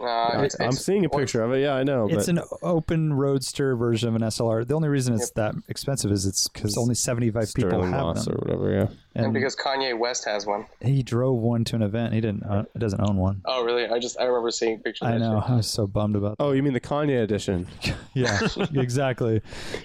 Speaker 4: Uh,
Speaker 1: I,
Speaker 4: it's-
Speaker 1: I'm
Speaker 4: it's-
Speaker 1: seeing a picture of it. Yeah, I know.
Speaker 2: It's
Speaker 1: but
Speaker 2: an open roadster version of an SLR. The only reason it's that expensive is it's because only seventy five people
Speaker 1: Sterling
Speaker 2: have
Speaker 1: Moss
Speaker 2: them.
Speaker 1: or whatever. Yeah.
Speaker 4: And
Speaker 2: And
Speaker 4: because Kanye West has one.
Speaker 2: he drove one to an event. He didn't. Uh, doesn't own one.
Speaker 4: Oh, really? I just I remember seeing pictures.
Speaker 2: I
Speaker 4: of that
Speaker 2: know.
Speaker 4: shit.
Speaker 2: I was so bummed about
Speaker 1: Oh, you mean the Kanye edition?
Speaker 2: yeah, exactly.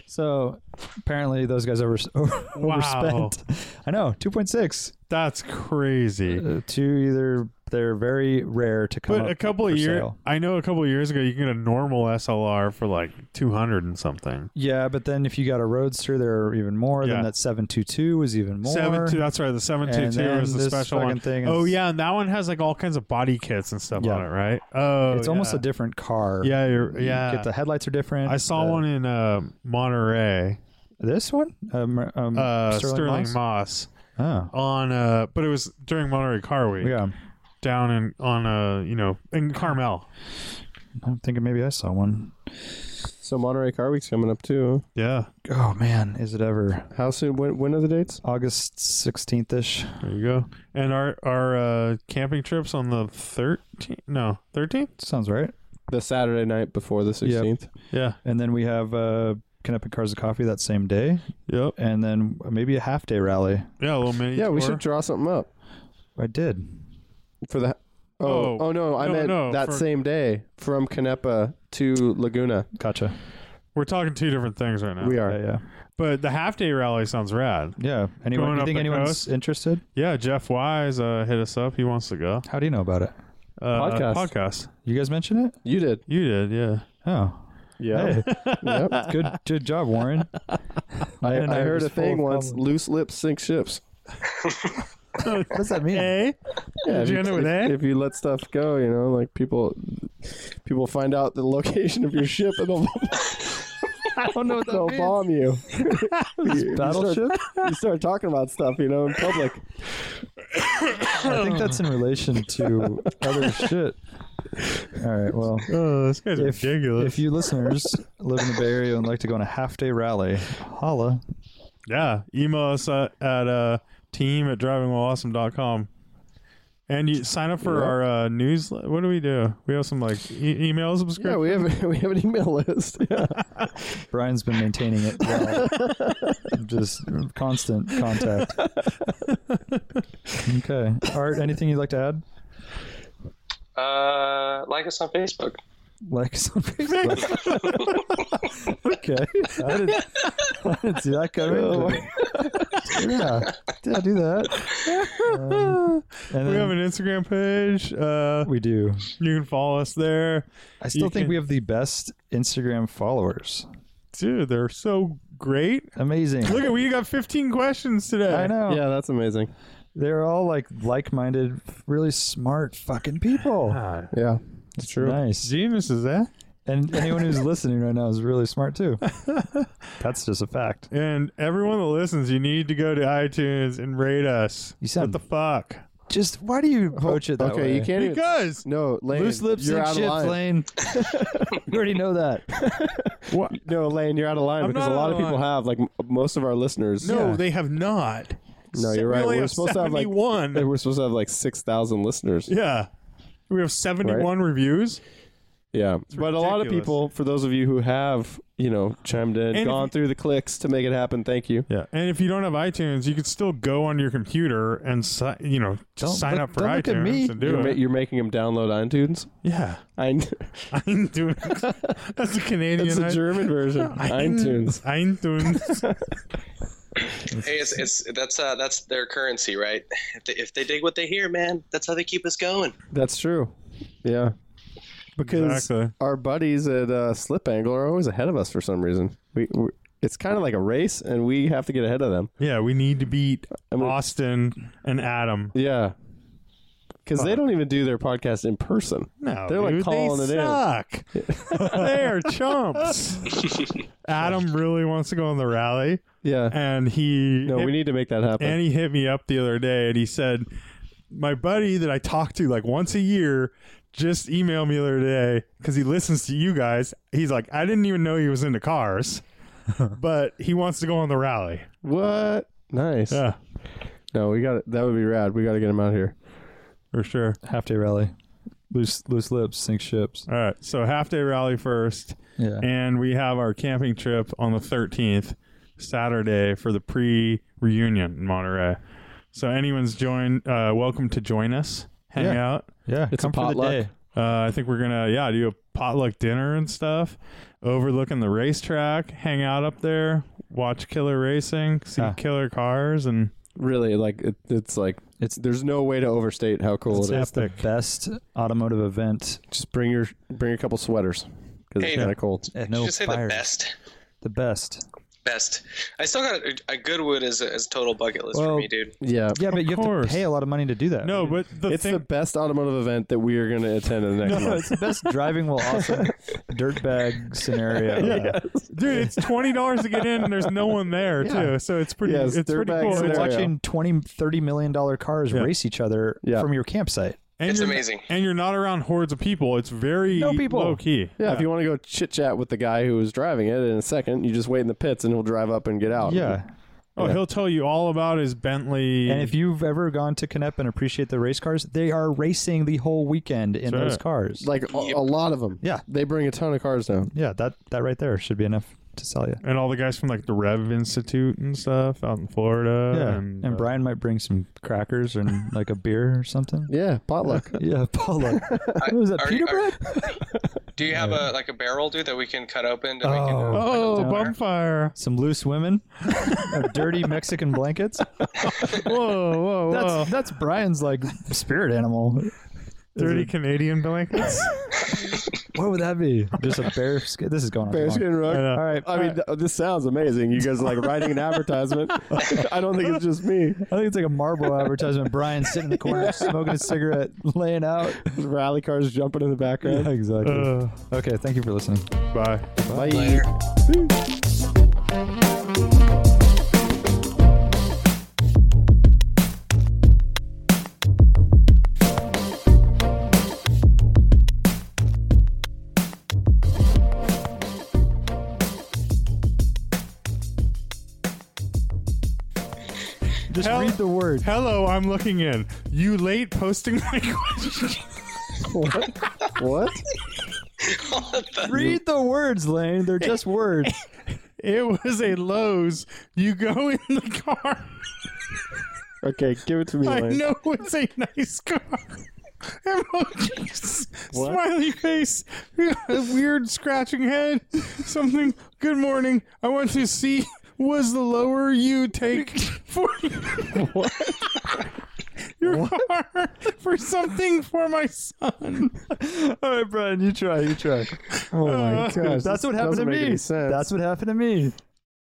Speaker 2: So apparently those guys over, over
Speaker 3: Wow.
Speaker 2: overspent. I know, 2.6
Speaker 3: That's crazy.
Speaker 2: uh, to uh, either They're very rare to come
Speaker 3: But
Speaker 2: up
Speaker 3: a couple of
Speaker 2: for
Speaker 3: years,
Speaker 2: sale.
Speaker 3: I know a couple of years ago, you can get a normal SLR for like two hundred and something.
Speaker 2: Yeah, but then if you got a Roadster, there are even more.
Speaker 3: Yeah.
Speaker 2: Then that 722 is even more.
Speaker 3: Seven two. That's right. The seven two
Speaker 2: And
Speaker 3: two
Speaker 2: then
Speaker 3: is the
Speaker 2: this
Speaker 3: special one.
Speaker 2: fucking thing
Speaker 3: oh
Speaker 2: is-
Speaker 3: yeah, and that one has like all kinds of body kits and stuff
Speaker 2: Yeah.
Speaker 3: on it, right? Oh,
Speaker 2: it's almost
Speaker 3: yeah.
Speaker 2: a different car.
Speaker 3: Yeah, you're,
Speaker 2: You
Speaker 3: yeah.
Speaker 2: get the headlights are different.
Speaker 3: I saw
Speaker 2: The-
Speaker 3: one in uh, Monterey,
Speaker 2: This one? Um, um,
Speaker 3: uh, Sterling,
Speaker 2: Moss?
Speaker 3: Moss.
Speaker 2: Oh,
Speaker 3: on uh, but it was during Monterey Car Week
Speaker 2: yeah.
Speaker 3: down in on uh, you know, in Carmel.
Speaker 2: I'm thinking maybe I saw one.
Speaker 1: So Monterey Car Week's coming up too.
Speaker 3: Yeah,
Speaker 2: Oh man, is it ever
Speaker 1: How soon? When, when are the dates?
Speaker 2: August 16th ish?
Speaker 3: there you go. And our our uh, camping trips on the thirteenth, no thirteenth.
Speaker 2: Sounds right.
Speaker 1: The Saturday night before the sixteenth.
Speaker 3: Yeah,
Speaker 2: And then we have uh, Connecticut Cars of Coffee that same day,
Speaker 3: yep,
Speaker 2: and then maybe a half day rally.
Speaker 3: yeah. A little mini.
Speaker 1: Yeah, we
Speaker 3: tour.
Speaker 1: should draw something up
Speaker 2: I did.
Speaker 1: for the. Oh,
Speaker 3: Oh,
Speaker 1: oh, no! I
Speaker 3: no,
Speaker 1: meant
Speaker 3: no,
Speaker 1: that
Speaker 3: for-
Speaker 1: same day from Canepa to Laguna.
Speaker 2: Gotcha.
Speaker 3: We're talking two different things Oh, right now.
Speaker 1: We
Speaker 2: Yeah,
Speaker 1: are.
Speaker 2: yeah,
Speaker 3: But the half day rally sounds rad.
Speaker 2: yeah. Anyone?
Speaker 3: Going
Speaker 2: You
Speaker 3: up
Speaker 2: think
Speaker 3: the
Speaker 2: anyone's
Speaker 3: coast?
Speaker 2: interested?
Speaker 3: Yeah, Jeff Wise uh, hit us up. He wants to go.
Speaker 2: How do you know about it?
Speaker 3: Uh,
Speaker 1: Podcast.
Speaker 3: Podcast.
Speaker 2: You guys mentioned it?
Speaker 1: You did.
Speaker 3: You did, yeah.
Speaker 2: Oh,
Speaker 1: Yeah. yep.
Speaker 2: good, good job, Warren.
Speaker 1: I,
Speaker 2: And
Speaker 1: I heard a
Speaker 2: was full
Speaker 1: thing
Speaker 2: of
Speaker 1: once:
Speaker 2: problems.
Speaker 1: loose lips sink ships.
Speaker 2: What does that mean?
Speaker 3: A?
Speaker 1: Yeah, if,
Speaker 3: you
Speaker 1: you,
Speaker 3: end it with
Speaker 1: if,
Speaker 3: A?
Speaker 1: if you let stuff go, you know, like people, people find out the location of your ship and they'll,
Speaker 2: I don't know what
Speaker 1: they'll bomb you. you,
Speaker 2: Battleship?
Speaker 1: You start, you start talking about stuff, you know, in public.
Speaker 2: I think that's in relation to other shit. All right. Well,
Speaker 3: Oh, this guy's
Speaker 2: if,
Speaker 3: ridiculous.
Speaker 2: if you listeners live in the Bay Area and like to go on a half day rally, holla.
Speaker 3: yeah, email us uh, at uh, team at drivingwhileawesome.com. And you sign up for
Speaker 1: Yeah.
Speaker 3: our uh, newsletter. What do we do? We have some like e- email subscription.
Speaker 1: Yeah, we have we have an email list. Yeah.
Speaker 2: Brian's been maintaining it. well. Just constant contact. Okay. Art, anything you'd like to add?
Speaker 4: Uh, like us on Facebook.
Speaker 2: Like us on Facebook. okay. I didn't, I didn't see that coming.
Speaker 1: Oh,
Speaker 2: but- yeah. Yeah, do that. Um, and
Speaker 3: We
Speaker 2: then
Speaker 3: have an Instagram page. Uh,
Speaker 2: we do.
Speaker 3: you can follow us there.
Speaker 2: I still think
Speaker 3: can-
Speaker 2: we have the best Instagram followers.
Speaker 3: Dude, they're so great.
Speaker 2: Amazing.
Speaker 3: Look at we got 15 questions today.
Speaker 2: I know.
Speaker 1: yeah, that's amazing.
Speaker 2: They're all like like-minded, really smart fucking people.
Speaker 3: God,
Speaker 1: Yeah, it's true.
Speaker 2: Nice.
Speaker 3: genius is that?
Speaker 2: And anyone who's listening right now is really smart too. That's just a fact.
Speaker 3: And everyone that listens, you need to go to iTunes and rate us.
Speaker 2: You sound-
Speaker 3: what the fuck?
Speaker 2: Just why do you approach it that
Speaker 1: okay,
Speaker 2: way?
Speaker 1: you can't even.
Speaker 3: Because
Speaker 1: No, Lane,
Speaker 2: Loose lips
Speaker 1: you're
Speaker 2: and
Speaker 1: out of
Speaker 2: shit,
Speaker 1: line.
Speaker 2: Lane. you already know that.
Speaker 3: what?
Speaker 1: No, Lane, you're out of line
Speaker 3: I'm
Speaker 1: because
Speaker 3: not
Speaker 1: a lot
Speaker 3: out
Speaker 1: of
Speaker 3: of
Speaker 1: people
Speaker 3: line.
Speaker 1: have, like m- most of our listeners.
Speaker 3: No, they have not.
Speaker 1: no, you're right.
Speaker 3: Really
Speaker 1: We're supposed to have like
Speaker 3: 71.
Speaker 1: we're supposed to have like six thousand listeners.
Speaker 3: Yeah. We have 71 reviews.
Speaker 1: Yeah, but a lot of
Speaker 3: ridiculous.
Speaker 1: people, for those of you who have, you know, chimed in,
Speaker 3: if
Speaker 1: gone
Speaker 3: you-
Speaker 1: through the clicks to make it happen, thank you.
Speaker 3: Yeah. And if you don't have iTunes, you could still go on your computer and si- you know, just
Speaker 2: Don't
Speaker 3: sign
Speaker 2: look-
Speaker 3: up for
Speaker 2: don't
Speaker 3: iTunes
Speaker 2: look at me.
Speaker 3: and
Speaker 1: You're,
Speaker 3: do
Speaker 1: ma-
Speaker 3: it.
Speaker 1: you're making them download iTunes.
Speaker 3: yeah.
Speaker 1: I,
Speaker 3: I'm doing That's a Canadian
Speaker 1: it's a German version. iTunes.
Speaker 3: iTunes.
Speaker 4: Hey, it's, it's that's uh that's their currency, right? If they, if they dig what they hear, man, that's how they keep us going.
Speaker 1: That's true. Yeah, because
Speaker 3: Exactly.
Speaker 1: our buddies at uh, Slip Angle are always ahead of us for some reason. We, we it's kind of like a race, and we have to get ahead of them.
Speaker 3: Yeah, we need to beat
Speaker 1: mean-
Speaker 3: Austin and Adam.
Speaker 1: Yeah, because they don't even do their podcast in person.
Speaker 3: No,
Speaker 1: They're, like,
Speaker 3: dude,
Speaker 1: calling it
Speaker 3: they
Speaker 1: in.
Speaker 3: suck. they are chumps. Adam really wants to go on the rally,
Speaker 1: Yeah.
Speaker 3: and he
Speaker 1: No, we need to make that happen.
Speaker 3: and he hit me up the other day, and he said, "My buddy that I talk to like once a year." Just emailed me the other day because he listens to you guys. He's like, I didn't even know he was into cars, but he wants to go on the rally.
Speaker 1: what? Nice.
Speaker 3: Yeah,
Speaker 1: No, we got that would be rad. We got to get him out here.
Speaker 3: for sure.
Speaker 2: Half day rally. Loose loose lips, sink ships.
Speaker 3: All right, so half day rally first.
Speaker 2: Yeah.
Speaker 3: and we have our camping trip on the 13th saturday for the pre reunion in monterey so anyone's join uh, welcome to join us hang
Speaker 2: Yeah.
Speaker 3: out
Speaker 2: yeah.
Speaker 1: It's a
Speaker 2: come for the
Speaker 1: potluck.
Speaker 2: day.
Speaker 3: uh, i think we're gonna yeah do a potluck dinner and stuff overlooking the racetrack hang out up there watch killer racing see
Speaker 2: Ah.
Speaker 3: killer cars and
Speaker 1: really like it, it's like
Speaker 2: It's-
Speaker 1: there's no way to overstate how cool
Speaker 2: It's
Speaker 1: it is.
Speaker 2: just the best automotive event.
Speaker 1: Just bring your bring a couple sweaters because
Speaker 4: Hey,
Speaker 1: it's kind of cold.
Speaker 2: And
Speaker 4: Did
Speaker 2: no
Speaker 4: you just say
Speaker 2: fires.
Speaker 4: the best?
Speaker 2: The best.
Speaker 4: Best. I still got a, a Goodwood as a, as a total bucket list
Speaker 1: Well,
Speaker 4: for me, dude.
Speaker 1: Yeah,
Speaker 2: Yeah, but you have
Speaker 3: course.
Speaker 2: to pay a lot of money to do that.
Speaker 3: No, but the
Speaker 1: it's
Speaker 3: thing,
Speaker 1: the best automotive event that we are going to attend in the next
Speaker 2: No, it's
Speaker 1: month.
Speaker 2: the best driving while awesome dirtbag scenario.
Speaker 3: dude, it's twenty dollars to get in, and there's no one there
Speaker 2: Yeah.
Speaker 3: too. So it's pretty,
Speaker 1: Yes,
Speaker 3: it's pretty
Speaker 1: dirtbag
Speaker 3: cool.
Speaker 1: scenario.
Speaker 3: It's-
Speaker 2: Watching 20 30 million dollar cars
Speaker 3: Yeah.
Speaker 2: race each other
Speaker 1: Yeah.
Speaker 2: from your campsite.
Speaker 3: and
Speaker 4: It's
Speaker 3: you're-
Speaker 4: amazing.
Speaker 3: and you're not around hordes of people. It's very
Speaker 2: No people.
Speaker 3: low key.
Speaker 1: Yeah, if you want to go chit chat with the guy who was driving it in a second, you just wait in the pits and he'll drive up and get out.
Speaker 2: Yeah.
Speaker 3: Oh, he'll tell you all about his Bentley.
Speaker 2: And if you've ever gone to Canepa and appreciate the race cars, they are racing the whole weekend in
Speaker 3: That's
Speaker 2: those
Speaker 3: right.
Speaker 2: cars.
Speaker 1: like a, a lot of them.
Speaker 2: Yeah.
Speaker 1: they bring a ton of cars now.
Speaker 2: yeah, that that right there should be enough to sell you.
Speaker 3: and all the guys from like the Rev Institute and stuff out in Florida.
Speaker 2: Yeah.
Speaker 4: Um,
Speaker 3: and,
Speaker 2: and
Speaker 3: uh,
Speaker 2: Brian might bring some crackers and like a beer or something.
Speaker 1: Yeah, potluck.
Speaker 2: Yeah, Paula. what was that?
Speaker 4: are-
Speaker 2: Peter
Speaker 4: are-
Speaker 2: bread?
Speaker 4: Do you have a like a barrel, dude, that we can cut open? To make it,
Speaker 2: uh, Oh.
Speaker 4: uh,
Speaker 3: Oh,
Speaker 2: Down there.
Speaker 3: bonfire!
Speaker 2: Some loose women, Or dirty Mexican blankets.
Speaker 3: Whoa, whoa, whoa!
Speaker 2: That's that's Brian's like spirit animal.
Speaker 3: Dirty Canadian blankets.
Speaker 2: What would that be? Just a bear skin. This is going on. too
Speaker 1: Bear
Speaker 2: long.
Speaker 1: skin rug.
Speaker 3: I know.
Speaker 2: All right.
Speaker 1: I mean, th- this sounds amazing. You guys are like writing an advertisement. I don't think it's just me
Speaker 2: I think it's like a Marlboro advertisement. Brian sitting in the corner, smoking a cigarette, laying out.
Speaker 1: rally cars jumping in the background.
Speaker 2: exactly.
Speaker 3: Uh,
Speaker 2: okay, thank you for listening.
Speaker 3: bye.
Speaker 1: Bye.
Speaker 4: later.
Speaker 2: Just
Speaker 3: Hell-
Speaker 2: read the word.
Speaker 3: Hello, I'm looking in. You late posting my question?
Speaker 1: What?
Speaker 2: read the words, Lane. They're just words.
Speaker 3: It was a Lowe's. You go in the car.
Speaker 1: Okay, give it to me.
Speaker 3: I
Speaker 1: Lane.
Speaker 3: know it's a nice car. Emojis.
Speaker 1: What?
Speaker 3: Smiley face. A weird scratching head. Something. Good morning. I want to see was the lower you take for your car for something for my son.
Speaker 2: All right, Brian, you try. You try. Oh my
Speaker 3: Uh,
Speaker 2: gosh, that's what happened to
Speaker 1: doesn't make
Speaker 2: me.
Speaker 1: any sense.
Speaker 2: That's what happened to me.